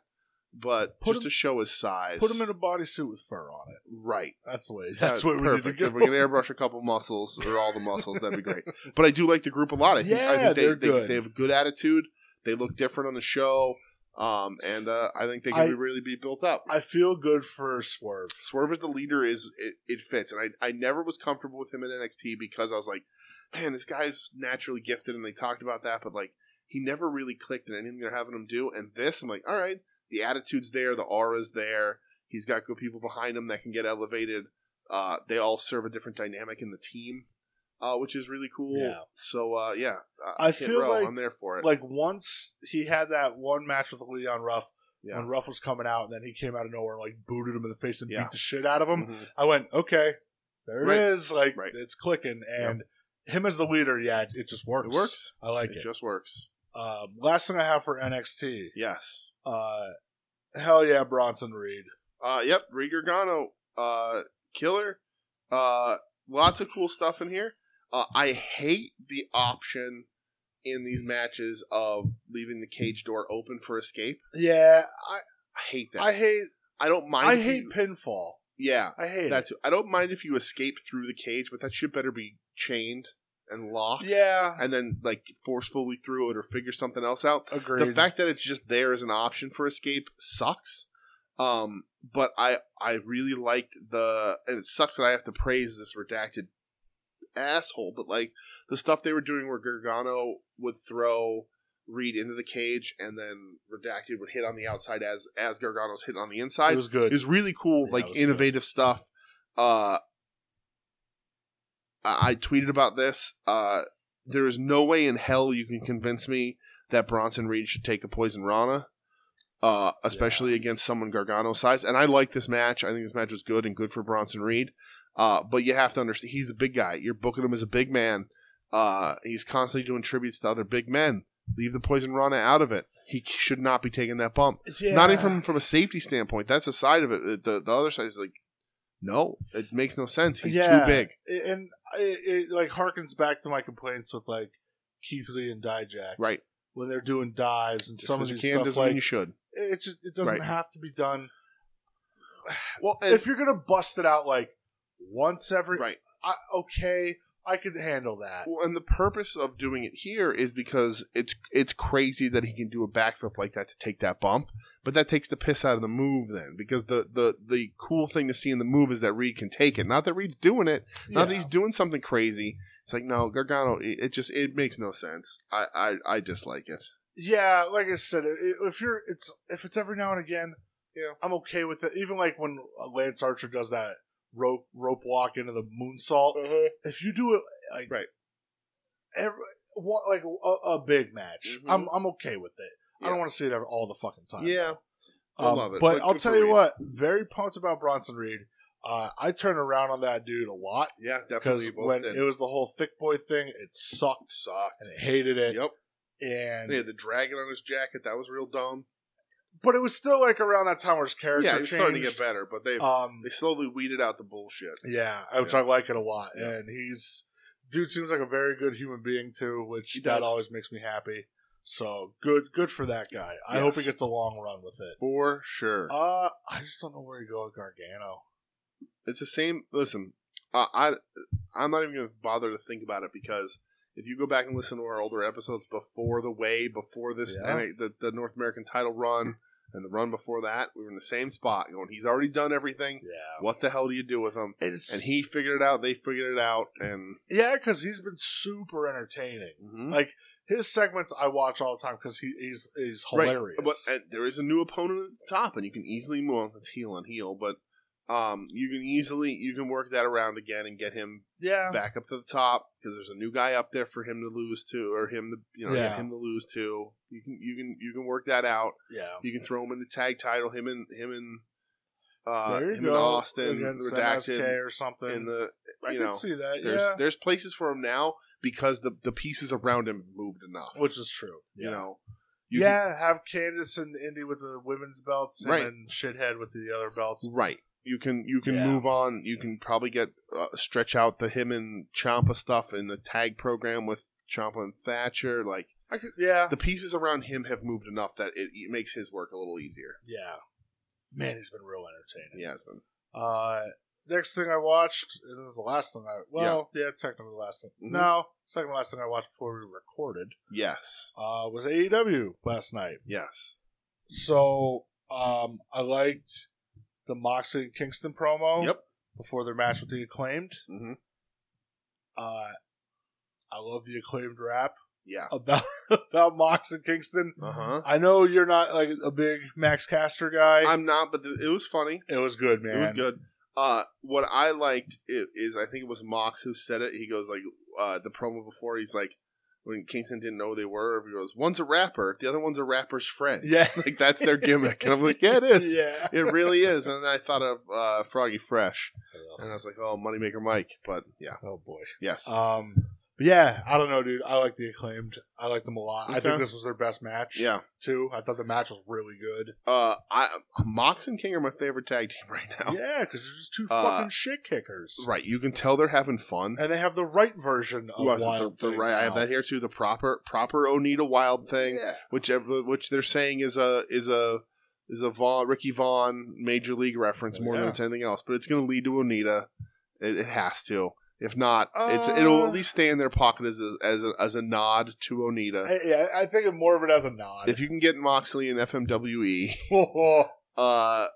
[SPEAKER 1] but
[SPEAKER 2] Put
[SPEAKER 1] just
[SPEAKER 2] him-
[SPEAKER 1] to show his size.
[SPEAKER 2] put him in a bodysuit with fur on it.
[SPEAKER 1] right.
[SPEAKER 2] That's the way. That's
[SPEAKER 1] Uh,
[SPEAKER 2] what we
[SPEAKER 1] perfect.
[SPEAKER 2] need to
[SPEAKER 1] If
[SPEAKER 2] go.
[SPEAKER 1] we can airbrush a couple muscles or all the muscles, that'd be great. But I do like the group a lot. I think, I
[SPEAKER 2] Yeah,
[SPEAKER 1] think they,
[SPEAKER 2] they're
[SPEAKER 1] they,
[SPEAKER 2] good.
[SPEAKER 1] they have a good attitude. They look different on the show, um, and uh, I think they can
[SPEAKER 2] I-
[SPEAKER 1] be- really be built up.
[SPEAKER 2] I feel good for Swerve.
[SPEAKER 1] Swerve as the leader is it, it fits, and I I never was comfortable with him in NXT because I was like, man, this guy's naturally gifted, and they talked about that, but like he never really clicked in anything they're having him do. And this, I'm like, all right, the attitude's there, the aura's there. He's got good people behind him that can get elevated. Uh, they all serve a different dynamic in the team, uh, which is really cool.
[SPEAKER 2] Yeah.
[SPEAKER 1] So uh, yeah, uh,
[SPEAKER 2] I
[SPEAKER 1] Kid
[SPEAKER 2] feel
[SPEAKER 1] Rowe,
[SPEAKER 2] like-
[SPEAKER 1] I'm there for it.
[SPEAKER 2] Like once he had that one match with Leon Ruff
[SPEAKER 1] yeah.
[SPEAKER 2] when Ruff was coming out, and then he came out of nowhere and like booted him in the face and
[SPEAKER 1] Yeah.
[SPEAKER 2] beat the shit out of him.
[SPEAKER 1] Mhm.
[SPEAKER 2] I went, okay, there
[SPEAKER 1] Right.
[SPEAKER 2] it is. Like
[SPEAKER 1] Right.
[SPEAKER 2] it's clicking, and him as the leader, yeah, it just works.
[SPEAKER 1] It works.
[SPEAKER 2] I like
[SPEAKER 1] it
[SPEAKER 2] it.
[SPEAKER 1] just works.
[SPEAKER 2] Um, last thing I have for NXT,
[SPEAKER 1] Yes.
[SPEAKER 2] uh, hell yeah, Bronson Reed.
[SPEAKER 1] Uh, yep, Rieger Gano, uh, killer. Uh, lots of cool stuff in here. Uh, I hate the option in these matches of leaving the cage door open for escape.
[SPEAKER 2] Yeah, I
[SPEAKER 1] I hate that.
[SPEAKER 2] I hate
[SPEAKER 1] I don't mind.
[SPEAKER 2] I
[SPEAKER 1] if
[SPEAKER 2] hate
[SPEAKER 1] you-
[SPEAKER 2] pinfall.
[SPEAKER 1] yeah,
[SPEAKER 2] I hate
[SPEAKER 1] that too. I don't mind if you escape through the cage, but that shit better be chained and locked.
[SPEAKER 2] it. Yeah,
[SPEAKER 1] and then like forcefully through it or figure something else out.
[SPEAKER 2] agreed.
[SPEAKER 1] the fact that it's just there as an option for escape sucks. Um, but I I really liked the and it sucks that I have to praise this redacted asshole, but like the stuff they were doing where Gargano would throw Reed into the cage and then redacted would hit on the outside as as Gargano's hitting on the
[SPEAKER 2] it
[SPEAKER 1] inside
[SPEAKER 2] was good.
[SPEAKER 1] is really cool,
[SPEAKER 2] Yeah, it
[SPEAKER 1] like
[SPEAKER 2] was good.
[SPEAKER 1] innovative stuff. Uh, I-, I tweeted about this. Uh, there is no way in hell you can convince me that Bronson Reed should take a poison Rana, uh, especially against someone Gargano size. And I like this match. I think this match was good and good for Bronson Reed. Uh, but you have to understand he's a big guy. You're booking him as a big man. Uh, he's constantly doing tributes to other big men. Leave the poison Rana out of it. He c- should not be taking that bump
[SPEAKER 2] Yeah.
[SPEAKER 1] uh, not even from from a safety standpoint. That's a side of it. The the other side is like No, it makes no sense. He's
[SPEAKER 2] Yeah.
[SPEAKER 1] too big.
[SPEAKER 2] It- and it, it like harkens back to my complaints with like Keith Lee and Dijak
[SPEAKER 1] Right.
[SPEAKER 2] when they're doing dives and
[SPEAKER 1] Just
[SPEAKER 2] some of
[SPEAKER 1] 'cause you
[SPEAKER 2] these
[SPEAKER 1] can
[SPEAKER 2] stuff
[SPEAKER 1] doesn't mean
[SPEAKER 2] like
[SPEAKER 1] you should.
[SPEAKER 2] it just it doesn't
[SPEAKER 1] Right.
[SPEAKER 2] have to be done.
[SPEAKER 1] Well,
[SPEAKER 2] If you're gonna bust it out like once every
[SPEAKER 1] right.
[SPEAKER 2] I, okay, I could handle that.
[SPEAKER 1] Well, and the purpose of doing it here is because it's it's crazy that he can do a backflip like that to take that bump, but that takes the piss out of the move then because the the the cool thing to see in the move is that Reed can take it. Not that Reed's doing it. Not that
[SPEAKER 2] Yeah.
[SPEAKER 1] he's doing something crazy. It's like no, Gargano. It, it just it makes no sense. I I, I dislike it.
[SPEAKER 2] Yeah, like I said, i- i- if you're it's if it's every now and again,
[SPEAKER 1] Yeah.
[SPEAKER 2] I'm okay with it. Even like when uh, Lance Archer does that rope rope walk into the moonsault, if you do it like
[SPEAKER 1] Uh-huh. Right.
[SPEAKER 2] every one, like a, a big match,
[SPEAKER 1] Mhm.
[SPEAKER 2] I'm I'm okay with it. I
[SPEAKER 1] Yeah.
[SPEAKER 2] don't want to see it every, all the fucking time.
[SPEAKER 1] Yeah, I
[SPEAKER 2] Um,
[SPEAKER 1] love it.
[SPEAKER 2] But
[SPEAKER 1] Like,
[SPEAKER 2] I'll
[SPEAKER 1] good
[SPEAKER 2] tell
[SPEAKER 1] for
[SPEAKER 2] you
[SPEAKER 1] Reed.
[SPEAKER 2] what, very pumped about Bronson Reed. Uh, I turned around on that dude a lot
[SPEAKER 1] yeah, definitely.
[SPEAKER 2] because
[SPEAKER 1] Both
[SPEAKER 2] when
[SPEAKER 1] did.
[SPEAKER 2] it was the whole thick boy thing, it sucked
[SPEAKER 1] sucked.
[SPEAKER 2] and I hated it.
[SPEAKER 1] Yep.
[SPEAKER 2] And
[SPEAKER 1] He had the dragon on his jacket. That was real dumb.
[SPEAKER 2] but it was still like around that time where his character
[SPEAKER 1] Yeah, it's
[SPEAKER 2] changed.
[SPEAKER 1] starting to get better, but they
[SPEAKER 2] Um,
[SPEAKER 1] they slowly weeded out the bullshit.
[SPEAKER 2] yeah, which I like it a lot, and he's dude seems like a very good human being too, which
[SPEAKER 1] He
[SPEAKER 2] that
[SPEAKER 1] does.
[SPEAKER 2] always makes me happy. So good, good for that guy. I hope he
[SPEAKER 1] Yes.
[SPEAKER 2] gets a long run with it.
[SPEAKER 1] For sure.
[SPEAKER 2] Uh, I just don't know where you go with Gargano.
[SPEAKER 1] It's the same. Listen, uh, I I'm not even going to bother to think about it because if you go back and listen to our older episodes before the way, before this,
[SPEAKER 2] Yeah.
[SPEAKER 1] NA the, the North American title run and the run before that, we were in the same spot going. He's already done everything.
[SPEAKER 2] Yeah,
[SPEAKER 1] What the hell do you do with him?
[SPEAKER 2] it's
[SPEAKER 1] And he figured it out. They figured it out. And
[SPEAKER 2] yeah, because he's been super entertaining. Like his segments, I watch all the time because he, he's he's
[SPEAKER 1] Right,
[SPEAKER 2] hilarious.
[SPEAKER 1] But uh, there is a new opponent at the top, and you can easily move on. It's heel on heel, but um, you can easily you can work that around again and get him
[SPEAKER 2] yeah,
[SPEAKER 1] back up to the top because there's a new guy up there for him to lose to, or him to you know
[SPEAKER 2] Yeah.
[SPEAKER 1] him to lose to. You can you can you can work that out.
[SPEAKER 2] yeah.
[SPEAKER 1] You can throw him in the tag title. Him and him and uh,
[SPEAKER 2] There you
[SPEAKER 1] him
[SPEAKER 2] go
[SPEAKER 1] and Austin
[SPEAKER 2] against
[SPEAKER 1] redacted
[SPEAKER 2] MSK or something.
[SPEAKER 1] in the
[SPEAKER 2] I
[SPEAKER 1] you
[SPEAKER 2] can
[SPEAKER 1] know,
[SPEAKER 2] see that.
[SPEAKER 1] there's
[SPEAKER 2] Yeah,
[SPEAKER 1] there's places for him now because the the pieces around him have moved enough.
[SPEAKER 2] which is true.
[SPEAKER 1] you
[SPEAKER 2] yeah.
[SPEAKER 1] know you can-
[SPEAKER 2] yeah, have Candace and Indy with the women's belts,
[SPEAKER 1] Right.
[SPEAKER 2] and then shithead with the other belts.
[SPEAKER 1] Right. You can you can
[SPEAKER 2] Yeah.
[SPEAKER 1] move on. You can probably get uh, stretch out the him and Champa stuff in the tag program with Champa and Thatcher. Like
[SPEAKER 2] I could, yeah,
[SPEAKER 1] the pieces around him have moved enough that it, it makes his work a little easier.
[SPEAKER 2] yeah. Man, he's been real entertaining.
[SPEAKER 1] He has been.
[SPEAKER 2] Uh, next thing I watched, and this is the last thing I well, yeah, technically the last thing.
[SPEAKER 1] Mhm.
[SPEAKER 2] No, second to last thing I watched before we recorded
[SPEAKER 1] Yes.
[SPEAKER 2] uh, was AEW last night.
[SPEAKER 1] Yes.
[SPEAKER 2] So um, I liked the Moxley and Kingston promo
[SPEAKER 1] Yep.
[SPEAKER 2] before their match with the Acclaimed.
[SPEAKER 1] hmm
[SPEAKER 2] Uh, I love the Acclaimed rap
[SPEAKER 1] Yeah.
[SPEAKER 2] about about Mox and Kingston.
[SPEAKER 1] Uh huh.
[SPEAKER 2] I know you're not like a big Max Caster guy.
[SPEAKER 1] I'm not, but the, it was funny.
[SPEAKER 2] it was good, man.
[SPEAKER 1] It was good. Uh, what I liked i- is I think it was Mox who said it. He goes like uh, the promo before. He's like when Kingston didn't know who they were. He goes, "One's a rapper. The other one's a rapper's friend."
[SPEAKER 2] Yeah.
[SPEAKER 1] Like that's their gimmick. And I'm like, yeah, it is.
[SPEAKER 2] Yeah.
[SPEAKER 1] It really is. And I thought of uh, Froggy Fresh, and I was like, oh, Moneymaker Mike. But yeah,
[SPEAKER 2] Oh boy.
[SPEAKER 1] yes,
[SPEAKER 2] Um. But yeah, I don't know, dude. I like the acclaimed. I like them a lot. I
[SPEAKER 1] Okay.
[SPEAKER 2] think this was their best match.
[SPEAKER 1] yeah.
[SPEAKER 2] Too. I thought the match was really good.
[SPEAKER 1] Uh, I Mox and King are my favorite tag team right now.
[SPEAKER 2] Yeah, because they're just two
[SPEAKER 1] Oh. Uh,
[SPEAKER 2] fucking shit kickers.
[SPEAKER 1] Right, you can tell they're having fun.
[SPEAKER 2] And they have the right version of
[SPEAKER 1] Well,
[SPEAKER 2] Wild
[SPEAKER 1] the, the
[SPEAKER 2] Thing
[SPEAKER 1] right, I have
[SPEAKER 2] now.
[SPEAKER 1] that here too. The proper proper Onita Wild thing,
[SPEAKER 2] Yeah.
[SPEAKER 1] which ev- which they're saying is a is a is a Vaughn, Ricky Vaughn major league reference more than
[SPEAKER 2] Yeah.
[SPEAKER 1] it's anything else. But it's going to lead to Onita. It, it has to. If not, it's it'll
[SPEAKER 2] Uh,
[SPEAKER 1] at least stay in their pocket as a as a, as a nod to Onita.
[SPEAKER 2] I, yeah, I think of more of it as a nod.
[SPEAKER 1] if you can get Moxley and FMWE,
[SPEAKER 2] God,
[SPEAKER 1] E, uh,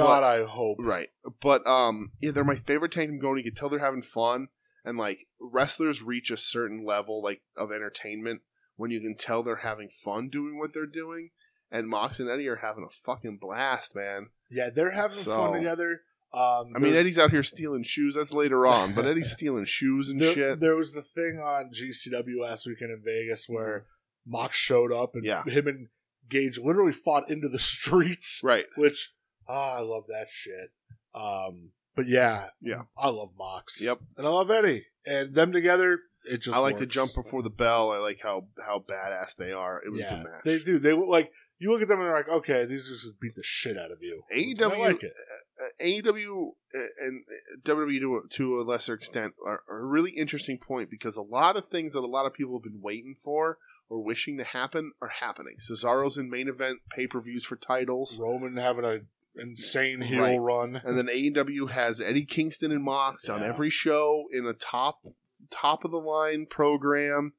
[SPEAKER 2] I hope.
[SPEAKER 1] right. But um, yeah, they're my favorite tag team going. You can tell they're having fun, and like wrestlers reach a certain level like of entertainment when you can tell they're having fun doing what they're doing. And Mox and Eddie are having a fucking blast, man.
[SPEAKER 2] Yeah, they're having
[SPEAKER 1] So-
[SPEAKER 2] fun together. Um,
[SPEAKER 1] I mean,
[SPEAKER 2] there's-
[SPEAKER 1] Eddie's out here stealing shoes. That's later on, but Eddie's stealing shoes and
[SPEAKER 2] there,
[SPEAKER 1] shit.
[SPEAKER 2] there was the thing on GCW last weekend in Vegas where Mox showed up and
[SPEAKER 1] Mm-hmm. Yeah.
[SPEAKER 2] him and Gage literally fought into the streets,
[SPEAKER 1] Right.
[SPEAKER 2] which ah, I love that shit. Um, but yeah,
[SPEAKER 1] Yeah.
[SPEAKER 2] I love Mox.
[SPEAKER 1] Yep.
[SPEAKER 2] and I love Eddie and them together. It just
[SPEAKER 1] I like the
[SPEAKER 2] works.
[SPEAKER 1] jump before the bell. I like how how badass they are. It was a
[SPEAKER 2] yeah,
[SPEAKER 1] good match.
[SPEAKER 2] they do. They look like you look at them and they're like, okay, these dudes just beat the shit out of you. And
[SPEAKER 1] AEW
[SPEAKER 2] I like it.
[SPEAKER 1] uh, AEW uh, and WWE to, to a lesser extent are, are a really interesting point because a lot of things that a lot of people have been waiting for or wishing to happen are happening. Cesaro's in main event pay per views for titles,
[SPEAKER 2] Roman having a insane heel
[SPEAKER 1] Right.
[SPEAKER 2] run.
[SPEAKER 1] and then AEW has Eddie Kingston and Mox on
[SPEAKER 2] Yeah.
[SPEAKER 1] every show in a top top of the line program.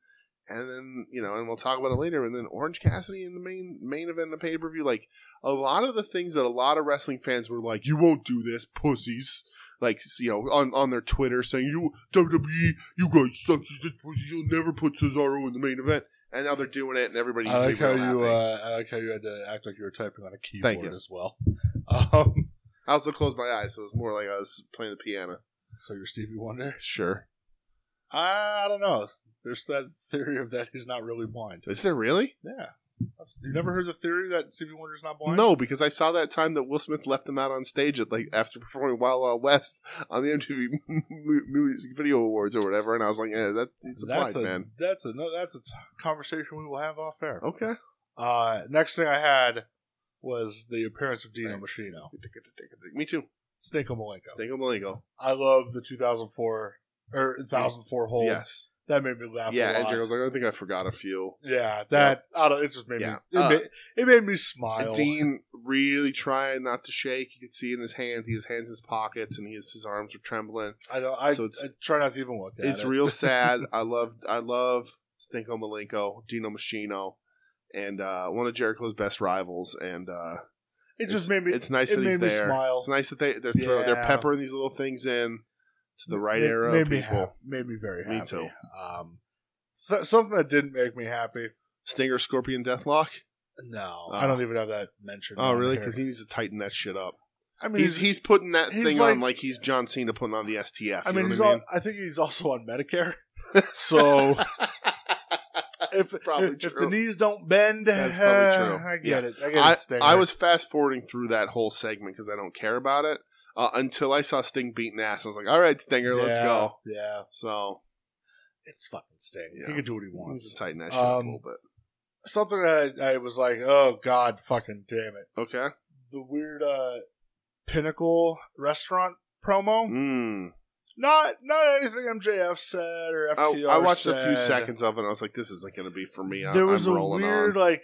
[SPEAKER 1] And then you know, and we'll talk about it later. And then Orange Cassidy in the main main event, of the pay per view, like a lot of the things that a lot of wrestling fans were like, "You won't do this, pussies." Like you know, on, on their Twitter saying, "You WWE, you guys suck. You just pussy. You'll never put Cesaro in the main event." And now they're doing it, and everybody's
[SPEAKER 2] I like how
[SPEAKER 1] real
[SPEAKER 2] you.
[SPEAKER 1] happy.
[SPEAKER 2] Uh, I like how you had to act like you were typing on a keyboard
[SPEAKER 1] you.
[SPEAKER 2] as well. Um,
[SPEAKER 1] I also closed my eyes, so it was more like I was playing the piano.
[SPEAKER 2] so you're Stevie Wonder.
[SPEAKER 1] Sure.
[SPEAKER 2] I don't know. There's that theory of that he's not really blind.
[SPEAKER 1] Is there really?
[SPEAKER 2] Yeah. That's- You never heard the theory that Stevie Wonder's not blind?
[SPEAKER 1] No, because I saw that time that Will Smith left them out on stage at like after performing Wild Wild West on the MTV Mu- Music Video Awards or whatever, and I was like, "Yeah, that, he's a
[SPEAKER 2] that's
[SPEAKER 1] blind
[SPEAKER 2] a
[SPEAKER 1] man."
[SPEAKER 2] that's a no, that's a t- conversation we will have off air.
[SPEAKER 1] Okay.
[SPEAKER 2] Uh, next thing I had was the appearance of Dino
[SPEAKER 1] Right.
[SPEAKER 2] Machino,
[SPEAKER 1] Me too.
[SPEAKER 2] Stinko Malenko.
[SPEAKER 1] Stingo Malenko.
[SPEAKER 2] I love the 2004 or 1004 hold.
[SPEAKER 1] Yes.
[SPEAKER 2] that made me laugh.
[SPEAKER 1] Yeah,
[SPEAKER 2] a
[SPEAKER 1] and
[SPEAKER 2] lot.
[SPEAKER 1] Jericho was like, "I think I forgot a few."
[SPEAKER 2] yeah, that I don't, it just made me.
[SPEAKER 1] Yeah.
[SPEAKER 2] It,
[SPEAKER 1] Uh,
[SPEAKER 2] made, it made me
[SPEAKER 1] And
[SPEAKER 2] smile.
[SPEAKER 1] Dean really trying not to shake. You could see in his hands; he has hands in his pockets, and he has, his arms are trembling.
[SPEAKER 2] I don't. I,
[SPEAKER 1] So it's-
[SPEAKER 2] I try not to even look at
[SPEAKER 1] it's
[SPEAKER 2] it.
[SPEAKER 1] real sad. I love I love Stinko Malenko, Dino Machino, and uh, one of Jericho's best rivals. And uh,
[SPEAKER 2] It just made me.
[SPEAKER 1] it's nice
[SPEAKER 2] it
[SPEAKER 1] that
[SPEAKER 2] made
[SPEAKER 1] he's
[SPEAKER 2] me
[SPEAKER 1] there.
[SPEAKER 2] smile.
[SPEAKER 1] It's nice that they they're throw, they're
[SPEAKER 2] Yeah.
[SPEAKER 1] peppering these little things in to the right
[SPEAKER 2] It
[SPEAKER 1] arrow
[SPEAKER 2] Made
[SPEAKER 1] people.
[SPEAKER 2] me happy. Made me very
[SPEAKER 1] Me
[SPEAKER 2] happy.
[SPEAKER 1] too.
[SPEAKER 2] Um, so- something that didn't make me happy.
[SPEAKER 1] Stinger, Scorpion, Deathlock.
[SPEAKER 2] No,
[SPEAKER 1] Oh.
[SPEAKER 2] I don't even have that mentioned.
[SPEAKER 1] Oh,
[SPEAKER 2] on
[SPEAKER 1] really?
[SPEAKER 2] here.
[SPEAKER 1] Because he needs to tighten that shit up.
[SPEAKER 2] I mean,
[SPEAKER 1] He's he's putting that
[SPEAKER 2] he's
[SPEAKER 1] thing on like
[SPEAKER 2] like-
[SPEAKER 1] he's John Cena putting on the STF.
[SPEAKER 2] I mean,
[SPEAKER 1] you know
[SPEAKER 2] he's
[SPEAKER 1] what I
[SPEAKER 2] on, I think he's also on Medicare. So
[SPEAKER 1] Oh.
[SPEAKER 2] if
[SPEAKER 1] probably
[SPEAKER 2] if, if
[SPEAKER 1] true.
[SPEAKER 2] the knees don't bend,
[SPEAKER 1] That's probably
[SPEAKER 2] uh,
[SPEAKER 1] true.
[SPEAKER 2] I get it. I get it. Stinger.
[SPEAKER 1] I was fast forwarding through that whole segment because I don't care about it uh, until I saw Sting beating ass. I was like, "All right, Stinger, let's
[SPEAKER 2] Yeah,
[SPEAKER 1] go."
[SPEAKER 2] Yeah,
[SPEAKER 1] So
[SPEAKER 2] it's fucking Sting.
[SPEAKER 1] Yeah.
[SPEAKER 2] He can do what he
[SPEAKER 1] let's
[SPEAKER 2] wants.
[SPEAKER 1] tighten that shit up a
[SPEAKER 2] Um,
[SPEAKER 1] little bit.
[SPEAKER 2] Something that I, I was like, oh god, fucking damn it.
[SPEAKER 1] Okay.
[SPEAKER 2] The weird uh, Pinnacle restaurant promo.
[SPEAKER 1] Mm.
[SPEAKER 2] Not not anything MJF said or
[SPEAKER 1] I,
[SPEAKER 2] FTR.
[SPEAKER 1] Oh, I watched a few
[SPEAKER 2] said.
[SPEAKER 1] seconds of it. and I was like, "This isn't going to be for me." I,
[SPEAKER 2] There was
[SPEAKER 1] I'm
[SPEAKER 2] a
[SPEAKER 1] rolling
[SPEAKER 2] weird
[SPEAKER 1] on.
[SPEAKER 2] like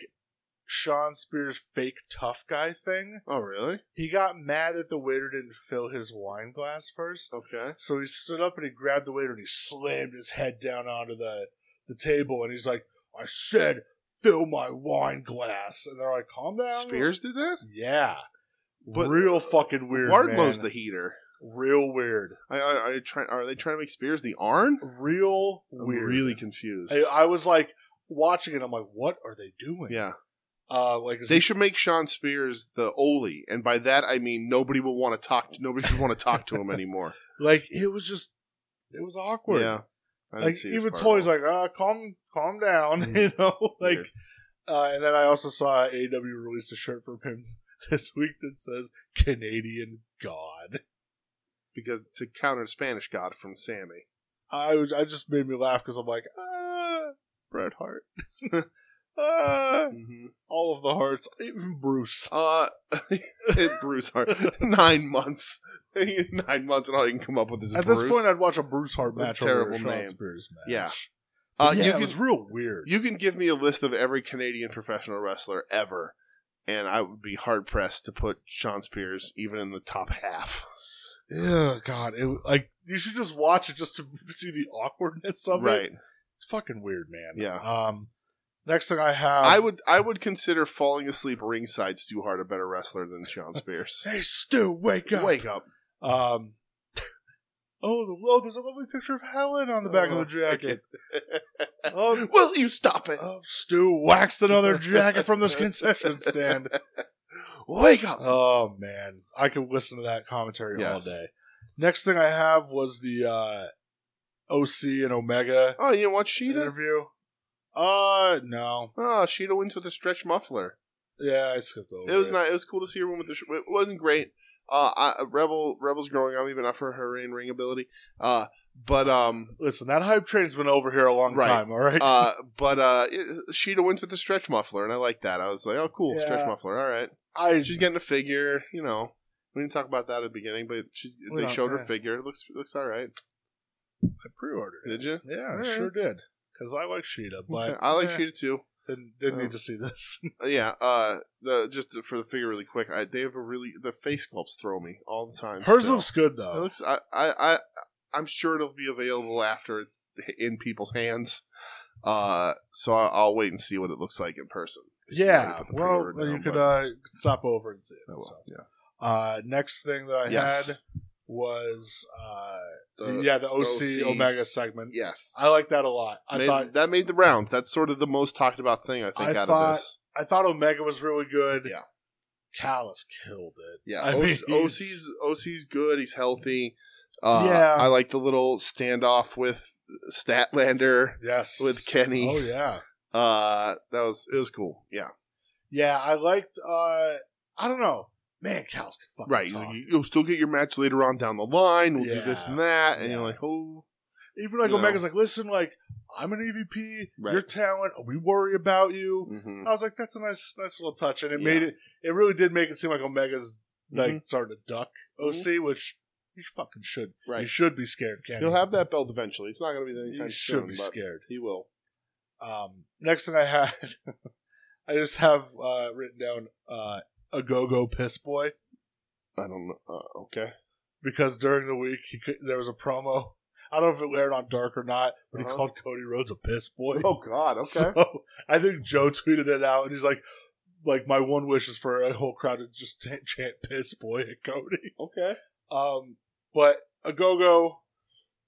[SPEAKER 2] Sean Spears fake tough guy thing.
[SPEAKER 1] Oh, really?
[SPEAKER 2] He got mad that the waiter didn't fill his wine glass first,
[SPEAKER 1] Okay.
[SPEAKER 2] so he stood up and he grabbed the waiter and he slammed his head down onto the the table and he's like, "I said fill my wine glass," and they're like, "Calm down."
[SPEAKER 1] Spears did that.
[SPEAKER 2] yeah,
[SPEAKER 1] But-
[SPEAKER 2] real fucking weird.
[SPEAKER 1] Wardlow's
[SPEAKER 2] man.
[SPEAKER 1] the heater.
[SPEAKER 2] real weird,
[SPEAKER 1] I, I, are, you trying, are they trying to make Spears the Arn?
[SPEAKER 2] real weird.
[SPEAKER 1] I'm really confused.
[SPEAKER 2] I, I was like watching it. I'm like, what are they doing?
[SPEAKER 1] yeah,
[SPEAKER 2] Uh, like is
[SPEAKER 1] they should make Sean Spears the Oli, and by that I mean nobody will want to talk. To, nobody should want to talk to him anymore.
[SPEAKER 2] like it was just it was awkward.
[SPEAKER 1] Yeah, I didn't
[SPEAKER 2] like
[SPEAKER 1] see this
[SPEAKER 2] even
[SPEAKER 1] part
[SPEAKER 2] Tony's
[SPEAKER 1] at all.
[SPEAKER 2] like, uh, calm, calm down,
[SPEAKER 1] Mhm.
[SPEAKER 2] you know. Like,
[SPEAKER 1] Weird.
[SPEAKER 2] uh, and then I also saw AW released a shirt from him this week that says Canadian God.
[SPEAKER 1] because to counter Spanish God from Sammy.
[SPEAKER 2] I was, I just made me laugh because I'm like, ah, Bret Hart, ah,
[SPEAKER 1] Mm-hmm.
[SPEAKER 2] all of the hearts, even Bruce.
[SPEAKER 1] Uh, Bruce Hart, nine months, nine months, and all you can come up with is
[SPEAKER 2] At
[SPEAKER 1] Bruce.
[SPEAKER 2] this point, I'd watch a Bruce Hart
[SPEAKER 1] What a
[SPEAKER 2] match
[SPEAKER 1] terrible
[SPEAKER 2] over a Shawn
[SPEAKER 1] name.
[SPEAKER 2] Spears match.
[SPEAKER 1] Yeah.
[SPEAKER 2] uh,
[SPEAKER 1] uh,
[SPEAKER 2] yeah,
[SPEAKER 1] you
[SPEAKER 2] it
[SPEAKER 1] can
[SPEAKER 2] was real weird.
[SPEAKER 1] you can give me a list of every Canadian professional wrestler ever, and I would be hard pressed to put Sean Spears even in the top half.
[SPEAKER 2] Ugh, God, it, like you should just watch it just to see the awkwardness of it.
[SPEAKER 1] right?
[SPEAKER 2] It's fucking weird, man.
[SPEAKER 1] Yeah.
[SPEAKER 2] Um, next thing I have,
[SPEAKER 1] I would I would consider falling asleep ringside Stu Hart a better wrestler than Sean Spears.
[SPEAKER 2] say, Stu, wake up,
[SPEAKER 1] Wake up!
[SPEAKER 2] Um, oh, the, oh, there's a lovely picture of Helen on the back of the jacket. oh,
[SPEAKER 1] Will you stop it?
[SPEAKER 2] oh, Stu waxed another jacket from this concession stand.
[SPEAKER 1] Wake up!
[SPEAKER 2] Oh man, I could listen to that commentary all
[SPEAKER 1] Yes.
[SPEAKER 2] day. Next thing I have was the uh, OC and Omega
[SPEAKER 1] Oh, you didn't watch Sheeta?
[SPEAKER 2] interview. Uh, no,
[SPEAKER 1] Oh, Sheeta wins with a stretch muffler.
[SPEAKER 2] yeah, I skipped over.
[SPEAKER 1] It was not. It was cool to see her win with the. Sh- it wasn't great. Uh, I, Rebel Rebel's growing on me, but not for her in ring ability. Uh, but um,
[SPEAKER 2] Listen, that hype train's been over here a long
[SPEAKER 1] Right.
[SPEAKER 2] time. All right.
[SPEAKER 1] uh, but uh, it- Sheeta wins with the stretch muffler, and I like that. I was like, oh, cool, stretch
[SPEAKER 2] Yeah.
[SPEAKER 1] muffler. All right,
[SPEAKER 2] I
[SPEAKER 1] she's getting a figure. You know, we didn't talk about that at the beginning, but she's
[SPEAKER 2] We
[SPEAKER 1] they
[SPEAKER 2] don't,
[SPEAKER 1] showed her
[SPEAKER 2] yeah.
[SPEAKER 1] figure. It looks looks all right.
[SPEAKER 2] I pre-ordered it.
[SPEAKER 1] Did you?
[SPEAKER 2] Yeah, I
[SPEAKER 1] Alright.
[SPEAKER 2] sure did. Because I like Sheeta, but
[SPEAKER 1] Okay. I like
[SPEAKER 2] eh,
[SPEAKER 1] Sheeta too.
[SPEAKER 2] Didn't, didn't
[SPEAKER 1] Oh.
[SPEAKER 2] need to see this.
[SPEAKER 1] Uh, yeah. Uh, the just for the figure really quick. I, they have a really the face sculpts throw me all the time.
[SPEAKER 2] Hers
[SPEAKER 1] still.
[SPEAKER 2] looks good
[SPEAKER 1] It
[SPEAKER 2] though.
[SPEAKER 1] looks. I. I. I I'm sure it'll be available after in people's hands. Uh, so I- I'll wait and see what it looks like in person.
[SPEAKER 2] yeah.
[SPEAKER 1] Put the
[SPEAKER 2] Well,
[SPEAKER 1] pre-order
[SPEAKER 2] you
[SPEAKER 1] down,
[SPEAKER 2] could
[SPEAKER 1] but
[SPEAKER 2] uh, stop over and see
[SPEAKER 1] I
[SPEAKER 2] it.
[SPEAKER 1] will,
[SPEAKER 2] So.
[SPEAKER 1] yeah.
[SPEAKER 2] Uh, next thing that I
[SPEAKER 1] Yes.
[SPEAKER 2] had was uh, the-
[SPEAKER 1] Uh,
[SPEAKER 2] yeah the OC,
[SPEAKER 1] OC.
[SPEAKER 2] Omega segment.
[SPEAKER 1] Yes.
[SPEAKER 2] I like that a lot. I
[SPEAKER 1] Made-
[SPEAKER 2] thought
[SPEAKER 1] that made the rounds. That's sort of the most talked about thing I think
[SPEAKER 2] I
[SPEAKER 1] out
[SPEAKER 2] thought-
[SPEAKER 1] of this.
[SPEAKER 2] I thought Omega was really good.
[SPEAKER 1] Yeah.
[SPEAKER 2] Callus killed it.
[SPEAKER 1] Yeah,
[SPEAKER 2] I
[SPEAKER 1] O-
[SPEAKER 2] mean,
[SPEAKER 1] OC's OC's good. He's healthy. Uh,
[SPEAKER 2] Yeah.
[SPEAKER 1] I like the little standoff with Statlander.
[SPEAKER 2] Yes,
[SPEAKER 1] With Kenny.
[SPEAKER 2] Oh yeah,
[SPEAKER 1] Uh, that was it was cool. Yeah,
[SPEAKER 2] yeah. I liked. uh I don't know, man. Callus could fucking
[SPEAKER 1] right. He's
[SPEAKER 2] talk.
[SPEAKER 1] like, You'll still get your match later on down the line. We'll do this
[SPEAKER 2] Yeah.
[SPEAKER 1] and that, and you're
[SPEAKER 2] Yeah.
[SPEAKER 1] like, oh,
[SPEAKER 2] Even like
[SPEAKER 1] you know.
[SPEAKER 2] Omega's like, listen, like I'm an EVP.
[SPEAKER 1] Right.
[SPEAKER 2] Your talent. We worry about you.
[SPEAKER 1] Mhm.
[SPEAKER 2] I was like, that's a nice, nice little touch, and it
[SPEAKER 1] Yeah.
[SPEAKER 2] made it. It really did make it seem like Omega's
[SPEAKER 1] Mm-hmm.
[SPEAKER 2] like starting to duck OC, which you fucking should. You
[SPEAKER 1] right.
[SPEAKER 2] should be scared, Kenny.
[SPEAKER 1] He'll have that belt eventually. It's not going to be anytime
[SPEAKER 2] you
[SPEAKER 1] soon.
[SPEAKER 2] should be
[SPEAKER 1] but
[SPEAKER 2] scared.
[SPEAKER 1] He will.
[SPEAKER 2] Um, next thing I had, I just have uh, written down uh, a go go piss boy
[SPEAKER 1] I don't know. Uh, okay.
[SPEAKER 2] because during the week he could, there was a promo. I don't know if it aired on Dark or not, but
[SPEAKER 1] Uh-huh.
[SPEAKER 2] he called Cody Rhodes a piss boy.
[SPEAKER 1] Oh God. Okay.
[SPEAKER 2] So I think Joe tweeted it out, and he's like, "Like my one wish is for a whole crowd to just t- chant piss boy at Cody."
[SPEAKER 1] okay.
[SPEAKER 2] Um, but a go go,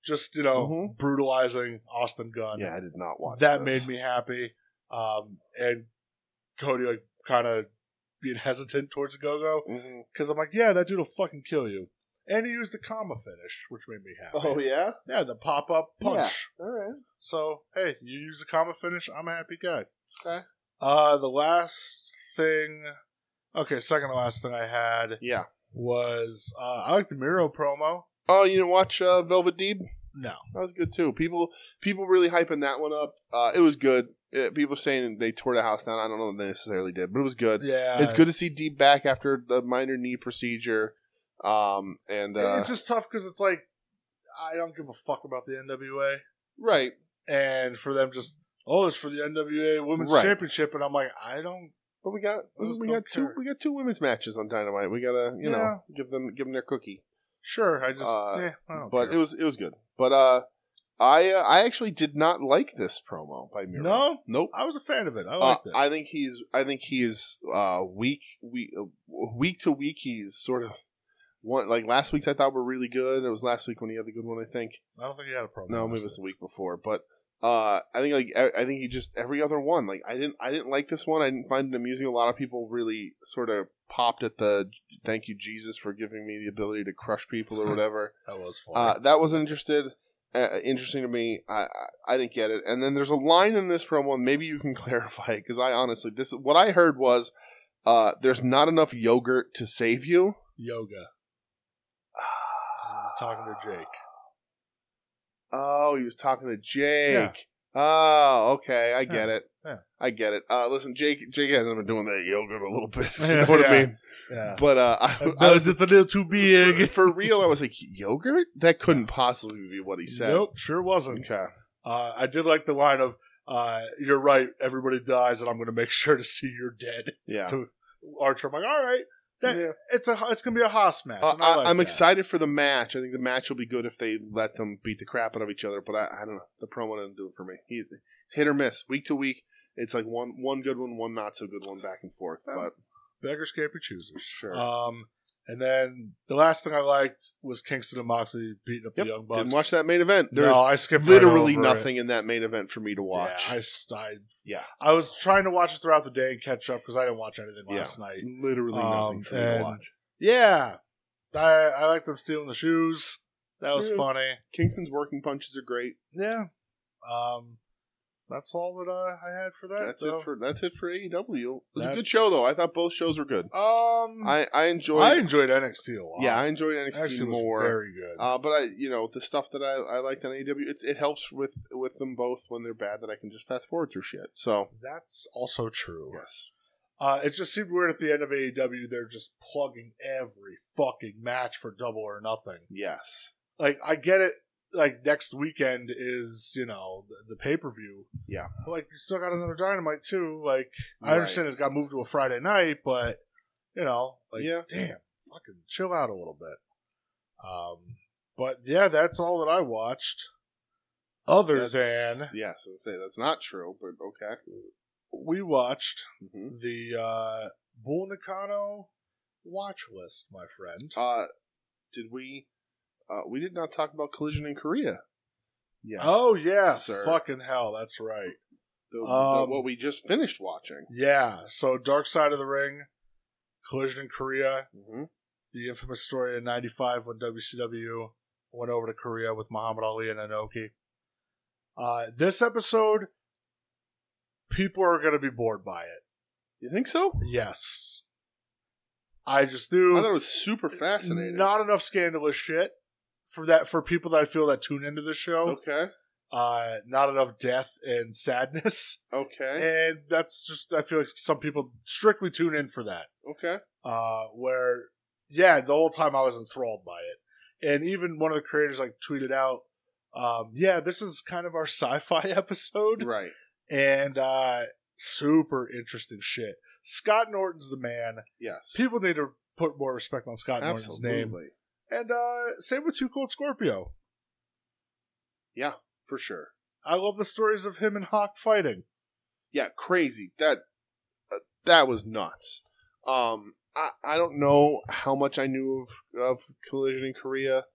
[SPEAKER 2] just you know,
[SPEAKER 1] Mhm.
[SPEAKER 2] brutalizing Austin Gunn.
[SPEAKER 1] Yeah, I did not watch
[SPEAKER 2] Oh. that
[SPEAKER 1] this.
[SPEAKER 2] made me happy. Um, and Cody like kind of being hesitant towards the go go
[SPEAKER 1] Mhm.
[SPEAKER 2] because I'm like, yeah, that dude will fucking kill you. And he used the comma finish, which made me happy.
[SPEAKER 1] Oh yeah.
[SPEAKER 2] yeah, the pop up punch.
[SPEAKER 1] All right.
[SPEAKER 2] So hey, you use the comma finish, I'm a happy guy.
[SPEAKER 1] Okay.
[SPEAKER 2] Uh, the last thing, okay, second to last thing I had
[SPEAKER 1] Yeah.
[SPEAKER 2] was uh, I like the Miro promo.
[SPEAKER 1] Oh, you didn't watch uh, Velvet Deeb?
[SPEAKER 2] No,
[SPEAKER 1] That was good too. People, people really hyping that one up. Uh, it was good. Uh people saying they tore the house down. I don't know if they necessarily did, but it was good.
[SPEAKER 2] yeah,
[SPEAKER 1] it's good to see Deep back after the minor knee procedure. Um, and uh,
[SPEAKER 2] It's just tough because it's like I don't give a fuck about the NWA.
[SPEAKER 1] right,
[SPEAKER 2] and for them just oh it's for the NWA Women's
[SPEAKER 1] Right.
[SPEAKER 2] Championship and I'm like I don't
[SPEAKER 1] but we got
[SPEAKER 2] I just
[SPEAKER 1] we
[SPEAKER 2] don't
[SPEAKER 1] got two
[SPEAKER 2] care.
[SPEAKER 1] we got two women's matches on Dynamite. We gotta you know give them give them their cookie.
[SPEAKER 2] sure I just
[SPEAKER 1] Uh,
[SPEAKER 2] eh, I don't
[SPEAKER 1] But
[SPEAKER 2] care.
[SPEAKER 1] it was it was good. But uh, I uh, I actually did not like this promo by Miro.
[SPEAKER 2] no
[SPEAKER 1] nope.
[SPEAKER 2] I was a fan of it I
[SPEAKER 1] Uh,
[SPEAKER 2] liked it
[SPEAKER 1] I think he's. I think he's uh, week week uh, week to week. He's sort of one like last week's. I thought were really good. It was last week when he had the good one. I think
[SPEAKER 2] I don't think he had a problem
[SPEAKER 1] no,
[SPEAKER 2] with
[SPEAKER 1] maybe it
[SPEAKER 2] it.
[SPEAKER 1] was the week before. But uh, I think like I, I think he just every other one. Like I didn't. I didn't like this one. I didn't find it amusing. A lot of people really sort of popped at the thank you Jesus for giving me the ability to crush people or whatever.
[SPEAKER 2] that was fun
[SPEAKER 1] Uh, that was interested, uh, interesting to me. I, I I didn't get it. And then there's a line in this promo, and maybe you can clarify it because I honestly this what I heard was uh, there's not enough yogurt to save you.
[SPEAKER 2] yoga He was talking to Jake
[SPEAKER 1] Oh, he was talking to Jake.
[SPEAKER 2] Yeah.
[SPEAKER 1] Oh, okay, I get it.
[SPEAKER 2] yeah.
[SPEAKER 1] I get it. Uh, listen, Jake. Jake hasn't been doing that yogurt a little bit. if You know what I
[SPEAKER 2] Yeah.
[SPEAKER 1] mean?
[SPEAKER 2] yeah
[SPEAKER 1] But uh, I,
[SPEAKER 2] that
[SPEAKER 1] I
[SPEAKER 2] was just a little too
[SPEAKER 1] was
[SPEAKER 2] big
[SPEAKER 1] for real. I was like, yogurt? That couldn't possibly be what he said.
[SPEAKER 2] nope sure wasn't
[SPEAKER 1] Okay.
[SPEAKER 2] uh, I did like the line of uh, you're right everybody dies and I'm gonna make sure to see you're dead
[SPEAKER 1] Yeah.
[SPEAKER 2] Archer I'm like all right that,
[SPEAKER 1] Yeah.
[SPEAKER 2] it's a it's gonna be a hoss match
[SPEAKER 1] Uh,
[SPEAKER 2] and I
[SPEAKER 1] I,
[SPEAKER 2] like
[SPEAKER 1] I'm
[SPEAKER 2] that.
[SPEAKER 1] excited for the match. I think the match will be good if they let them beat the crap out of each other. But I, I don't know. The promo didn't do it for me. He, it's hit or miss, week to week. It's like one one good one, one not so good one, back and forth.
[SPEAKER 2] Um,
[SPEAKER 1] But
[SPEAKER 2] beggars can't be choosers.
[SPEAKER 1] Sure.
[SPEAKER 2] Um, and then the last thing I liked was Kingston and Moxley beating up
[SPEAKER 1] Yep,
[SPEAKER 2] the Young Bucks.
[SPEAKER 1] didn't watch that main event. There's
[SPEAKER 2] no, I skipped right
[SPEAKER 1] literally
[SPEAKER 2] over
[SPEAKER 1] nothing
[SPEAKER 2] it.
[SPEAKER 1] in that main event for me to watch.
[SPEAKER 2] Yeah, I, s- I-
[SPEAKER 1] Yeah.
[SPEAKER 2] I was trying to watch it throughout the day and catch up because I didn't watch anything
[SPEAKER 1] Yeah.
[SPEAKER 2] last night.
[SPEAKER 1] literally nothing
[SPEAKER 2] Um,
[SPEAKER 1] for me to
[SPEAKER 2] and-
[SPEAKER 1] watch.
[SPEAKER 2] Yeah, I I liked them stealing the shoes. That was
[SPEAKER 1] Yeah.
[SPEAKER 2] funny.
[SPEAKER 1] Kingston's working punches are great.
[SPEAKER 2] Yeah. Um, that's all that uh, I had for that.
[SPEAKER 1] That's
[SPEAKER 2] though.
[SPEAKER 1] it for that's it for AEW. It was a good
[SPEAKER 2] That's-
[SPEAKER 1] show though. I thought both shows were good.
[SPEAKER 2] um. I,
[SPEAKER 1] I I enjoyed.
[SPEAKER 2] enjoyed NXT a lot.
[SPEAKER 1] yeah, I enjoyed NXT
[SPEAKER 2] actually
[SPEAKER 1] more.
[SPEAKER 2] was very good.
[SPEAKER 1] Uh, but I, you know, the stuff that I, I liked on AEW, it's, it helps with with them both when they're bad that I can just fast forward through shit. So
[SPEAKER 2] that's also true.
[SPEAKER 1] yes,
[SPEAKER 2] Uh, it just seemed weird at the end of AEW. They're just plugging every fucking match for Double or Nothing.
[SPEAKER 1] yes,
[SPEAKER 2] like I get it. Like next weekend is you know the, the pay per view.
[SPEAKER 1] Yeah.
[SPEAKER 2] But, like you still got another dynamite too. Like I
[SPEAKER 1] Right.
[SPEAKER 2] understand it got moved to a Friday night, but you know, like
[SPEAKER 1] Yeah.
[SPEAKER 2] damn, fucking chill out a little bit. Um, but yeah, that's all that I watched. Other
[SPEAKER 1] That's-
[SPEAKER 2] than
[SPEAKER 1] yes, I would say that's not true, but okay.
[SPEAKER 2] we watched
[SPEAKER 1] hmm
[SPEAKER 2] the uh, Bull Nakano watch list, my friend.
[SPEAKER 1] Uh, did we? Uh, we did not talk about Collision in Korea. Yes,
[SPEAKER 2] Oh yeah,
[SPEAKER 1] Sir.
[SPEAKER 2] fucking hell, that's right.
[SPEAKER 1] the, the-
[SPEAKER 2] um,
[SPEAKER 1] what we just finished watching.
[SPEAKER 2] Yeah, so Dark Side of the Ring, Collision in Korea,
[SPEAKER 1] hmm
[SPEAKER 2] the infamous story in 95 when WCW went over to Korea with Muhammad Ali and Anoki. Uh, this episode, people are going to be bored by it.
[SPEAKER 1] You think so?
[SPEAKER 2] Yes. I just
[SPEAKER 1] I
[SPEAKER 2] do.
[SPEAKER 1] thought it was super fascinating.
[SPEAKER 2] Not enough scandalous shit for that for people that I feel that tune into the show.
[SPEAKER 1] okay,
[SPEAKER 2] Uh, not enough death and sadness,
[SPEAKER 1] okay,
[SPEAKER 2] and that's just I feel like some people strictly tune in for that.
[SPEAKER 1] okay.
[SPEAKER 2] uh, where yeah, the whole time I was enthralled by it, and even one of the creators like tweeted out, um, "Yeah, this is kind of our sci-fi episode,
[SPEAKER 1] Right.
[SPEAKER 2] and uh, super interesting shit." Scott Norton's the man.
[SPEAKER 1] Yes.
[SPEAKER 2] People need to put more respect on Scott
[SPEAKER 1] Absolutely.
[SPEAKER 2] Norton's name, and uh, same with Two Cold Scorpio.
[SPEAKER 1] For sure.
[SPEAKER 2] I love the stories of him and Hawk fighting.
[SPEAKER 1] yeah, crazy. That uh, that was nuts. Um, I I don't know how much I knew of of Collision in Korea,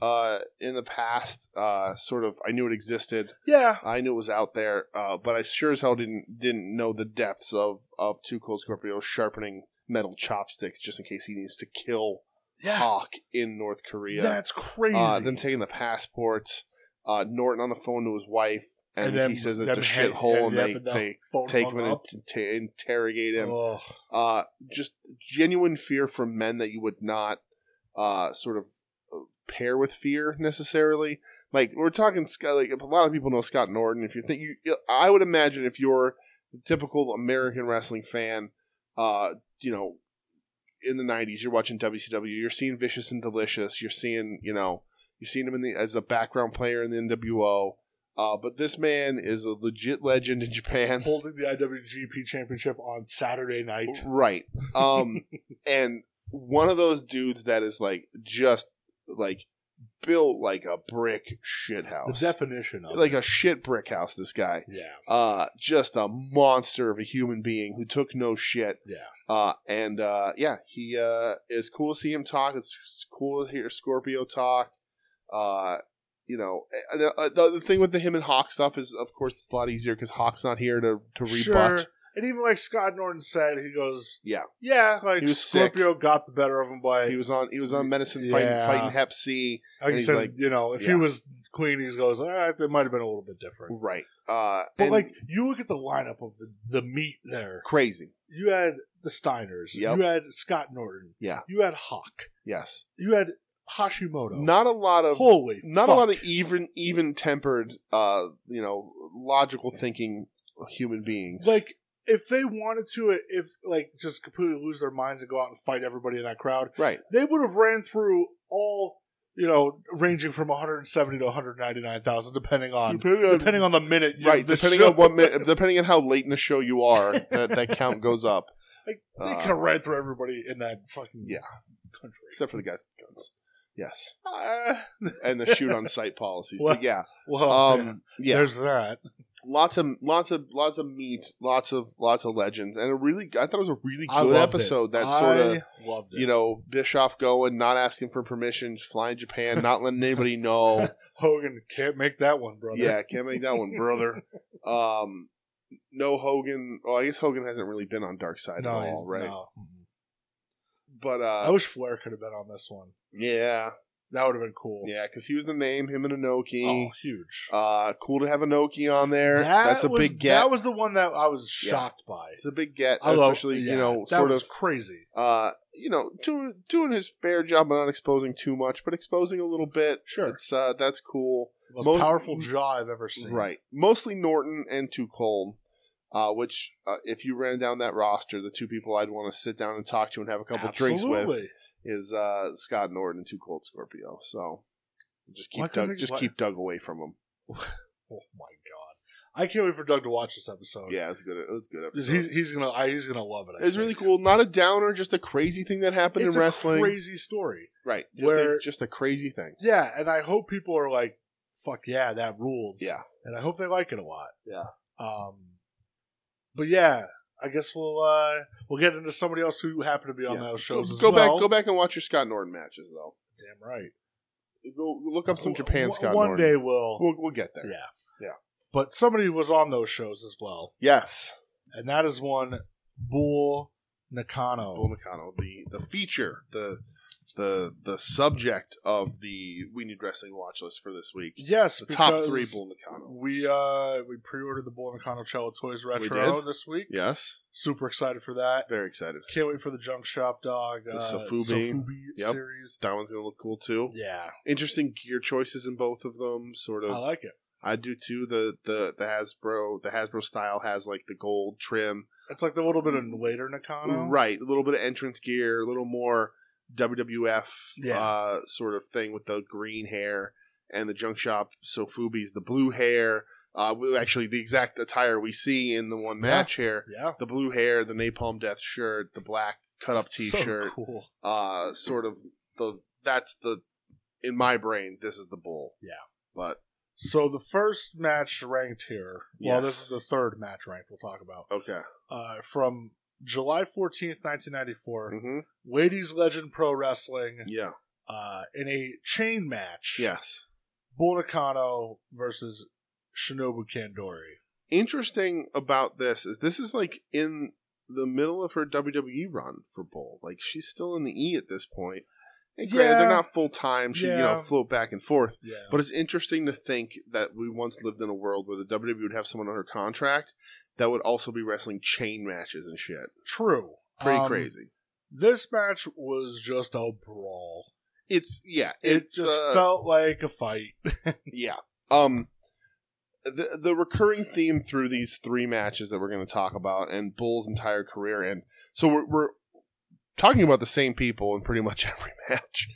[SPEAKER 1] uh, in the past. Uh, sort of, I knew it existed.
[SPEAKER 2] Yeah,
[SPEAKER 1] I knew it was out there. Uh, but I sure as hell didn't didn't know the depths of of Two Cold Scorpio sharpening metal chopsticks just in case he needs to kill
[SPEAKER 2] yeah,
[SPEAKER 1] Hawk in North Korea.
[SPEAKER 2] that's crazy.
[SPEAKER 1] Uh, them taking the passports. Uh, Norton on the phone to his wife, and,
[SPEAKER 2] then
[SPEAKER 1] he says it's
[SPEAKER 2] them
[SPEAKER 1] a
[SPEAKER 2] hit-
[SPEAKER 1] shithole, and
[SPEAKER 2] yep,
[SPEAKER 1] they,
[SPEAKER 2] the
[SPEAKER 1] they
[SPEAKER 2] phone
[SPEAKER 1] take
[SPEAKER 2] hung
[SPEAKER 1] him and
[SPEAKER 2] up. Oh,
[SPEAKER 1] t- interrogate him.
[SPEAKER 2] Ugh.
[SPEAKER 1] Uh, just genuine fear from men that you would not uh, sort of pair with fear necessarily. Like we're talking, Scott- like a lot of people know Scott Norton. If you think you, I would imagine if you're the typical American wrestling fan, uh, you know, in the '90s, you're watching WCW, you're seeing Vicious and Delicious, you're seeing, you know, you're seeing him in the as a background player in the NWO. Uh, but this man is a legit legend in Japan.
[SPEAKER 2] holding the IWGP Championship on Saturday night.
[SPEAKER 1] Right. Um and one of those dudes that is like just like built like a brick shit
[SPEAKER 2] The
[SPEAKER 1] house.
[SPEAKER 2] definition of
[SPEAKER 1] like
[SPEAKER 2] it.
[SPEAKER 1] a shit brick house this guy.
[SPEAKER 2] yeah,
[SPEAKER 1] Uh just a monster of a human being who took no shit.
[SPEAKER 2] yeah,
[SPEAKER 1] Uh and uh yeah, he uh it's cool to see him talk. It's, it's cool to hear Scorpio talk. Uh you know, and, uh, the, the thing with the him and Hawk stuff is, of course, it's a lot easier because Hawk's not here to, to
[SPEAKER 2] sure.
[SPEAKER 1] rebut.
[SPEAKER 2] And even like Scott Norton said, he goes,
[SPEAKER 1] Yeah,
[SPEAKER 2] "Yeah, like
[SPEAKER 1] He was
[SPEAKER 2] Scorpio got the better of him by."
[SPEAKER 1] he was on he was on medicine fighting
[SPEAKER 2] Yeah.
[SPEAKER 1] fighting Hep C.
[SPEAKER 2] like
[SPEAKER 1] and
[SPEAKER 2] he
[SPEAKER 1] he's
[SPEAKER 2] said,
[SPEAKER 1] like-
[SPEAKER 2] you know, if he
[SPEAKER 1] yeah.
[SPEAKER 2] was clean, he goes, ah, "It might have been a little bit different."
[SPEAKER 1] Right. Uh,
[SPEAKER 2] But
[SPEAKER 1] and
[SPEAKER 2] like, you look at the lineup of the, the meat there.
[SPEAKER 1] crazy.
[SPEAKER 2] You had the Steiners.
[SPEAKER 1] Yep.
[SPEAKER 2] You had Scott Norton.
[SPEAKER 1] Yeah.
[SPEAKER 2] You had Hawk.
[SPEAKER 1] Yes.
[SPEAKER 2] You had Hashimoto.
[SPEAKER 1] Not a lot of
[SPEAKER 2] Holy,
[SPEAKER 1] not a
[SPEAKER 2] fuck.
[SPEAKER 1] lot of even even tempered uh you know logical thinking human beings.
[SPEAKER 2] like if they wanted to i- if like just completely lose their minds and go out and fight everybody in that crowd
[SPEAKER 1] right.
[SPEAKER 2] they would have ran through all you know ranging from 170 to 199000 depending on
[SPEAKER 1] Depending on-
[SPEAKER 2] depending on the minute you-
[SPEAKER 1] Right,
[SPEAKER 2] the
[SPEAKER 1] depending
[SPEAKER 2] show.
[SPEAKER 1] on what mi- depending on how late in the show you are, that, that count goes up.
[SPEAKER 2] like, they
[SPEAKER 1] Uh,
[SPEAKER 2] could have ran through everybody in that fucking
[SPEAKER 1] Yeah.
[SPEAKER 2] country
[SPEAKER 1] Except for the guys with guns. Yes,
[SPEAKER 2] Uh,
[SPEAKER 1] and the shoot on site policies.
[SPEAKER 2] Well, oh,
[SPEAKER 1] but yeah,
[SPEAKER 2] well
[SPEAKER 1] um, yeah.
[SPEAKER 2] there's that
[SPEAKER 1] lots of lots of lots of meat, lots of lots of legends, and a really I thought it was a really
[SPEAKER 2] I
[SPEAKER 1] good
[SPEAKER 2] loved it.
[SPEAKER 1] episode. That
[SPEAKER 2] I
[SPEAKER 1] sort of
[SPEAKER 2] loved it
[SPEAKER 1] you know, Bischoff going, not asking for permission, just flying Japan, not letting anybody know.
[SPEAKER 2] hogan can't make that one brother
[SPEAKER 1] yeah, can't make that one, brother. Um, no Hogan. Well, I guess Hogan hasn't really been on Dark Side
[SPEAKER 2] no,
[SPEAKER 1] at
[SPEAKER 2] he's-
[SPEAKER 1] all, right? Mm-hmm.
[SPEAKER 2] no. Mhm.
[SPEAKER 1] But
[SPEAKER 2] i
[SPEAKER 1] uh,
[SPEAKER 2] wish flair could have been on this one
[SPEAKER 1] yeah,
[SPEAKER 2] That would have been cool.
[SPEAKER 1] Yeah, because he was the name, him and Anoki.
[SPEAKER 2] Oh, huge.
[SPEAKER 1] Uh, cool to have Anoki on there.
[SPEAKER 2] That
[SPEAKER 1] That's a
[SPEAKER 2] was-
[SPEAKER 1] big get.
[SPEAKER 2] That was the one that I was
[SPEAKER 1] Yeah.
[SPEAKER 2] shocked by.
[SPEAKER 1] it's a big get,
[SPEAKER 2] Although,
[SPEAKER 1] especially
[SPEAKER 2] yeah,
[SPEAKER 1] you know,
[SPEAKER 2] that
[SPEAKER 1] sort
[SPEAKER 2] was
[SPEAKER 1] of,
[SPEAKER 2] crazy.
[SPEAKER 1] uh, you know, doing doing his fair job, but not exposing too much, but exposing a little bit.
[SPEAKER 2] Sure.
[SPEAKER 1] it's uh, that's cool.
[SPEAKER 2] The most
[SPEAKER 1] Mo-
[SPEAKER 2] powerful jaw I've ever seen.
[SPEAKER 1] Right. Mostly Norton and Tuchel, uh, which, uh, if you ran down that roster, the two people I'd want to sit down and talk to and have a couple drinks with
[SPEAKER 2] Absolutely.
[SPEAKER 1] is uh, Scott Norton and Tuchel and Scorpio. So just
[SPEAKER 2] Why
[SPEAKER 1] keep
[SPEAKER 2] couldn't
[SPEAKER 1] Doug,
[SPEAKER 2] they-
[SPEAKER 1] just
[SPEAKER 2] why-
[SPEAKER 1] keep Doug away from him.
[SPEAKER 2] Oh my god! I can't wait for Doug to watch this episode.
[SPEAKER 1] Yeah, it was good. It was good.
[SPEAKER 2] 'Cause
[SPEAKER 1] Episode.
[SPEAKER 2] he's he's gonna I, he's gonna love it. I
[SPEAKER 1] it's
[SPEAKER 2] think.
[SPEAKER 1] really cool. Not a downer, just a crazy thing that happened
[SPEAKER 2] It's
[SPEAKER 1] in
[SPEAKER 2] a
[SPEAKER 1] wrestling.
[SPEAKER 2] crazy story.
[SPEAKER 1] right. Just,
[SPEAKER 2] where-
[SPEAKER 1] a, just a crazy thing.
[SPEAKER 2] Yeah, and I hope people are like, "Fuck yeah, that rules."
[SPEAKER 1] Yeah.
[SPEAKER 2] and I hope they like it a lot.
[SPEAKER 1] Yeah.
[SPEAKER 2] Um, but yeah, I guess we'll uh we'll get into somebody else who happened to be on
[SPEAKER 1] Yeah.
[SPEAKER 2] those
[SPEAKER 1] Go,
[SPEAKER 2] shows as
[SPEAKER 1] go
[SPEAKER 2] well.
[SPEAKER 1] back, go back and watch your Scott Norton matches, though.
[SPEAKER 2] Damn right.
[SPEAKER 1] Go look up some
[SPEAKER 2] W-
[SPEAKER 1] Japan
[SPEAKER 2] w-
[SPEAKER 1] Scott
[SPEAKER 2] One
[SPEAKER 1] Norton.
[SPEAKER 2] day we'll.
[SPEAKER 1] we'll, we'll get there.
[SPEAKER 2] Yeah.
[SPEAKER 1] Yeah.
[SPEAKER 2] But somebody was on those shows as well,
[SPEAKER 1] Yes,
[SPEAKER 2] and that is one Bull Nakano.
[SPEAKER 1] Bull Nakano, the the feature, the the the subject of the We Need Wrestling watch list for this week.
[SPEAKER 2] Yes,
[SPEAKER 1] The top three
[SPEAKER 2] because
[SPEAKER 1] Bull Nakano.
[SPEAKER 2] We uh we pre-ordered the Bull and Cello Toys Retro
[SPEAKER 1] did?
[SPEAKER 2] this week.
[SPEAKER 1] Yes,
[SPEAKER 2] Super excited for that.
[SPEAKER 1] very excited.
[SPEAKER 2] Can't wait for the Junk Shop Dog
[SPEAKER 1] The
[SPEAKER 2] uh,
[SPEAKER 1] Sofubi.
[SPEAKER 2] Sofubi
[SPEAKER 1] Yep.
[SPEAKER 2] series.
[SPEAKER 1] That one's gonna look cool too.
[SPEAKER 2] Yeah,
[SPEAKER 1] Interesting gear choices in both of them. Sort of.
[SPEAKER 2] I like it.
[SPEAKER 1] I do too. The the the Hasbro the Hasbro style has like the gold trim.
[SPEAKER 2] It's like the little bit of later Nakano,
[SPEAKER 1] Right, a little bit of entrance gear, a little more WWF
[SPEAKER 2] Yeah.
[SPEAKER 1] uh, sort of thing with the green hair and the junk shop. So Fubi's the blue hair. Uh, we- actually, the exact attire we see in the one
[SPEAKER 2] Yeah.
[SPEAKER 1] match here:
[SPEAKER 2] Yeah,
[SPEAKER 1] the blue hair, the napalm death shirt, the black cut up
[SPEAKER 2] So
[SPEAKER 1] T-shirt.
[SPEAKER 2] cool.
[SPEAKER 1] Uh, sort of the that's the in my brain. This is the bull.
[SPEAKER 2] Yeah.
[SPEAKER 1] but
[SPEAKER 2] So the first match ranked here. Well, this
[SPEAKER 1] Yes.
[SPEAKER 2] is the third match ranked. We'll talk about
[SPEAKER 1] okay.
[SPEAKER 2] uh, from July fourteenth, nineteen ninety four.
[SPEAKER 1] hmm
[SPEAKER 2] Ladies Legend Pro Wrestling
[SPEAKER 1] Yeah.
[SPEAKER 2] uh, in a chain match.
[SPEAKER 1] Yes.
[SPEAKER 2] Bull Nakano versus Shinobu Kandori.
[SPEAKER 1] interesting about this is this is like in the middle of her WWE run for Bull. Like she's still in the E at this point. And granted,
[SPEAKER 2] Yeah.
[SPEAKER 1] they're not full time. She you know
[SPEAKER 2] Yeah.
[SPEAKER 1] float back and forth.
[SPEAKER 2] Yeah.
[SPEAKER 1] But it's interesting to think that we once lived in a world where the WWE would have someone under contract that would also be wrestling chain matches and shit.
[SPEAKER 2] True.
[SPEAKER 1] Pretty
[SPEAKER 2] Um,
[SPEAKER 1] crazy.
[SPEAKER 2] This match was just a brawl.
[SPEAKER 1] It's yeah.
[SPEAKER 2] It
[SPEAKER 1] It's
[SPEAKER 2] just
[SPEAKER 1] uh,
[SPEAKER 2] felt like a fight.
[SPEAKER 1] yeah. Um, the the recurring theme through these three matches that we're going to talk about and Bull's entire career, and so we're, we're talking about the same people in pretty much every match.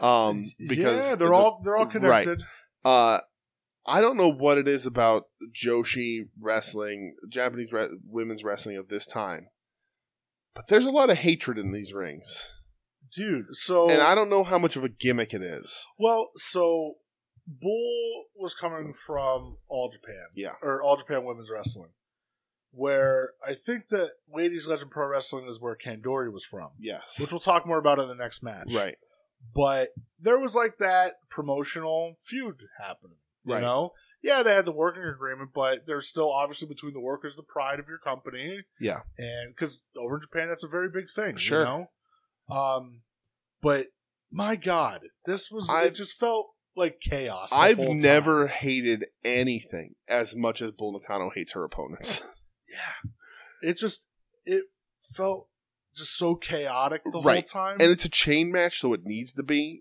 [SPEAKER 1] Um, because
[SPEAKER 2] yeah, they're
[SPEAKER 1] the-
[SPEAKER 2] all they're all
[SPEAKER 1] right.
[SPEAKER 2] connected.
[SPEAKER 1] Uh, I don't know what it is about Joshi wrestling, Japanese re- women's wrestling of this time, but there's a lot of hatred in these rings,
[SPEAKER 2] Dude, so
[SPEAKER 1] and I don't know how much of a gimmick it is.
[SPEAKER 2] well, so Bull was coming from All Japan.
[SPEAKER 1] Yeah.
[SPEAKER 2] Or All Japan Women's Wrestling. Where I think that Ladies Legend Pro Wrestling is where Kandori was from.
[SPEAKER 1] Yes,
[SPEAKER 2] Which we'll talk more about in the next match.
[SPEAKER 1] right,
[SPEAKER 2] but there was like that promotional feud happening. You
[SPEAKER 1] Right.
[SPEAKER 2] know, yeah, they had the working agreement, but there's still obviously between the workers the pride of your company,
[SPEAKER 1] yeah,
[SPEAKER 2] and because over in Japan that's a very big thing.
[SPEAKER 1] Sure.
[SPEAKER 2] You know? Um, but my God, this was
[SPEAKER 1] I've-
[SPEAKER 2] it. Just felt like chaos. the
[SPEAKER 1] I've
[SPEAKER 2] whole time.
[SPEAKER 1] never hated anything as much as Bull Nakano hates her opponents.
[SPEAKER 2] It just it felt just so chaotic the whole
[SPEAKER 1] Right.
[SPEAKER 2] time.
[SPEAKER 1] and it's a chain match, so it needs to be.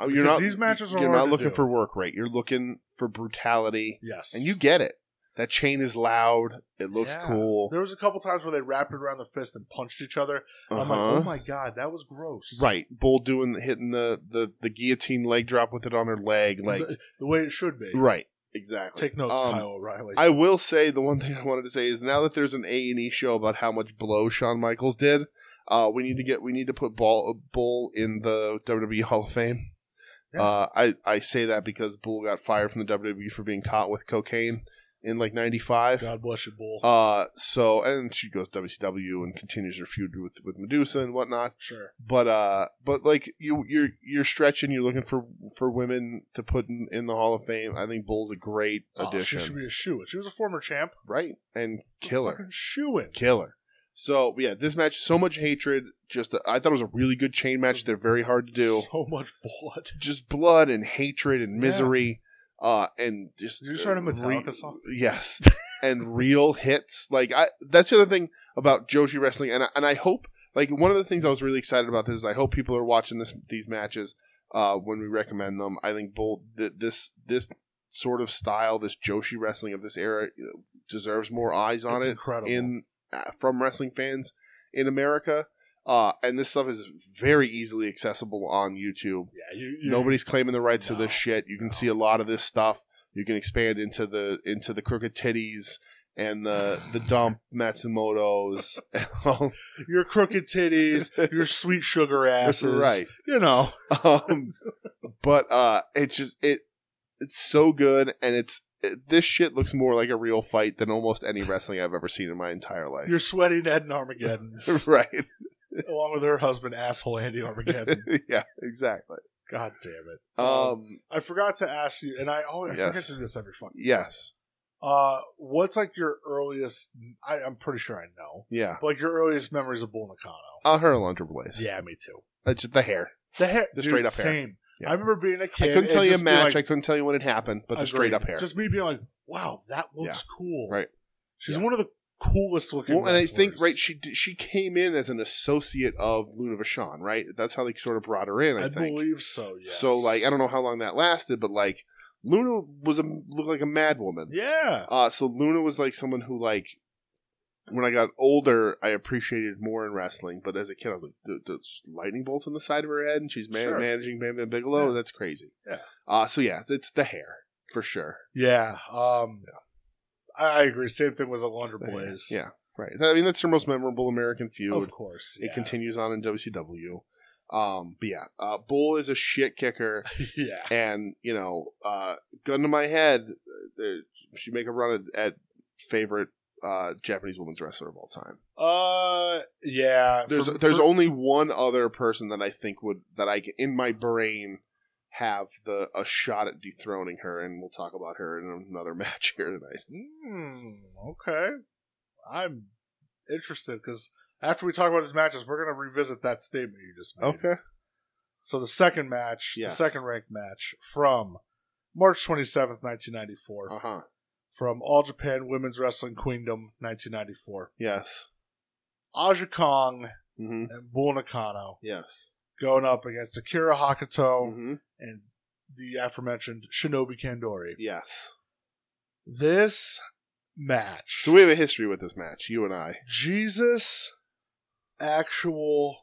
[SPEAKER 1] Uh, You're
[SPEAKER 2] Because
[SPEAKER 1] not
[SPEAKER 2] these matches are
[SPEAKER 1] You're
[SPEAKER 2] hard
[SPEAKER 1] not
[SPEAKER 2] to
[SPEAKER 1] looking
[SPEAKER 2] do.
[SPEAKER 1] for work rate. You're looking for brutality,
[SPEAKER 2] yes,
[SPEAKER 1] and you get it. That chain is loud. It looks
[SPEAKER 2] Yeah.
[SPEAKER 1] cool.
[SPEAKER 2] There was a couple times where they wrapped it around the fist and punched each other. I'm like,
[SPEAKER 1] Uh-huh.
[SPEAKER 2] oh my god, that was gross.
[SPEAKER 1] right, Bull doing hitting the, the the guillotine leg drop with it on her leg, like
[SPEAKER 2] the, the way it should be.
[SPEAKER 1] right, exactly.
[SPEAKER 2] Take notes,
[SPEAKER 1] Um,
[SPEAKER 2] Kyle O'Reilly.
[SPEAKER 1] I will say the one thing I wanted to say is now that there's an A and E show about how much blow Shawn Michaels did, uh, we need to get we need to put Ball Bull in the WWE Hall of Fame.
[SPEAKER 2] Yeah.
[SPEAKER 1] Uh, I I say that because Bull got fired from the WWE for being caught with cocaine in like '95.
[SPEAKER 2] God bless you, Bull.
[SPEAKER 1] Uh, so and she goes to WCW and continues her feud with with Medusa and whatnot
[SPEAKER 2] sure.
[SPEAKER 1] but uh but like you you're you're stretching you're looking for for women to put in, in the hall of fame i think bull's a great
[SPEAKER 2] Oh, she
[SPEAKER 1] addition
[SPEAKER 2] should be a shoe. She was a former champ.
[SPEAKER 1] right and killer
[SPEAKER 2] Fucking shoo-in.
[SPEAKER 1] killer So yeah, this match so much hatred. Just I thought it was a really good chain
[SPEAKER 2] Mm.
[SPEAKER 1] match. They're very hard to do.
[SPEAKER 2] So much blood.
[SPEAKER 1] Just blood and hatred and
[SPEAKER 2] Yeah.
[SPEAKER 1] misery, uh, and just
[SPEAKER 2] Did you start a Metallica song?
[SPEAKER 1] Yes, and real hits. Like I, that's the other thing about Joshi wrestling, and I, and I hope like one of the things I was really excited about this is I hope people are watching this these matches uh, when we recommend them. I think bold th- this this sort of style, this Joshi wrestling of this era, you know, deserves more eyes on
[SPEAKER 2] it's
[SPEAKER 1] it
[SPEAKER 2] incredible.
[SPEAKER 1] in uh, from wrestling fans in America. Uh, and this stuff is very easily accessible on YouTube.
[SPEAKER 2] yeah, you, you,
[SPEAKER 1] Nobody's claiming the rights to
[SPEAKER 2] No,
[SPEAKER 1] this shit. You can
[SPEAKER 2] no.
[SPEAKER 1] see a lot of this stuff. You can expand into the into the crooked titties and the the dump Matsumoto's. and all-
[SPEAKER 2] your crooked titties, your sweet sugar asses,
[SPEAKER 1] right.
[SPEAKER 2] You know,
[SPEAKER 1] Um, but uh, it's just it it's so good, and it's it, this shit looks more like a real fight than almost any wrestling I've ever seen in my entire life.
[SPEAKER 2] you're sweating Ed and Armageddon,
[SPEAKER 1] right.
[SPEAKER 2] along with her husband, asshole Andy Armageddon.
[SPEAKER 1] yeah. Exactly.
[SPEAKER 2] God damn it!
[SPEAKER 1] Um.
[SPEAKER 2] I forgot to ask you, and I always I forget
[SPEAKER 1] Yes.
[SPEAKER 2] to do this every fucking.
[SPEAKER 1] Yes.
[SPEAKER 2] Uh, what's like your earliest? I, I'm pretty sure I know,
[SPEAKER 1] Yeah.
[SPEAKER 2] but like your earliest memories of Bull Nakano.
[SPEAKER 1] Uh, her Alundra Blaze.
[SPEAKER 2] Yeah, me too.
[SPEAKER 1] It's just the hair.
[SPEAKER 2] The hair,
[SPEAKER 1] The
[SPEAKER 2] dude,
[SPEAKER 1] straight up hair.
[SPEAKER 2] same.
[SPEAKER 1] Yeah.
[SPEAKER 2] I remember being a
[SPEAKER 1] I
[SPEAKER 2] kid.
[SPEAKER 1] couldn't
[SPEAKER 2] and
[SPEAKER 1] tell you a
[SPEAKER 2] just be
[SPEAKER 1] match.
[SPEAKER 2] like-
[SPEAKER 1] I couldn't tell you when it happened, but the
[SPEAKER 2] Agreed.
[SPEAKER 1] straight up hair.
[SPEAKER 2] Just me being like, wow, that looks cool.
[SPEAKER 1] Right.
[SPEAKER 2] She's
[SPEAKER 1] Yeah.
[SPEAKER 2] one of the coolest looking.
[SPEAKER 1] well, and I think right,
[SPEAKER 2] wrestlers.
[SPEAKER 1] she d- she came in as an associate of Luna Vachon, right? That's how they sort of brought her in. I,
[SPEAKER 2] I,
[SPEAKER 1] think.
[SPEAKER 2] believe so. Yes.
[SPEAKER 1] So like, I don't know how long that lasted, but like, Luna was a looked like a mad woman.
[SPEAKER 2] Yeah.
[SPEAKER 1] Uh, so Luna was like someone who like, when I got older, I appreciated more in wrestling. But as a kid, I was like, "Dude, there's lightning bolts on the side of her head, and she's man-
[SPEAKER 2] Sure.
[SPEAKER 1] managing Bam Bam Bigelow.
[SPEAKER 2] Yeah.
[SPEAKER 1] That's crazy.
[SPEAKER 2] Yeah.
[SPEAKER 1] Uh, so yeah, it's the hair for sure.
[SPEAKER 2] Yeah. Um. I I agree. Same thing was a Laundry
[SPEAKER 1] The hair.
[SPEAKER 2] Boys.
[SPEAKER 1] Yeah. Right. I mean, that's her most memorable American feud.
[SPEAKER 2] Of course.
[SPEAKER 1] It continues on in WCW. Um, but yeah, uh, Bull is a shit kicker,
[SPEAKER 2] continues. yeah.
[SPEAKER 1] and you know, uh, gun to my head, uh, there, she make a run at, at favorite uh, Japanese women's wrestler of all time.
[SPEAKER 2] Uh. Yeah.
[SPEAKER 1] there's
[SPEAKER 2] for-
[SPEAKER 1] there's
[SPEAKER 2] for-
[SPEAKER 1] only one other person that I think would that I can- in my brain have the a shot at dethroning her, and we'll talk about her in another match here tonight.
[SPEAKER 2] Hmm, okay. I'm interested because after we talk about these matches, we're gonna revisit that statement you just made. So the second match,
[SPEAKER 1] Yes.
[SPEAKER 2] the second ranked match from March 27th, 1994,
[SPEAKER 1] Uh huh.
[SPEAKER 2] from All Japan Women's Wrestling Queendom 1994.
[SPEAKER 1] Yes.
[SPEAKER 2] Aja Kong
[SPEAKER 1] Mm-hmm.
[SPEAKER 2] and Bull Nakano
[SPEAKER 1] Yes.
[SPEAKER 2] going up against Akira Hakuto
[SPEAKER 1] hmm
[SPEAKER 2] and the aforementioned Shinobi Kandori.
[SPEAKER 1] Yes.
[SPEAKER 2] This match.
[SPEAKER 1] So we have a history with this match, you and I.
[SPEAKER 2] Jesus actual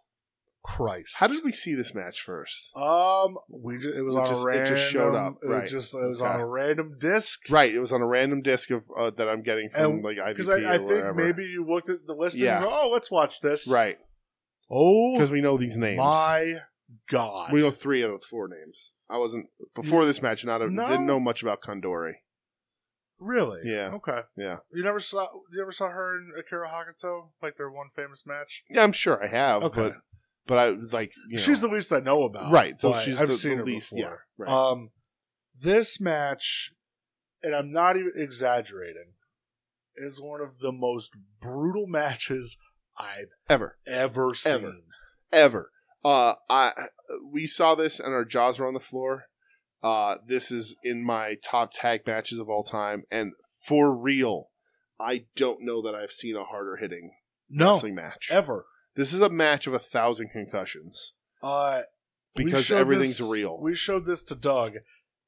[SPEAKER 2] Christ.
[SPEAKER 1] How did we see this match first?
[SPEAKER 2] um we ju- it was
[SPEAKER 1] It
[SPEAKER 2] on
[SPEAKER 1] just-
[SPEAKER 2] a
[SPEAKER 1] it
[SPEAKER 2] random
[SPEAKER 1] just showed up,
[SPEAKER 2] it
[SPEAKER 1] right.
[SPEAKER 2] was just it was
[SPEAKER 1] Okay.
[SPEAKER 2] on a random disc.
[SPEAKER 1] Right, it was on a random disc of uh, that I'm getting from
[SPEAKER 2] And-
[SPEAKER 1] like IVP
[SPEAKER 2] Because I, I
[SPEAKER 1] or
[SPEAKER 2] think
[SPEAKER 1] wherever.
[SPEAKER 2] maybe you looked at the list
[SPEAKER 1] Yeah.
[SPEAKER 2] and you go, oh, let's watch this.
[SPEAKER 1] right
[SPEAKER 2] Oh,
[SPEAKER 1] because we know these names.
[SPEAKER 2] my God.
[SPEAKER 1] we know three out of the four names. I wasn't before this match. Not a,
[SPEAKER 2] No.
[SPEAKER 1] didn't know much about Kondori.
[SPEAKER 2] really?
[SPEAKER 1] Yeah.
[SPEAKER 2] Okay.
[SPEAKER 1] Yeah.
[SPEAKER 2] You never saw you ever saw her and Akira Hakuto? Like their one famous match?
[SPEAKER 1] Yeah, I'm sure I have,
[SPEAKER 2] Okay.
[SPEAKER 1] but but I like you know,
[SPEAKER 2] she's the least I know about.
[SPEAKER 1] right. So
[SPEAKER 2] but
[SPEAKER 1] she's
[SPEAKER 2] I've
[SPEAKER 1] the, the
[SPEAKER 2] seen her
[SPEAKER 1] least.
[SPEAKER 2] before.
[SPEAKER 1] Yeah, uh, right.
[SPEAKER 2] Um, this match, and I'm not even exaggerating, is one of the most brutal matches I've
[SPEAKER 1] ever,
[SPEAKER 2] ever seen.
[SPEAKER 1] ever. Uh, I we saw this and our jaws were on the floor. Uh, this is in my top tag matches of all time, and for real, I don't know that I've seen a harder hitting
[SPEAKER 2] No,
[SPEAKER 1] wrestling match.
[SPEAKER 2] ever.
[SPEAKER 1] This is a match of a thousand concussions
[SPEAKER 2] Uh, we
[SPEAKER 1] because
[SPEAKER 2] showed
[SPEAKER 1] everything's
[SPEAKER 2] this-
[SPEAKER 1] real.
[SPEAKER 2] We showed this to Doug,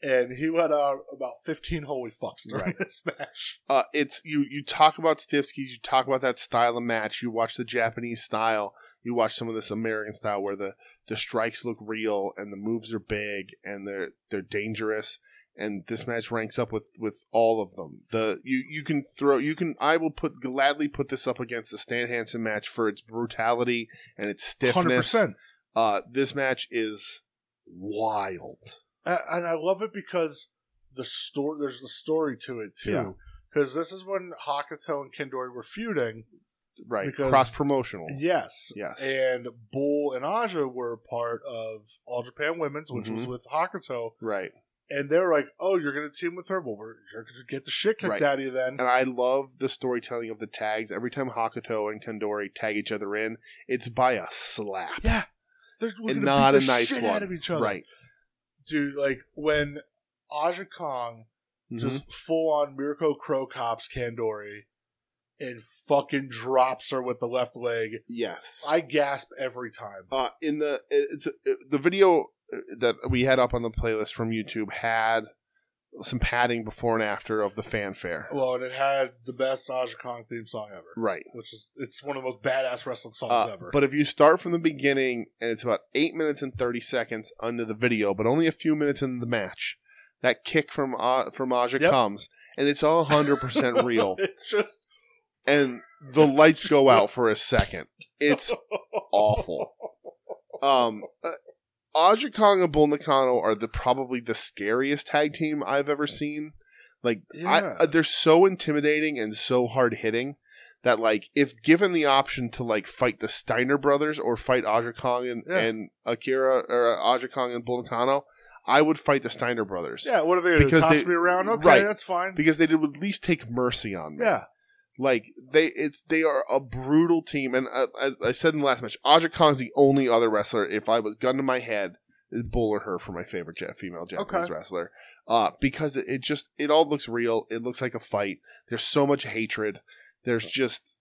[SPEAKER 2] and he went out about 15 holy fucks during
[SPEAKER 1] Right.
[SPEAKER 2] this match.
[SPEAKER 1] uh, it's you you talk about Stivskis, you talk about that style of match, you watch the Japanese style, you watch some of this American style where the the strikes look real and the moves are big and they're they're dangerous and this match ranks up with with all of them. The you you can throw you can I will put gladly put this up against the Stan Hansen match for its brutality and its stiffness.
[SPEAKER 2] 100%.
[SPEAKER 1] Uh this match is wild.
[SPEAKER 2] and, and I love it because the story there's the story to it
[SPEAKER 1] Yeah.
[SPEAKER 2] too. Because this is when Hakuto and Kendori were feuding.
[SPEAKER 1] Right.
[SPEAKER 2] Because-
[SPEAKER 1] Cross promotional.
[SPEAKER 2] Yes,
[SPEAKER 1] Oh. Yes.
[SPEAKER 2] and Bull and Aja were part of All Japan Women's, which was
[SPEAKER 1] Mhm.
[SPEAKER 2] with Hakuto,
[SPEAKER 1] right.
[SPEAKER 2] and they're like, "Oh, you're gonna team with her? Well, we're, you're gonna get the shit kicked
[SPEAKER 1] Right.
[SPEAKER 2] out of you then."
[SPEAKER 1] And I love the storytelling of the tags. Every time Hakuto and Kondori tag each other in, it's by a slap.
[SPEAKER 2] yeah, they're we're
[SPEAKER 1] And
[SPEAKER 2] gonna
[SPEAKER 1] not
[SPEAKER 2] beat
[SPEAKER 1] a
[SPEAKER 2] the
[SPEAKER 1] nice
[SPEAKER 2] shit
[SPEAKER 1] one.
[SPEAKER 2] out of each other,
[SPEAKER 1] Right.
[SPEAKER 2] dude. Like when Aja Kong
[SPEAKER 1] Mhm.
[SPEAKER 2] just full on Mirko Crow cops Kandori and fucking drops her with the left leg.
[SPEAKER 1] yes.
[SPEAKER 2] I gasp every time.
[SPEAKER 1] uh, in the it's it- the video uh, that we had up on the playlist from YouTube had some padding before and after of the fanfare.
[SPEAKER 2] Well, and it had the best Aja Kong theme song ever,
[SPEAKER 1] Right.
[SPEAKER 2] which is it's one of the most badass wrestling songs
[SPEAKER 1] Uh,
[SPEAKER 2] ever.
[SPEAKER 1] but if you start from the beginning and it's about eight minutes and thirty seconds under the video, but only a few minutes in the match, that kick from uh, from Aja
[SPEAKER 2] Yep.
[SPEAKER 1] comes, and it's all hundred percent real,
[SPEAKER 2] it's just
[SPEAKER 1] and the lights go out for a second. It's awful. Um, uh, Aja Kong and Bull Nakano are the probably the scariest tag team I've ever seen. Like I,
[SPEAKER 2] Yeah.
[SPEAKER 1] uh, they're so intimidating and so hard hitting that like if given the option to like fight the Steiner brothers or fight Aja Kong and,
[SPEAKER 2] Yeah.
[SPEAKER 1] and Akira or uh, Aja Kong and Bull Nakano, I would fight the Steiner brothers
[SPEAKER 2] Yeah, what are they going to
[SPEAKER 1] Because
[SPEAKER 2] toss
[SPEAKER 1] they-
[SPEAKER 2] me around? Okay,
[SPEAKER 1] right.
[SPEAKER 2] that's fine.
[SPEAKER 1] because they would at least take mercy on me.
[SPEAKER 2] yeah,
[SPEAKER 1] Like they, it's they are a brutal team, and uh, as I said in the last match, Aja Kong's the only other wrestler. If I was gun to my head, is Bull or her for my favorite ja- female Japanese wrestler, uh, because it, it just it all looks real. It looks like a fight. There's so much hatred. There's just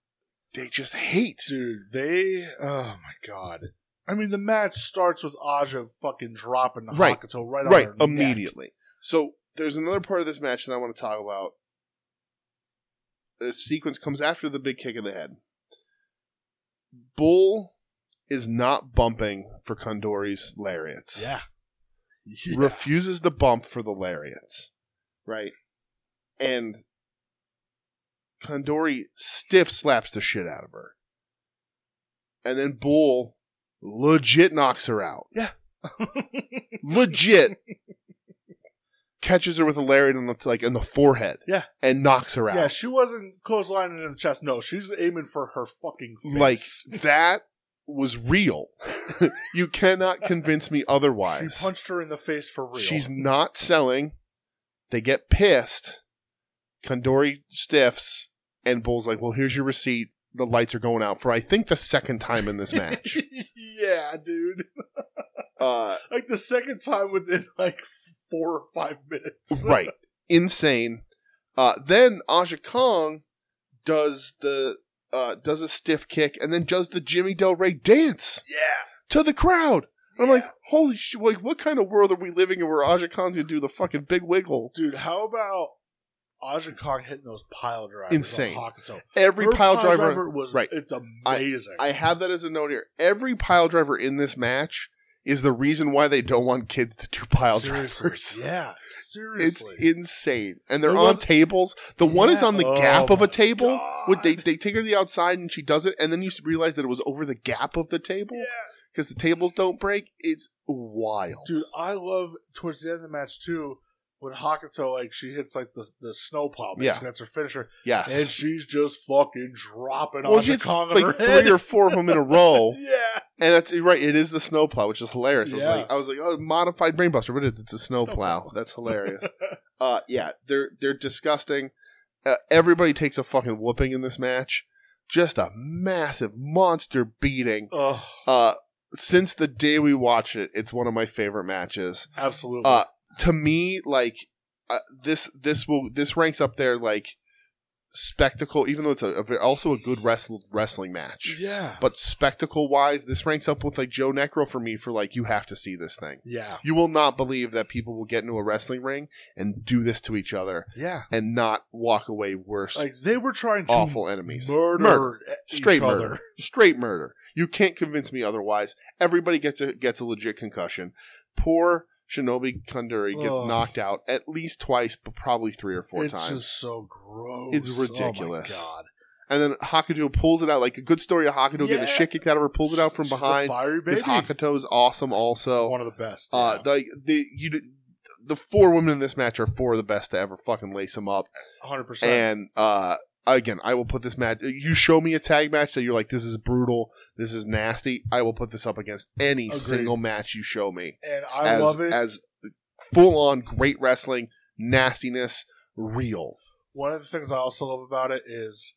[SPEAKER 1] they just hate.
[SPEAKER 2] dude, they. Oh my god. I mean, the match starts with Aja fucking dropping
[SPEAKER 1] Right.
[SPEAKER 2] Hakuto right,
[SPEAKER 1] right
[SPEAKER 2] on her neck.
[SPEAKER 1] immediately. So there's another part of this match that I want to talk about. The sequence comes after the big kick in the head. Bull is not bumping for Kondori's lariats.
[SPEAKER 2] Yeah.
[SPEAKER 1] Refuses the bump for the lariats. Right. And Kondori stiff slaps the shit out of her. And then Bull legit knocks her out legit catches her with a lariat on the like in the forehead.
[SPEAKER 2] Yeah.
[SPEAKER 1] And knocks her out.
[SPEAKER 2] yeah, she wasn't clotheslining in the chest. No, she's aiming for her fucking face.
[SPEAKER 1] like that was real. you cannot convince me
[SPEAKER 2] she
[SPEAKER 1] otherwise.
[SPEAKER 2] punched her in the face for real.
[SPEAKER 1] She's not selling. They get pissed. Kondori stiffs and Bull's like, "Well, here's your receipt. The lights are going out for I think the second time in this match."
[SPEAKER 2] yeah, dude.
[SPEAKER 1] uh
[SPEAKER 2] Like the second time within like four or five minutes.
[SPEAKER 1] right insane uh then aja kong does the uh does a stiff kick and then does the jimmy del rey dance
[SPEAKER 2] yeah.
[SPEAKER 1] to the crowd i'm like
[SPEAKER 2] Yeah.
[SPEAKER 1] holy shit like what kind of world are we living in where aja kong's gonna do the fucking big wiggle
[SPEAKER 2] Dude, how about Aja Kong hitting those pile drivers
[SPEAKER 1] Insane.
[SPEAKER 2] on Hakuto?
[SPEAKER 1] every
[SPEAKER 2] Her
[SPEAKER 1] pile driver,
[SPEAKER 2] was
[SPEAKER 1] right.
[SPEAKER 2] It's amazing.
[SPEAKER 1] i have that as a note here every pile driver in this match is the reason why they don't want kids to do pile
[SPEAKER 2] Seriously.
[SPEAKER 1] drivers
[SPEAKER 2] Yeah,
[SPEAKER 1] It's
[SPEAKER 2] seriously.
[SPEAKER 1] insane. And they're
[SPEAKER 2] There
[SPEAKER 1] on
[SPEAKER 2] was-
[SPEAKER 1] tables. The one is
[SPEAKER 2] Yeah.
[SPEAKER 1] on the
[SPEAKER 2] Oh
[SPEAKER 1] gap of
[SPEAKER 2] my
[SPEAKER 1] a table.
[SPEAKER 2] God.
[SPEAKER 1] Would they, they take her to the outside and she does it, and then you realize that it was over the gap of the table
[SPEAKER 2] yeah,
[SPEAKER 1] because the tables don't break. It's wild.
[SPEAKER 2] dude, I love towards the end of the match too when Hakuto like she hits like the the snowplow.
[SPEAKER 1] Yeah.
[SPEAKER 2] Yeah, that's her finisher, and
[SPEAKER 1] yes.
[SPEAKER 2] she's just fucking dropping
[SPEAKER 1] Well,
[SPEAKER 2] on
[SPEAKER 1] she
[SPEAKER 2] the
[SPEAKER 1] hits
[SPEAKER 2] Kong
[SPEAKER 1] like
[SPEAKER 2] on her
[SPEAKER 1] three
[SPEAKER 2] head.
[SPEAKER 1] or four of them in a row,
[SPEAKER 2] yeah,
[SPEAKER 1] and that's right. It is the snowplow, which is hilarious. I was
[SPEAKER 2] Yeah.
[SPEAKER 1] like, I was like, oh, modified brainbuster. What is it? It's a snowplow.
[SPEAKER 2] Snowplow.
[SPEAKER 1] That's hilarious. uh, yeah, they're they're disgusting. Uh, everybody takes a fucking whooping in this match. Just a massive monster beating.
[SPEAKER 2] oh,
[SPEAKER 1] Uh, since the day we watch it, it's one of my favorite matches.
[SPEAKER 2] absolutely.
[SPEAKER 1] Uh, To me, like uh, this, this will this ranks up there like spectacle. Even though it's a, a- also a good wrestle, wrestling match,
[SPEAKER 2] yeah,
[SPEAKER 1] but spectacle wise, this ranks up with like Joe Necro for me. For like, you have to see this thing.
[SPEAKER 2] yeah,
[SPEAKER 1] You will not believe that people will get into a wrestling ring and do this to each other
[SPEAKER 2] yeah.
[SPEAKER 1] and not walk away worse,
[SPEAKER 2] Like they were trying to
[SPEAKER 1] awful enemies.
[SPEAKER 2] murder, e-, each
[SPEAKER 1] straight
[SPEAKER 2] other.
[SPEAKER 1] murder, straight murder. You can't convince me otherwise. Everybody gets a gets a legit concussion. Poor Shinobi Kunduri gets
[SPEAKER 2] Ugh.
[SPEAKER 1] knocked out at least twice, but probably three or four
[SPEAKER 2] it's
[SPEAKER 1] times.
[SPEAKER 2] just so gross.
[SPEAKER 1] It's
[SPEAKER 2] Oh my
[SPEAKER 1] ridiculous.
[SPEAKER 2] God.
[SPEAKER 1] and then Hakuto pulls it out like a good story. of Hakuto get the
[SPEAKER 2] Yeah.
[SPEAKER 1] shit kicked out of her, pulls it out from
[SPEAKER 2] She's a
[SPEAKER 1] behind.
[SPEAKER 2] Fiery baby.
[SPEAKER 1] Because Hakuto is awesome. Also,
[SPEAKER 2] One of the best.
[SPEAKER 1] uh,
[SPEAKER 2] yeah.
[SPEAKER 1] the the you d- the four women in this match are four of the best to ever fucking lace them up.
[SPEAKER 2] 100%.
[SPEAKER 1] And uh, again, I will put this match. You show me a tag match that you're like, this is brutal, this is nasty. I will put this up against any
[SPEAKER 2] Agreed.
[SPEAKER 1] single match you show me
[SPEAKER 2] and I
[SPEAKER 1] as
[SPEAKER 2] love it.
[SPEAKER 1] as full on great wrestling, nastiness, real.
[SPEAKER 2] One of the things I also love about it is,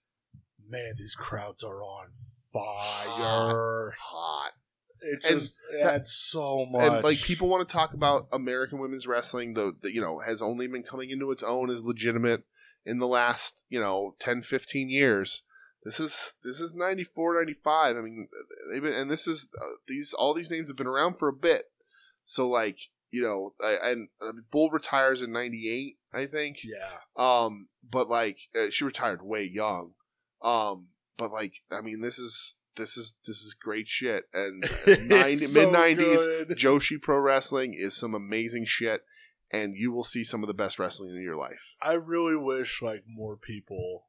[SPEAKER 2] man, these crowds are on fire.
[SPEAKER 1] Hot.
[SPEAKER 2] It
[SPEAKER 1] And
[SPEAKER 2] just
[SPEAKER 1] that-
[SPEAKER 2] adds so much.
[SPEAKER 1] And like people want to talk about American women's wrestling, though that you know has only been coming into its own as legitimate in the last you know 10, 15 years. This is this is 94, 95. I mean, they've been, and this is uh, these all these names have been around for a bit. So like you know, I, and uh, Bull retires in ninety eight, I think.
[SPEAKER 2] yeah,
[SPEAKER 1] Um, but like uh, she retired way young. Um, but like I mean, this is this is this is great shit. And
[SPEAKER 2] It's so
[SPEAKER 1] mid-nineties,
[SPEAKER 2] good.
[SPEAKER 1] Joshi Pro Wrestling is some amazing shit, and you will see some of the best wrestling in your life.
[SPEAKER 2] I really wish like more people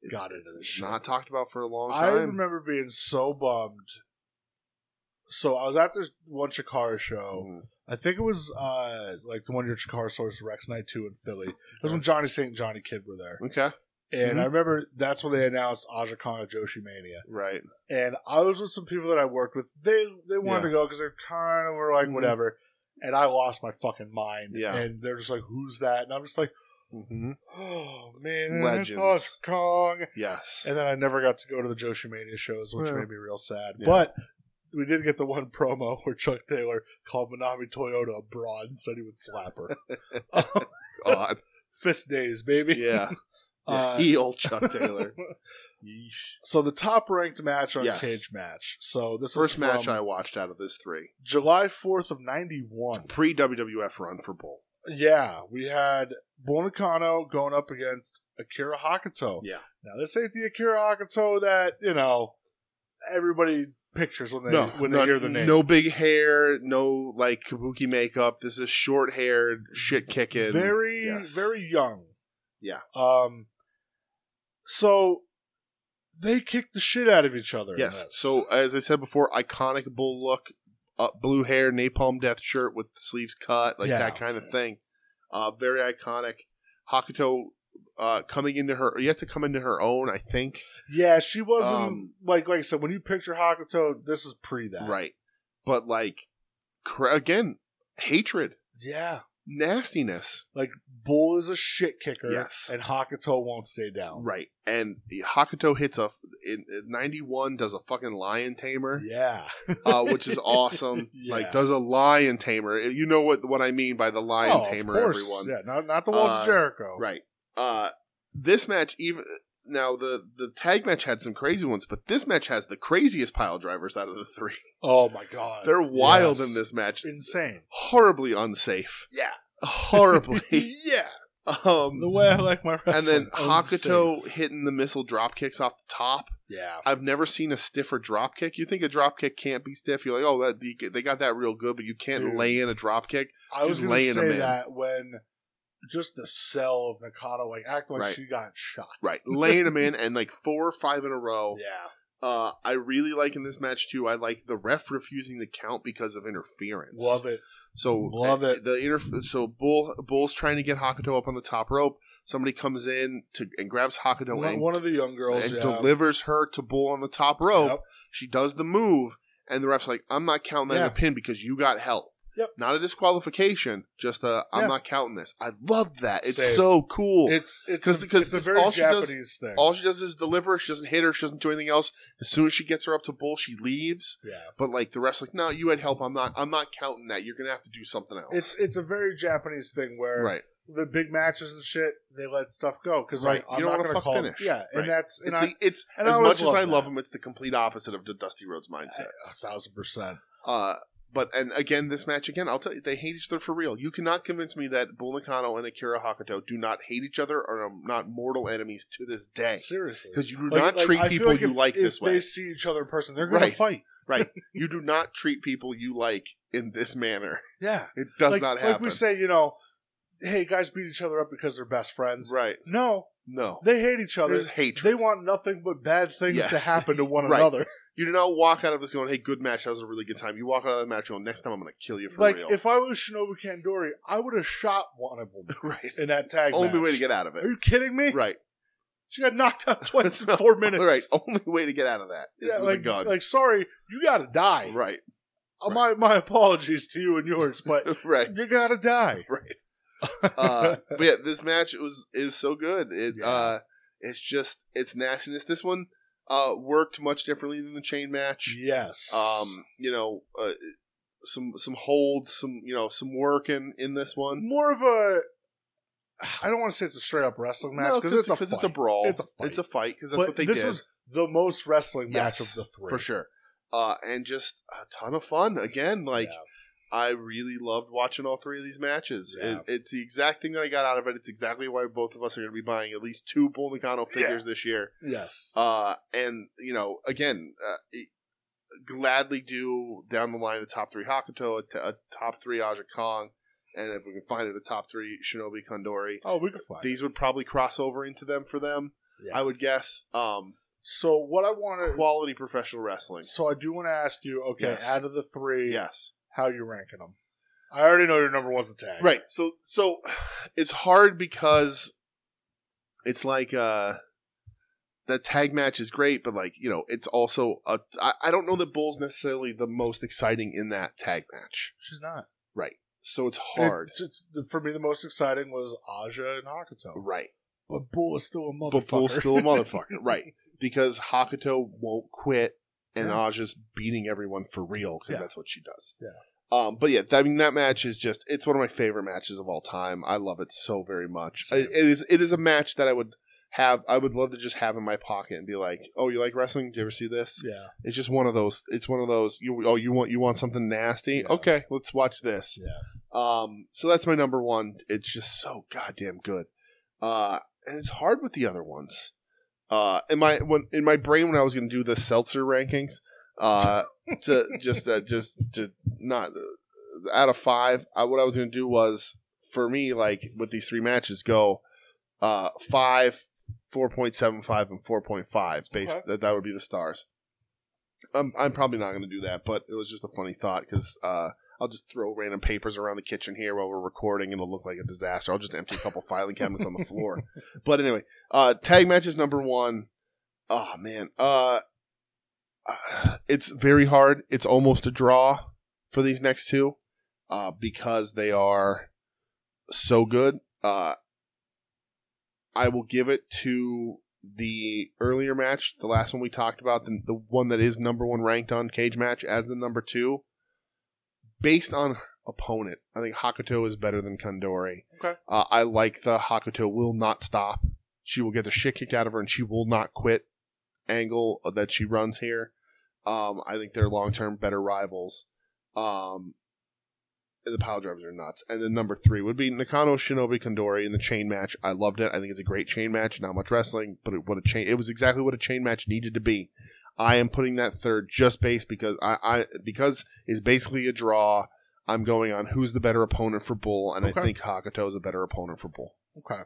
[SPEAKER 1] It's
[SPEAKER 2] got into this shit.
[SPEAKER 1] Not talked about for a long
[SPEAKER 2] I
[SPEAKER 1] time.
[SPEAKER 2] remember being so bummed. So I was at this one Chikara show.
[SPEAKER 1] Mhm.
[SPEAKER 2] I think it was uh like the one your Chikara source Rex Night Two in Philly. It was when Johnny Saint and Johnny Kid were there,
[SPEAKER 1] Okay,
[SPEAKER 2] and
[SPEAKER 1] Mhm.
[SPEAKER 2] I remember that's when they announced Aja Khan of Joshi Mania.
[SPEAKER 1] right.
[SPEAKER 2] And I was with some people that I worked with. They they wanted
[SPEAKER 1] Yeah.
[SPEAKER 2] to go because they kind of were like
[SPEAKER 1] Mhm.
[SPEAKER 2] whatever. And I lost my fucking mind.
[SPEAKER 1] Yeah.
[SPEAKER 2] And they're just like, "Who's that?" And I'm just like,
[SPEAKER 1] hmm
[SPEAKER 2] "Oh man,
[SPEAKER 1] Legends.
[SPEAKER 2] that's Aja Kong."
[SPEAKER 1] Yes.
[SPEAKER 2] And then I never got to go to the Joshi Mania shows, which
[SPEAKER 1] Yeah.
[SPEAKER 2] made me real sad.
[SPEAKER 1] Yeah.
[SPEAKER 2] But we did get the one promo where Chuck Taylor called Manami Toyota a broad and said he would slap her.
[SPEAKER 1] God.
[SPEAKER 2] Fist days, baby.
[SPEAKER 1] Yeah. yeah.
[SPEAKER 2] Uh,
[SPEAKER 1] Ye old Chuck Taylor. Yeesh.
[SPEAKER 2] so the top ranked match on
[SPEAKER 1] Yes.
[SPEAKER 2] Cage Match. So this is
[SPEAKER 1] First match
[SPEAKER 2] from
[SPEAKER 1] I watched out of this three
[SPEAKER 2] July fourth of ninety one.
[SPEAKER 1] pre WWF run for Bull.
[SPEAKER 2] Yeah, we had Bonacano going up against Akira Hakuto.
[SPEAKER 1] Yeah.
[SPEAKER 2] Now this ain't the Akira Hakuto that you know everybody pictures when they when they
[SPEAKER 1] no-
[SPEAKER 2] hear the name.
[SPEAKER 1] No big hair, no like kabuki makeup. This is short haired, shit kicking.
[SPEAKER 2] very
[SPEAKER 1] Yes.
[SPEAKER 2] very young
[SPEAKER 1] Yeah.
[SPEAKER 2] um so they kicked the shit out of each other in
[SPEAKER 1] Yes.
[SPEAKER 2] this.
[SPEAKER 1] So as I said before, iconic bull look, uh, blue hair, napalm death shirt with the sleeves cut, like
[SPEAKER 2] Yeah.
[SPEAKER 1] that kind of thing. Uh, very iconic. Hakuto uh, coming into her, yet to come into her own, I think.
[SPEAKER 2] yeah she wasn't
[SPEAKER 1] Um,
[SPEAKER 2] like like i said when you picture hakuto this is pre that
[SPEAKER 1] Right. But like, cra- again, hatred,
[SPEAKER 2] yeah
[SPEAKER 1] nastiness.
[SPEAKER 2] like bull is a shit kicker
[SPEAKER 1] Yes.
[SPEAKER 2] and hakuto won't stay down
[SPEAKER 1] Right. And Hakuto hits a in, in 91 does a fucking lion tamer,
[SPEAKER 2] yeah
[SPEAKER 1] uh, which is awesome.
[SPEAKER 2] Yeah.
[SPEAKER 1] Like does a lion tamer. You know what what I mean by the lion
[SPEAKER 2] Oh, of
[SPEAKER 1] tamer
[SPEAKER 2] course.
[SPEAKER 1] everyone.
[SPEAKER 2] yeah not, not the walls
[SPEAKER 1] Uh,
[SPEAKER 2] of jericho
[SPEAKER 1] Right. Uh this match even now the the tag match had some crazy ones, but this match has the craziest pile drivers out of the three.
[SPEAKER 2] oh my god
[SPEAKER 1] They're wild
[SPEAKER 2] Yes.
[SPEAKER 1] in this match.
[SPEAKER 2] insane
[SPEAKER 1] Horribly unsafe.
[SPEAKER 2] yeah
[SPEAKER 1] Horribly.
[SPEAKER 2] yeah the
[SPEAKER 1] um
[SPEAKER 2] way i like my
[SPEAKER 1] and
[SPEAKER 2] wrestling
[SPEAKER 1] then Hakuto
[SPEAKER 2] unsafe.
[SPEAKER 1] hitting the missile drop kicks off the top.
[SPEAKER 2] yeah
[SPEAKER 1] I've never seen a stiffer drop kick. You think a drop kick can't be stiff? You're like, oh, that you- they got that real good, but you can't
[SPEAKER 2] Dude.
[SPEAKER 1] lay in a drop kick.
[SPEAKER 2] I was
[SPEAKER 1] She's
[SPEAKER 2] going to
[SPEAKER 1] laying 'em
[SPEAKER 2] say
[SPEAKER 1] in.
[SPEAKER 2] that when just the cell of Nakata, like, acting like
[SPEAKER 1] Right.
[SPEAKER 2] she got shot.
[SPEAKER 1] Right, laying them in, and like four or five in a row.
[SPEAKER 2] Yeah.
[SPEAKER 1] Uh, I really like in this match too. I like the ref refusing to count because of interference.
[SPEAKER 2] Love it.
[SPEAKER 1] So
[SPEAKER 2] Love
[SPEAKER 1] uh,
[SPEAKER 2] it.
[SPEAKER 1] The interf- so bull bull's trying to get Hakuto up on the top rope. Somebody comes in to and grabs Hakuto
[SPEAKER 2] One,
[SPEAKER 1] and,
[SPEAKER 2] one of the young girls.
[SPEAKER 1] and
[SPEAKER 2] yeah.
[SPEAKER 1] delivers her to bull on the top rope.
[SPEAKER 2] Yep.
[SPEAKER 1] She does the move, and the ref's like, "I'm not counting that as a
[SPEAKER 2] Yeah.
[SPEAKER 1] pin because you got help."
[SPEAKER 2] Yep.
[SPEAKER 1] Not a disqualification, just a I'm
[SPEAKER 2] Yeah.
[SPEAKER 1] not counting this. I love that. It's
[SPEAKER 2] Same.
[SPEAKER 1] so cool.
[SPEAKER 2] It's, it's,
[SPEAKER 1] 'Cause-
[SPEAKER 2] a,
[SPEAKER 1] 'cause
[SPEAKER 2] it's a very
[SPEAKER 1] all she does-
[SPEAKER 2] Japanese thing.
[SPEAKER 1] All she does is deliver. She doesn't hit her. She doesn't do anything else. As soon as she gets her up to bull, she leaves.
[SPEAKER 2] yeah.
[SPEAKER 1] But like the ref's like, no, you had help. I'm not. I'm not counting that. You're gonna have to do something else.
[SPEAKER 2] It's, it's a very Japanese thing where
[SPEAKER 1] right.
[SPEAKER 2] the big matches and shit, they let stuff go. Because,
[SPEAKER 1] Right.
[SPEAKER 2] like,
[SPEAKER 1] You
[SPEAKER 2] I'm
[SPEAKER 1] don't
[SPEAKER 2] not
[SPEAKER 1] wanna
[SPEAKER 2] going to
[SPEAKER 1] fuck
[SPEAKER 2] call
[SPEAKER 1] finish.
[SPEAKER 2] Yeah. And
[SPEAKER 1] Right.
[SPEAKER 2] that's, and
[SPEAKER 1] it's
[SPEAKER 2] I,
[SPEAKER 1] the, it's
[SPEAKER 2] and I
[SPEAKER 1] as
[SPEAKER 2] always
[SPEAKER 1] much as
[SPEAKER 2] love
[SPEAKER 1] I
[SPEAKER 2] that.
[SPEAKER 1] love him. It's the complete opposite of the Dusty Rhodes mindset.
[SPEAKER 2] a thousand percent.
[SPEAKER 1] Uh, but and again, this match again, I'll tell you, they hate each other for real. You cannot convince me that Bull Nakano and Akira Hakuto do not hate each other or are not mortal enemies to this day.
[SPEAKER 2] Seriously.
[SPEAKER 1] Because you do
[SPEAKER 2] Like-
[SPEAKER 1] not
[SPEAKER 2] like,
[SPEAKER 1] treat
[SPEAKER 2] I feel
[SPEAKER 1] people you
[SPEAKER 2] if-
[SPEAKER 1] like this
[SPEAKER 2] if
[SPEAKER 1] way.
[SPEAKER 2] they see each other in person, they're going
[SPEAKER 1] Right.
[SPEAKER 2] to fight.
[SPEAKER 1] You do not treat people you like in this manner.
[SPEAKER 2] Yeah.
[SPEAKER 1] It does
[SPEAKER 2] like,
[SPEAKER 1] not
[SPEAKER 2] Like
[SPEAKER 1] happen.
[SPEAKER 2] we say, you know, hey, guys beat each other up because they're best friends.
[SPEAKER 1] right?
[SPEAKER 2] No,
[SPEAKER 1] No,
[SPEAKER 2] they hate each other.
[SPEAKER 1] there's hatred.
[SPEAKER 2] They want nothing but bad things to
[SPEAKER 1] Yes.
[SPEAKER 2] happen to one
[SPEAKER 1] Right.
[SPEAKER 2] another.
[SPEAKER 1] you do not walk out of this going, "Hey, good match. That was a really good time." You walk out of that match going, "Next time, I'm going to kill you for
[SPEAKER 2] Like
[SPEAKER 1] real."
[SPEAKER 2] if I was Shinobu Kandori, I would have shot one of them
[SPEAKER 1] right,
[SPEAKER 2] in that tag.
[SPEAKER 1] only
[SPEAKER 2] match.
[SPEAKER 1] way to get out of it.
[SPEAKER 2] Are you kidding me?
[SPEAKER 1] Right,
[SPEAKER 2] She got knocked out twice in
[SPEAKER 1] No.
[SPEAKER 2] four minutes.
[SPEAKER 1] right. Only way to get out of that is
[SPEAKER 2] Yeah,
[SPEAKER 1] with
[SPEAKER 2] like,
[SPEAKER 1] a gun.
[SPEAKER 2] like sorry, you gotta die.
[SPEAKER 1] right.
[SPEAKER 2] Uh, My my apologies to you and yours, but
[SPEAKER 1] right.
[SPEAKER 2] you gotta die.
[SPEAKER 1] Uh, but yeah, this match was is so good. It
[SPEAKER 2] Yeah.
[SPEAKER 1] uh, it's just it's nastiness. This one uh worked much differently than the chain match.
[SPEAKER 2] Yes.
[SPEAKER 1] Um, you know, uh, some some holds, some you know, some work in in this one.
[SPEAKER 2] more of a. I don't want to say it's a straight up wrestling match
[SPEAKER 1] No,
[SPEAKER 2] because it's a fight.
[SPEAKER 1] it's a brawl.
[SPEAKER 2] It's a fight.
[SPEAKER 1] It's a fight because that's
[SPEAKER 2] but
[SPEAKER 1] what they
[SPEAKER 2] this
[SPEAKER 1] did
[SPEAKER 2] was the most wrestling match
[SPEAKER 1] Yes,
[SPEAKER 2] of the three
[SPEAKER 1] for sure. Uh, and just a ton of fun. Again, like
[SPEAKER 2] Yeah.
[SPEAKER 1] I really loved watching all three of these matches.
[SPEAKER 2] Yeah.
[SPEAKER 1] It, it's the exact thing that I got out of it. It's exactly why both of us are going to be buying at least two Bull Nakano figures this year.
[SPEAKER 2] Yes.
[SPEAKER 1] Uh, and you know, again, uh, it- gladly do down the line a top three Hakuto, a, t- a top three Aja Kong, and if we can find it, a top three Shinobi Kondori.
[SPEAKER 2] oh, we could find. it.
[SPEAKER 1] These would probably cross over into them for them.
[SPEAKER 2] Yeah.
[SPEAKER 1] I would guess. Um,
[SPEAKER 2] so what I want to.
[SPEAKER 1] quality professional wrestling.
[SPEAKER 2] So I do want to ask you. Okay,
[SPEAKER 1] Yes.
[SPEAKER 2] out of the three,
[SPEAKER 1] Yes.
[SPEAKER 2] how you ranking them? I already know your number one's a tag.
[SPEAKER 1] Right. So so it's hard because it's like uh the tag match is great, but like, you know, it's also a I, I don't know that Bull's necessarily the most exciting in that tag match.
[SPEAKER 2] She's not
[SPEAKER 1] So it's hard.
[SPEAKER 2] It's, it's- for me, the most exciting was Aja and Hakuto.
[SPEAKER 1] right.
[SPEAKER 2] But Bull is still a motherfucker.
[SPEAKER 1] But Bull's still a motherfucker. right. Because Hakuto won't quit and
[SPEAKER 2] Yeah.
[SPEAKER 1] Aja's beating everyone for real because
[SPEAKER 2] Yeah.
[SPEAKER 1] that's what she does.
[SPEAKER 2] Yeah.
[SPEAKER 1] Um, but yeah, that- I mean that match is just—it's one of my favorite matches of all time. I love it so very much. I-
[SPEAKER 2] Same.
[SPEAKER 1] It is—it is a match that I would have. I would love to just have in my pocket and be like, "Oh, you like wrestling? Did you ever see this?"
[SPEAKER 2] yeah.
[SPEAKER 1] It's just one of those. It's one of those. You oh, you want you want something nasty?
[SPEAKER 2] Yeah.
[SPEAKER 1] Okay, let's watch this.
[SPEAKER 2] Yeah.
[SPEAKER 1] Um. So that's my number one. It's just so goddamn good. Uh, and it's hard with the other ones. Uh, in my when in my brain when I was gonna do the seltzer rankings, uh, to just uh, just to not uh, out of five, I, what I was gonna do was for me like with these three matches go, uh, five, four point seven five, and four point five. Based
[SPEAKER 2] Okay.
[SPEAKER 1] that that would be the stars. I'm, I'm probably not going to do that, but it was just a funny thought because uh, I'll just throw random papers around the kitchen here while we're recording, and it'll look like a disaster. I'll just empty a couple filing cabinets on the floor. But anyway, uh, tag matches number one. Oh man, uh, uh, it's very hard. It's almost a draw for these next two uh, because they are so good. Uh, I will give it to the earlier match, the last one we talked about, the, the one that is number one ranked on Cage Match as the number two, based on opponent. I think Hakuto is better than Kondori.
[SPEAKER 2] Okay.
[SPEAKER 1] Uh, I like the Hakuto will not stop. She will get the shit kicked out of her, and she will not quit. Angle that she runs here. Um, I think they're long term better rivals. Um, the power drivers are nuts. And then number three would be Nakano Shinobi Kondori in the chain match. I loved it. I think it's a great chain match. Not much wrestling, but it, what a chain. It was exactly what a chain match needed to be. I am putting that third just based because I, I because it's basically a draw. I'm going on who's the better opponent for Bull, and
[SPEAKER 2] Okay.
[SPEAKER 1] I think Hakuto is a better opponent for Bull.
[SPEAKER 2] Okay.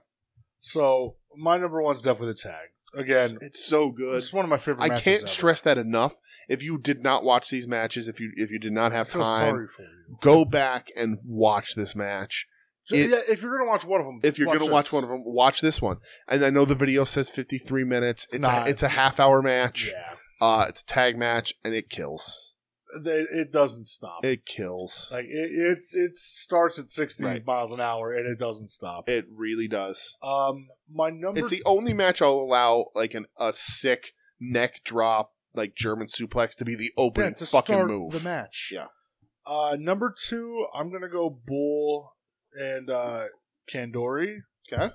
[SPEAKER 2] So my number one's definitely the tag. Again,
[SPEAKER 1] it's, so good.
[SPEAKER 2] it's one of my favorite.
[SPEAKER 1] I
[SPEAKER 2] matches
[SPEAKER 1] can't
[SPEAKER 2] ever.
[SPEAKER 1] stress that enough. If you did not watch these matches, if you if you did not
[SPEAKER 2] I
[SPEAKER 1] have
[SPEAKER 2] feel
[SPEAKER 1] time,
[SPEAKER 2] sorry for you.
[SPEAKER 1] go back and watch this match.
[SPEAKER 2] So,
[SPEAKER 1] It-
[SPEAKER 2] yeah, if you're gonna watch one of them,
[SPEAKER 1] If you're going to watch one of them, watch this one. And I know the video says 53 minutes. It's,
[SPEAKER 2] It's not.
[SPEAKER 1] a, it's a half hour match.
[SPEAKER 2] yeah,
[SPEAKER 1] Uh, it's a tag match, and it kills.
[SPEAKER 2] they, it doesn't stop.
[SPEAKER 1] It kills.
[SPEAKER 2] like it, it, it starts at 60
[SPEAKER 1] Right.
[SPEAKER 2] miles an hour and it doesn't stop.
[SPEAKER 1] It really does.
[SPEAKER 2] um, my number.
[SPEAKER 1] It's the only match I'll allow like an a sick neck drop like German suplex to be the
[SPEAKER 2] yeah,
[SPEAKER 1] opening
[SPEAKER 2] to
[SPEAKER 1] fucking
[SPEAKER 2] start
[SPEAKER 1] move.
[SPEAKER 2] the match.
[SPEAKER 1] Yeah.
[SPEAKER 2] Uh, number two, I'm gonna go Bull and uh, Kandori.
[SPEAKER 1] Okay.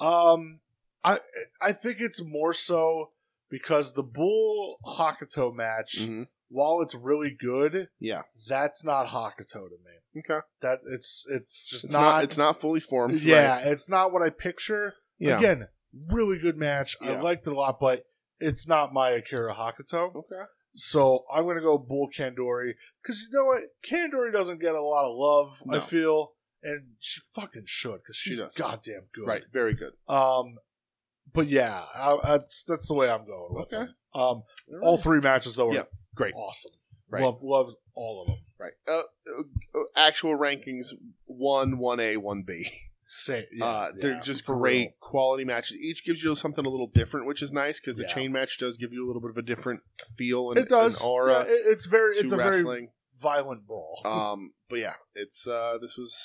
[SPEAKER 2] Um, I I think it's more so because the Bull Hakuto match,
[SPEAKER 1] Mhm.
[SPEAKER 2] while it's really good,
[SPEAKER 1] Yeah.
[SPEAKER 2] that's not Hakuto to me.
[SPEAKER 1] Okay.
[SPEAKER 2] That it's it's just
[SPEAKER 1] It's not,
[SPEAKER 2] not,
[SPEAKER 1] It's not fully formed.
[SPEAKER 2] yeah,
[SPEAKER 1] Right.
[SPEAKER 2] it's not what I picture.
[SPEAKER 1] Yeah.
[SPEAKER 2] Again, really good match. I
[SPEAKER 1] Yeah.
[SPEAKER 2] liked it a lot, but it's not my Akira Hakuto.
[SPEAKER 1] Okay.
[SPEAKER 2] So I'm gonna go Bull Kandori because you know what, Kandori doesn't get a lot of love. I
[SPEAKER 1] No.
[SPEAKER 2] feel, and she fucking should because
[SPEAKER 1] She
[SPEAKER 2] she's
[SPEAKER 1] does.
[SPEAKER 2] goddamn good.
[SPEAKER 1] Right. Very good.
[SPEAKER 2] Um, but yeah, I, that's that's the way I'm going with
[SPEAKER 1] Okay.
[SPEAKER 2] it. Um, all three matches though were
[SPEAKER 1] Yeah, great.
[SPEAKER 2] awesome.
[SPEAKER 1] Right.
[SPEAKER 2] Love loved all of them.
[SPEAKER 1] Right. Uh, uh, uh, actual rankings: one, one A, one B.
[SPEAKER 2] Same.
[SPEAKER 1] uh, they're
[SPEAKER 2] yeah,
[SPEAKER 1] just
[SPEAKER 2] for
[SPEAKER 1] great
[SPEAKER 2] real.
[SPEAKER 1] quality matches. Each gives you something a little different, which is nice because the
[SPEAKER 2] Yeah.
[SPEAKER 1] chain match does give you a little bit of a different feel and
[SPEAKER 2] It does.
[SPEAKER 1] and aura
[SPEAKER 2] Yeah, it- it's very.
[SPEAKER 1] to
[SPEAKER 2] It's a very
[SPEAKER 1] wrestling.
[SPEAKER 2] violent brawl.
[SPEAKER 1] Um, but yeah, it's uh, this was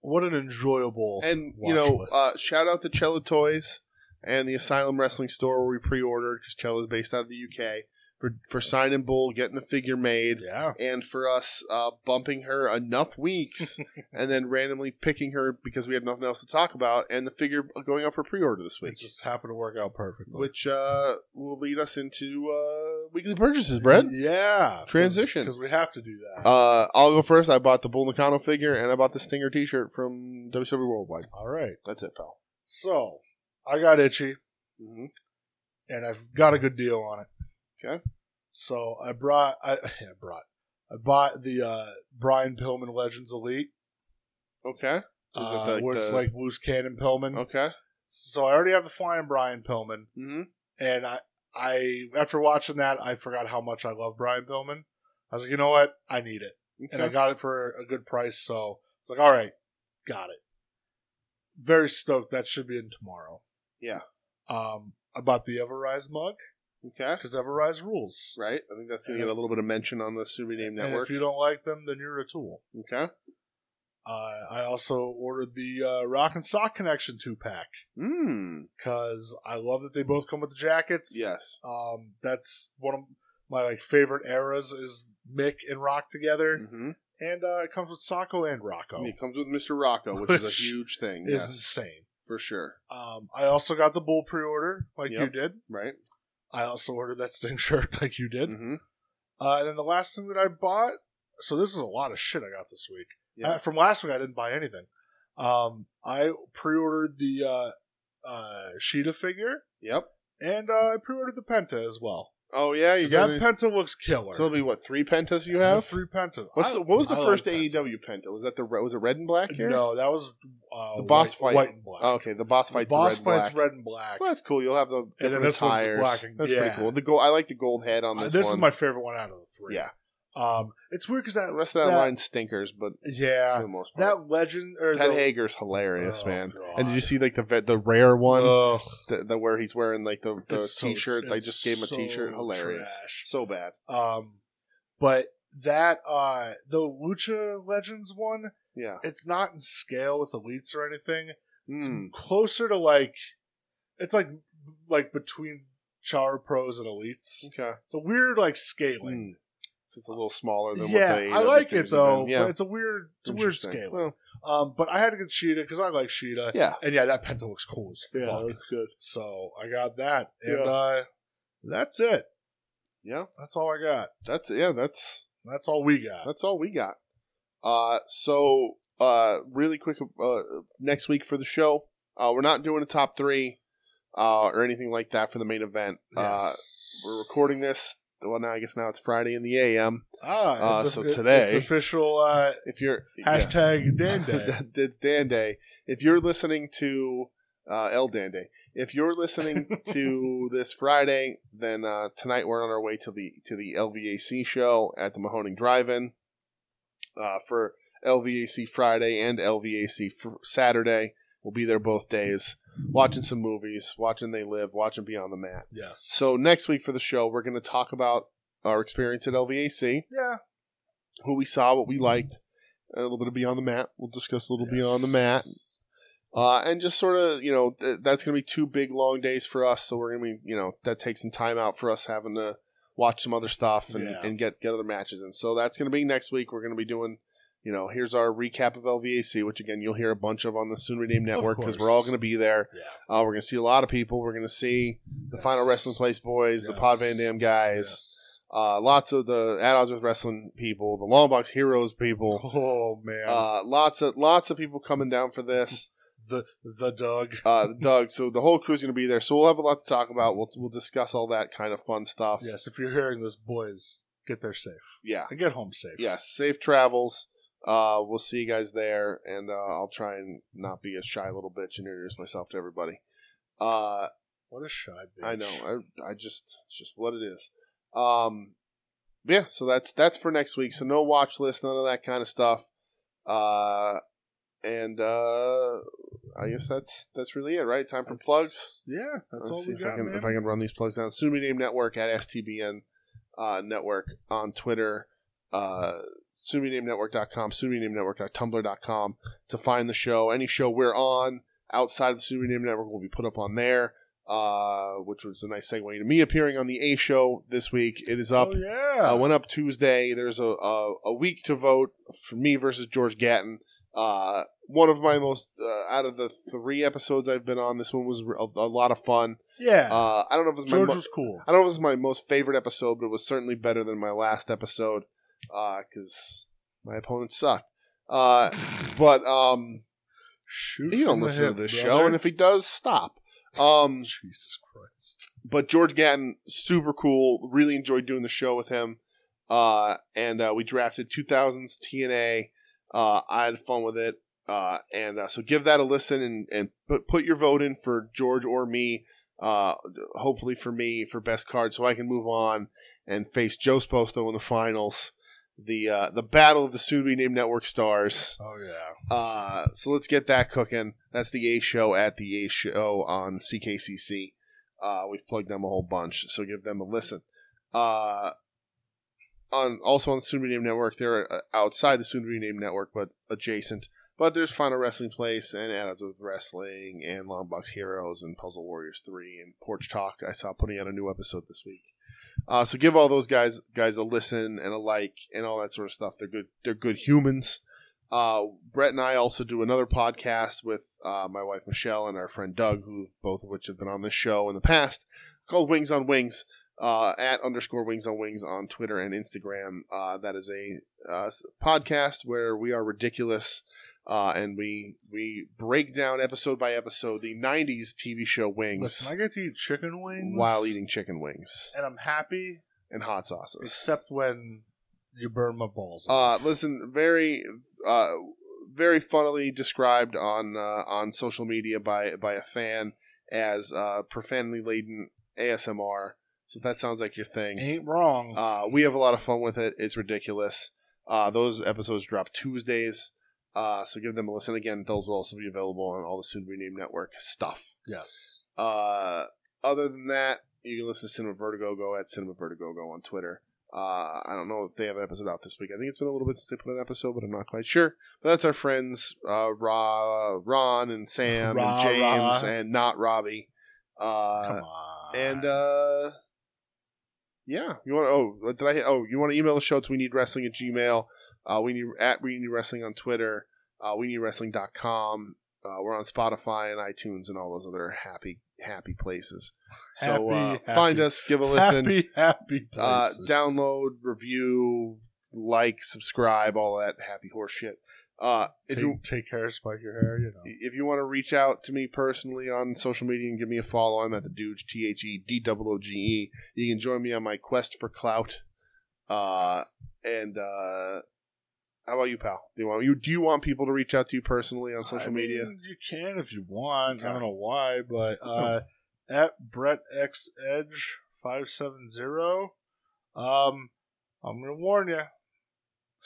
[SPEAKER 2] what an enjoyable
[SPEAKER 1] and
[SPEAKER 2] watch
[SPEAKER 1] you know
[SPEAKER 2] list.
[SPEAKER 1] uh, shout out to Cello Toys and the Asylum Wrestling Store where we pre-ordered because Cello is based out of the UK for for sign and bull getting the figure made.
[SPEAKER 2] yeah,
[SPEAKER 1] and for us uh, bumping her enough weeks and then randomly picking her because we had nothing else to talk about and the figure going up for pre-order this
[SPEAKER 2] it
[SPEAKER 1] week
[SPEAKER 2] just happened to work out perfectly.
[SPEAKER 1] which uh, will lead us into uh, weekly purchases brett
[SPEAKER 2] yeah,
[SPEAKER 1] Transition.
[SPEAKER 2] because we have to do that.
[SPEAKER 1] uh, i'll go first i bought the bull nakano figure and i bought the stinger t-shirt from wwe worldwide
[SPEAKER 2] All right,
[SPEAKER 1] that's it pal
[SPEAKER 2] so I got itchy
[SPEAKER 1] mm-hmm.
[SPEAKER 2] and I've got a good deal on it.
[SPEAKER 1] Okay.
[SPEAKER 2] so I brought I, I brought I bought the uh, Brian Pillman Legends Elite,
[SPEAKER 1] okay Is it
[SPEAKER 2] uh,
[SPEAKER 1] like
[SPEAKER 2] where it's
[SPEAKER 1] the-
[SPEAKER 2] like loose cannon Pillman.
[SPEAKER 1] okay
[SPEAKER 2] So I already have the flying Brian Pillman.
[SPEAKER 1] mm-hmm.
[SPEAKER 2] and I, I after watching that, I forgot how much I love Brian Pillman. I was like, you know what, I need it, and I
[SPEAKER 1] okay.
[SPEAKER 2] got it for a good price. So it's like, all right, got it. Very stoked. That should be in tomorrow.
[SPEAKER 1] Yeah.
[SPEAKER 2] Um, I bought the Everrise mug
[SPEAKER 1] okay
[SPEAKER 2] because Everrise rules.
[SPEAKER 1] right i think that's gonna get a little bit of mention on the super name
[SPEAKER 2] And if
[SPEAKER 1] network
[SPEAKER 2] you don't like them, then you're a tool.
[SPEAKER 1] okay
[SPEAKER 2] Uh, I also ordered the uh, Rock and Sock Connection two pack
[SPEAKER 1] mm.
[SPEAKER 2] because I love that they both come with the jackets.
[SPEAKER 1] yes
[SPEAKER 2] Um, that's one of my like favorite eras is Mick and Rock together,
[SPEAKER 1] mm-hmm.
[SPEAKER 2] and uh, it comes with Sacco and Rocco.
[SPEAKER 1] it comes with mr rocco which, is
[SPEAKER 2] Which
[SPEAKER 1] a huge thing
[SPEAKER 2] Is
[SPEAKER 1] yes,
[SPEAKER 2] insane.
[SPEAKER 1] for sure
[SPEAKER 2] Um, I also got the Bull pre-order like
[SPEAKER 1] Yep.
[SPEAKER 2] you did.
[SPEAKER 1] right
[SPEAKER 2] I also ordered that Sting shirt like you did.
[SPEAKER 1] Mm-hmm.
[SPEAKER 2] Uh, and then the last thing that I bought. So this is a lot of shit I got this week.
[SPEAKER 1] Yeah.
[SPEAKER 2] Uh, from last week, I didn't buy anything. Um, I pre-ordered the uh, uh, Sheeta figure,
[SPEAKER 1] Yep.
[SPEAKER 2] and uh, I pre-ordered the Penta as well.
[SPEAKER 1] Oh yeah, you got.
[SPEAKER 2] Yeah, that
[SPEAKER 1] Pen-
[SPEAKER 2] Penta looks killer.
[SPEAKER 1] so it'll be what three pentas you
[SPEAKER 2] I
[SPEAKER 1] have?
[SPEAKER 2] three Pentas.
[SPEAKER 1] What's
[SPEAKER 2] I-
[SPEAKER 1] the, what was the
[SPEAKER 2] I
[SPEAKER 1] first
[SPEAKER 2] like Penta.
[SPEAKER 1] AEW penta? Was that the re- was it red and black here?
[SPEAKER 2] No, that was uh,
[SPEAKER 1] The boss
[SPEAKER 2] white,
[SPEAKER 1] fight.
[SPEAKER 2] white and black.
[SPEAKER 1] Oh, okay, the boss
[SPEAKER 2] The
[SPEAKER 1] fight. red
[SPEAKER 2] boss
[SPEAKER 1] and
[SPEAKER 2] fight's
[SPEAKER 1] black.
[SPEAKER 2] red and black.
[SPEAKER 1] So that's cool. You'll have the
[SPEAKER 2] then
[SPEAKER 1] different
[SPEAKER 2] this one's
[SPEAKER 1] attires.
[SPEAKER 2] black and-
[SPEAKER 1] that's
[SPEAKER 2] yeah.
[SPEAKER 1] pretty cool. The gold. I like the gold head on
[SPEAKER 2] Uh,
[SPEAKER 1] this.
[SPEAKER 2] this is
[SPEAKER 1] one.
[SPEAKER 2] my favorite one out of the three.
[SPEAKER 1] Yeah.
[SPEAKER 2] Um, it's weird because that
[SPEAKER 1] The rest of that,
[SPEAKER 2] that-
[SPEAKER 1] line stinkers, but for
[SPEAKER 2] yeah
[SPEAKER 1] the most part,
[SPEAKER 2] that legend or
[SPEAKER 1] Ted
[SPEAKER 2] the,
[SPEAKER 1] Hager's hilarious,
[SPEAKER 2] Oh,
[SPEAKER 1] man.
[SPEAKER 2] God.
[SPEAKER 1] And did you see like the ve- the rare one,
[SPEAKER 2] Ugh,
[SPEAKER 1] the, the where he's wearing like the, the
[SPEAKER 2] it's so-
[SPEAKER 1] t-shirt? I
[SPEAKER 2] it's
[SPEAKER 1] just gave him a
[SPEAKER 2] so
[SPEAKER 1] t-shirt. Hilarious.
[SPEAKER 2] trash.
[SPEAKER 1] So bad.
[SPEAKER 2] Um, but that uh the Lucha Legends one,
[SPEAKER 1] Yeah.
[SPEAKER 2] it's not in scale with elites or anything. It's
[SPEAKER 1] Mm.
[SPEAKER 2] closer to like it's like like between Char Pros and elites.
[SPEAKER 1] Okay.
[SPEAKER 2] It's a weird like scaling.
[SPEAKER 1] Mm. It's a little smaller than
[SPEAKER 2] yeah,
[SPEAKER 1] what they.
[SPEAKER 2] I like it
[SPEAKER 1] figures have
[SPEAKER 2] though.
[SPEAKER 1] been. Yeah.
[SPEAKER 2] but it's a weird, it's a weird
[SPEAKER 1] Interesting.
[SPEAKER 2] scale.
[SPEAKER 1] Well,
[SPEAKER 2] um, but I had to get Sheeta because I like Sheeta,
[SPEAKER 1] yeah.
[SPEAKER 2] and yeah, that penta looks cool as fuck.
[SPEAKER 1] good.
[SPEAKER 2] So I got that, and
[SPEAKER 1] Yeah.
[SPEAKER 2] uh, that's it.
[SPEAKER 1] Yeah,
[SPEAKER 2] That's all I got.
[SPEAKER 1] that's yeah, that's
[SPEAKER 2] That's all we got.
[SPEAKER 1] that's all we got. Uh, so uh, really quick, uh, next week for the show, uh, we're not doing a top three, uh, or anything like that for the main event. Uh,
[SPEAKER 2] Yes.
[SPEAKER 1] we're recording this. Well, now I guess now it's Friday in the AM.
[SPEAKER 2] ah,
[SPEAKER 1] uh,
[SPEAKER 2] it's
[SPEAKER 1] so
[SPEAKER 2] it-
[SPEAKER 1] today-
[SPEAKER 2] it's official uh,
[SPEAKER 1] If you're yes.
[SPEAKER 2] hashtag Dan Day.
[SPEAKER 1] That- That's Dan Day. If you're listening to uh, El Dan Day, if you're listening to this Friday, then uh, tonight we're on our way to the to the LVAC show at the Mahoning Drive-In uh, for LVAC Friday and LVAC fr- Saturday. We'll be there both days, watching some movies, watching They Live, watching Beyond the Mat.
[SPEAKER 2] yes.
[SPEAKER 1] So next week for the show, we're going to talk about our experience at LVAC
[SPEAKER 2] yeah,
[SPEAKER 1] who we saw, what we
[SPEAKER 2] Mm-hmm.
[SPEAKER 1] liked, a little bit of Beyond the Mat. We'll discuss a little Beyond the Mat. Uh, and just sort of, you know, th- that's going to be two big long days for us. So we're going to be, you know, that takes some time out for us having to watch some other stuff and,
[SPEAKER 2] Yeah.
[SPEAKER 1] and get, get other matches. And so that's going to be next week. We're going to be doing, you know, here's our recap of LVAC, which again, you'll hear a bunch of on the Soon Redeemed Network because we're all
[SPEAKER 2] course.
[SPEAKER 1] going to be there.
[SPEAKER 2] Yeah.
[SPEAKER 1] Uh, we're going to see a lot of people. We're going to see the Final
[SPEAKER 2] Yes.
[SPEAKER 1] Wrestling Place boys, the
[SPEAKER 2] Yes.
[SPEAKER 1] Pod Van Dam guys
[SPEAKER 2] Yes.
[SPEAKER 1] uh, lots of the at odds with wrestling people, the long box heroes people,
[SPEAKER 2] Oh man,
[SPEAKER 1] uh, lots of lots of people coming down for this.
[SPEAKER 2] the the Doug.
[SPEAKER 1] Uh, Doug, so the whole crew's gonna be there, so we'll have a lot to talk about. We'll we'll discuss all that kind of fun stuff.
[SPEAKER 2] Yes, if you're hearing this, boys, get there safe
[SPEAKER 1] yeah,
[SPEAKER 2] and get home safe.
[SPEAKER 1] yeah. Safe travels. Uh, we'll see you guys there, and uh, I'll try and not be a shy little bitch and introduce myself to everybody. Uh,
[SPEAKER 2] What a shy bitch.
[SPEAKER 1] I know. I, I just it's just what it is. Um, yeah. So that's that's for next week. So no watch list, none of that kind of stuff. Uh, and uh, I guess that's that's really it, right? Time for
[SPEAKER 2] That's-
[SPEAKER 1] plugs.
[SPEAKER 2] Yeah, that's
[SPEAKER 1] Let's
[SPEAKER 2] all
[SPEAKER 1] see
[SPEAKER 2] we
[SPEAKER 1] if
[SPEAKER 2] got,
[SPEAKER 1] I can
[SPEAKER 2] man.
[SPEAKER 1] if I can run these plugs down. Sumi Name Network at STBN uh, Network on Twitter. uh, SumiNameNetwork.com, SumiNameNetwork.tumblr.com to find the show. Any show we're on outside of the Sumi Name Network will be put up on there, uh, which was a nice segue to me appearing on the A show this week. It is up.
[SPEAKER 2] oh yeah.
[SPEAKER 1] Uh, went up Tuesday. There's a, a a week to vote for me versus George Gatton. Uh, one of my most uh, out of the three episodes I've been on, this one was a, a lot of fun.
[SPEAKER 2] yeah.
[SPEAKER 1] Uh, I don't know if it was my
[SPEAKER 2] George
[SPEAKER 1] mo-
[SPEAKER 2] was cool.
[SPEAKER 1] I don't know if it was my most favorite episode, but it was certainly better than my last episode because my opponent sucked. Uh, but um,
[SPEAKER 2] Shoot.
[SPEAKER 1] he
[SPEAKER 2] from
[SPEAKER 1] don't
[SPEAKER 2] the
[SPEAKER 1] listen
[SPEAKER 2] hip,
[SPEAKER 1] to this
[SPEAKER 2] brother.
[SPEAKER 1] show, and if he does, stop. Um,
[SPEAKER 2] Jesus Christ.
[SPEAKER 1] but George Gatton, super cool. Really enjoyed doing the show with him. Uh, and uh, we drafted 2000s TNA. Uh, I had fun with it. Uh, and uh, so give that a listen and, and put, put your vote in for George or me. Uh, hopefully for me for best card, so I can move on and face Joe Sposto in the finals. The uh, the battle of the soon to be named network stars.
[SPEAKER 2] Oh yeah.
[SPEAKER 1] Uh, so let's get that cooking. That's the A Show at the A Show on CKCC. Uh, we've plugged them a whole bunch, so give them a listen. Uh, on also on the Soon to Be Named Network, they're uh, outside the Soon to Be Named Network, but adjacent. But there's Final Wrestling Place and Add-ons with Wrestling and Long Box Heroes and Puzzle Warriors Three and Porch Talk. I saw putting out a new episode this week. Uh, so give all those guys guys a listen and a like and all that sort of stuff. They're good. They're good humans. Uh, Brett and I also do another podcast with uh, my wife Michelle and our friend Doug, who both of which have been on this show in the past, called Wings on Wings uh, at underscore Wings on Wings on Twitter and Instagram. Uh, that is a uh, podcast where we are ridiculous. Uh, and we we break down episode by episode the '90s TV show Wings
[SPEAKER 2] Listen, I get to eat chicken wings
[SPEAKER 1] while eating chicken wings
[SPEAKER 2] and I'm happy
[SPEAKER 1] and hot sauces.
[SPEAKER 2] except when you burn my balls.
[SPEAKER 1] Uh,
[SPEAKER 2] off.
[SPEAKER 1] listen, very, uh, very funnily described on uh, on social media by by a fan as uh, profanely laden ASMR. So if that sounds like your thing.
[SPEAKER 2] ain't wrong.
[SPEAKER 1] Uh, we have a lot of fun with it. It's ridiculous. Uh, those episodes drop Tuesdays, uh, so give them a listen. Again, those will also be available on all the soon renamed network stuff.
[SPEAKER 2] yes.
[SPEAKER 1] Uh, other than that, you can listen to Cinema Vertigo Go at Cinema Vertigo Go on Twitter. Uh, I don't know if they have an episode out this week. I think it's been a little bit since they put an episode, but I'm not quite sure. But that's our friends uh, Ra, Ron and Sam
[SPEAKER 2] Ra,
[SPEAKER 1] and James
[SPEAKER 2] Ra.
[SPEAKER 1] and not Robbie.
[SPEAKER 2] Come
[SPEAKER 1] Uh,
[SPEAKER 2] on.
[SPEAKER 1] and uh, yeah, you want oh did I oh you want to email the show? It's we need wrestling at Gmail. Uh, we need at we need wrestling on Twitter. Uh, we need wrestling.com. Uh, we're on Spotify and iTunes and all those other happy happy places. so uh,
[SPEAKER 2] Happy, happy-
[SPEAKER 1] find us, give a listen,
[SPEAKER 2] happy happy
[SPEAKER 1] uh,
[SPEAKER 2] places.
[SPEAKER 1] download, review, like, subscribe, all that happy horse shit. Uh, if
[SPEAKER 2] Take,
[SPEAKER 1] you
[SPEAKER 2] take hair, spike your hair. You know.
[SPEAKER 1] if you want to reach out to me personally on social media and give me a follow, I'm at the Dooge, T H E D O O G E. You can join me on my quest for clout. Uh, and uh, how about you, pal? Do you want you do you want people to reach out to you personally on social
[SPEAKER 2] I mean,
[SPEAKER 1] media?
[SPEAKER 2] You can if you want. I
[SPEAKER 1] Okay.
[SPEAKER 2] don't know why, but uh, at Brett X Edge five seven zero. Um, I'm gonna warn you.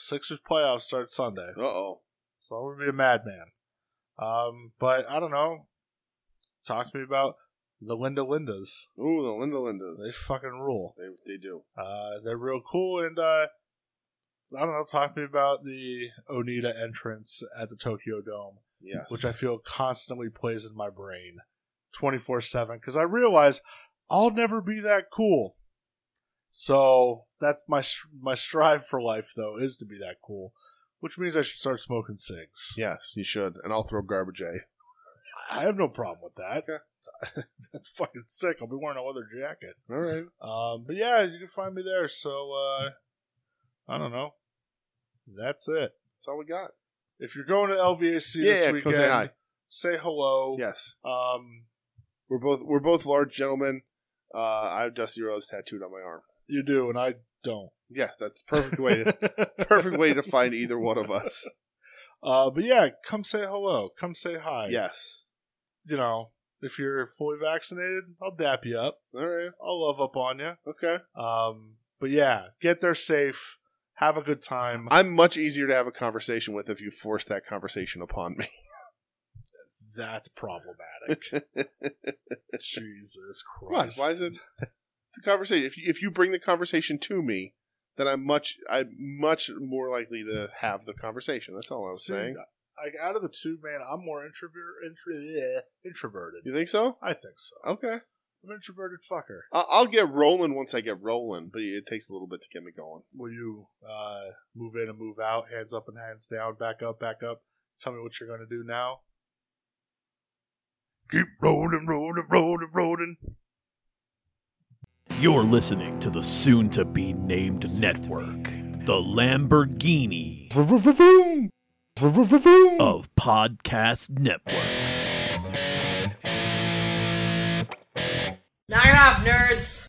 [SPEAKER 2] Sixers playoffs start Sunday,
[SPEAKER 1] Uh oh.
[SPEAKER 2] so I'm gonna be a madman. Um, but I don't know. Talk to me about the Linda Lindas.
[SPEAKER 1] Ooh, the Linda
[SPEAKER 2] They
[SPEAKER 1] Lindas.
[SPEAKER 2] fucking rule.
[SPEAKER 1] They, they do.
[SPEAKER 2] Uh, they're real cool, and uh, I don't know. Talk to me about the Onita entrance at the Tokyo Dome
[SPEAKER 1] Yes.
[SPEAKER 2] which I feel constantly plays in my brain 24 7 because I realize I'll never be that cool. So that's my str- my strive for life though is to be that cool, which means I should start smoking cigs.
[SPEAKER 1] yes, you should. And I'll throw garbage at you.
[SPEAKER 2] I have no problem with that. that's fucking sick. I'll be wearing a leather jacket.
[SPEAKER 1] All right.
[SPEAKER 2] Um, but yeah, you can find me there. So uh, I don't know. That's it.
[SPEAKER 1] That's all we got.
[SPEAKER 2] If you're going to LVAC
[SPEAKER 1] Yeah,
[SPEAKER 2] this
[SPEAKER 1] yeah, go
[SPEAKER 2] weekend,
[SPEAKER 1] say hi.
[SPEAKER 2] say hello.
[SPEAKER 1] Yes.
[SPEAKER 2] Um,
[SPEAKER 1] We're both we're both large gentlemen. Uh, I have Dusty Rose tattooed on my arm.
[SPEAKER 2] you do, and I don't.
[SPEAKER 1] Yeah, that's the perfect way to perfect way to find either one of us.
[SPEAKER 2] Uh, but yeah, come say hello. Come say hi.
[SPEAKER 1] Yes.
[SPEAKER 2] You know, if you're fully vaccinated, I'll dap you up.
[SPEAKER 1] All right.
[SPEAKER 2] I'll love up on you.
[SPEAKER 1] Okay.
[SPEAKER 2] Um, but yeah, get there safe. Have a good time.
[SPEAKER 1] I'm much easier to have a conversation with if you force that conversation upon me.
[SPEAKER 2] That's problematic. Jesus
[SPEAKER 1] Why?
[SPEAKER 2] Christ.
[SPEAKER 1] Why is it? It's a conversation. If you, if you bring the conversation to me, then I'm much I'm much more likely to have the conversation. That's all I'm
[SPEAKER 2] See,
[SPEAKER 1] saying.
[SPEAKER 2] Like out of the two, man, I'm more introvert, intro, introverted.
[SPEAKER 1] You think so?
[SPEAKER 2] I think so.
[SPEAKER 1] Okay,
[SPEAKER 2] I'm an introverted fucker.
[SPEAKER 1] I- I'll get rolling once I get rolling, but it takes a little bit to get me going.
[SPEAKER 2] Will you uh, move in and move out, hands up and hands down, back up, back up? Tell me what you're going to do now. Keep rolling, rolling, rolling, rolling.
[SPEAKER 3] You're listening to the soon to be named network, the Lamborghini of Podcast Networks.
[SPEAKER 4] Knock it off, nerds!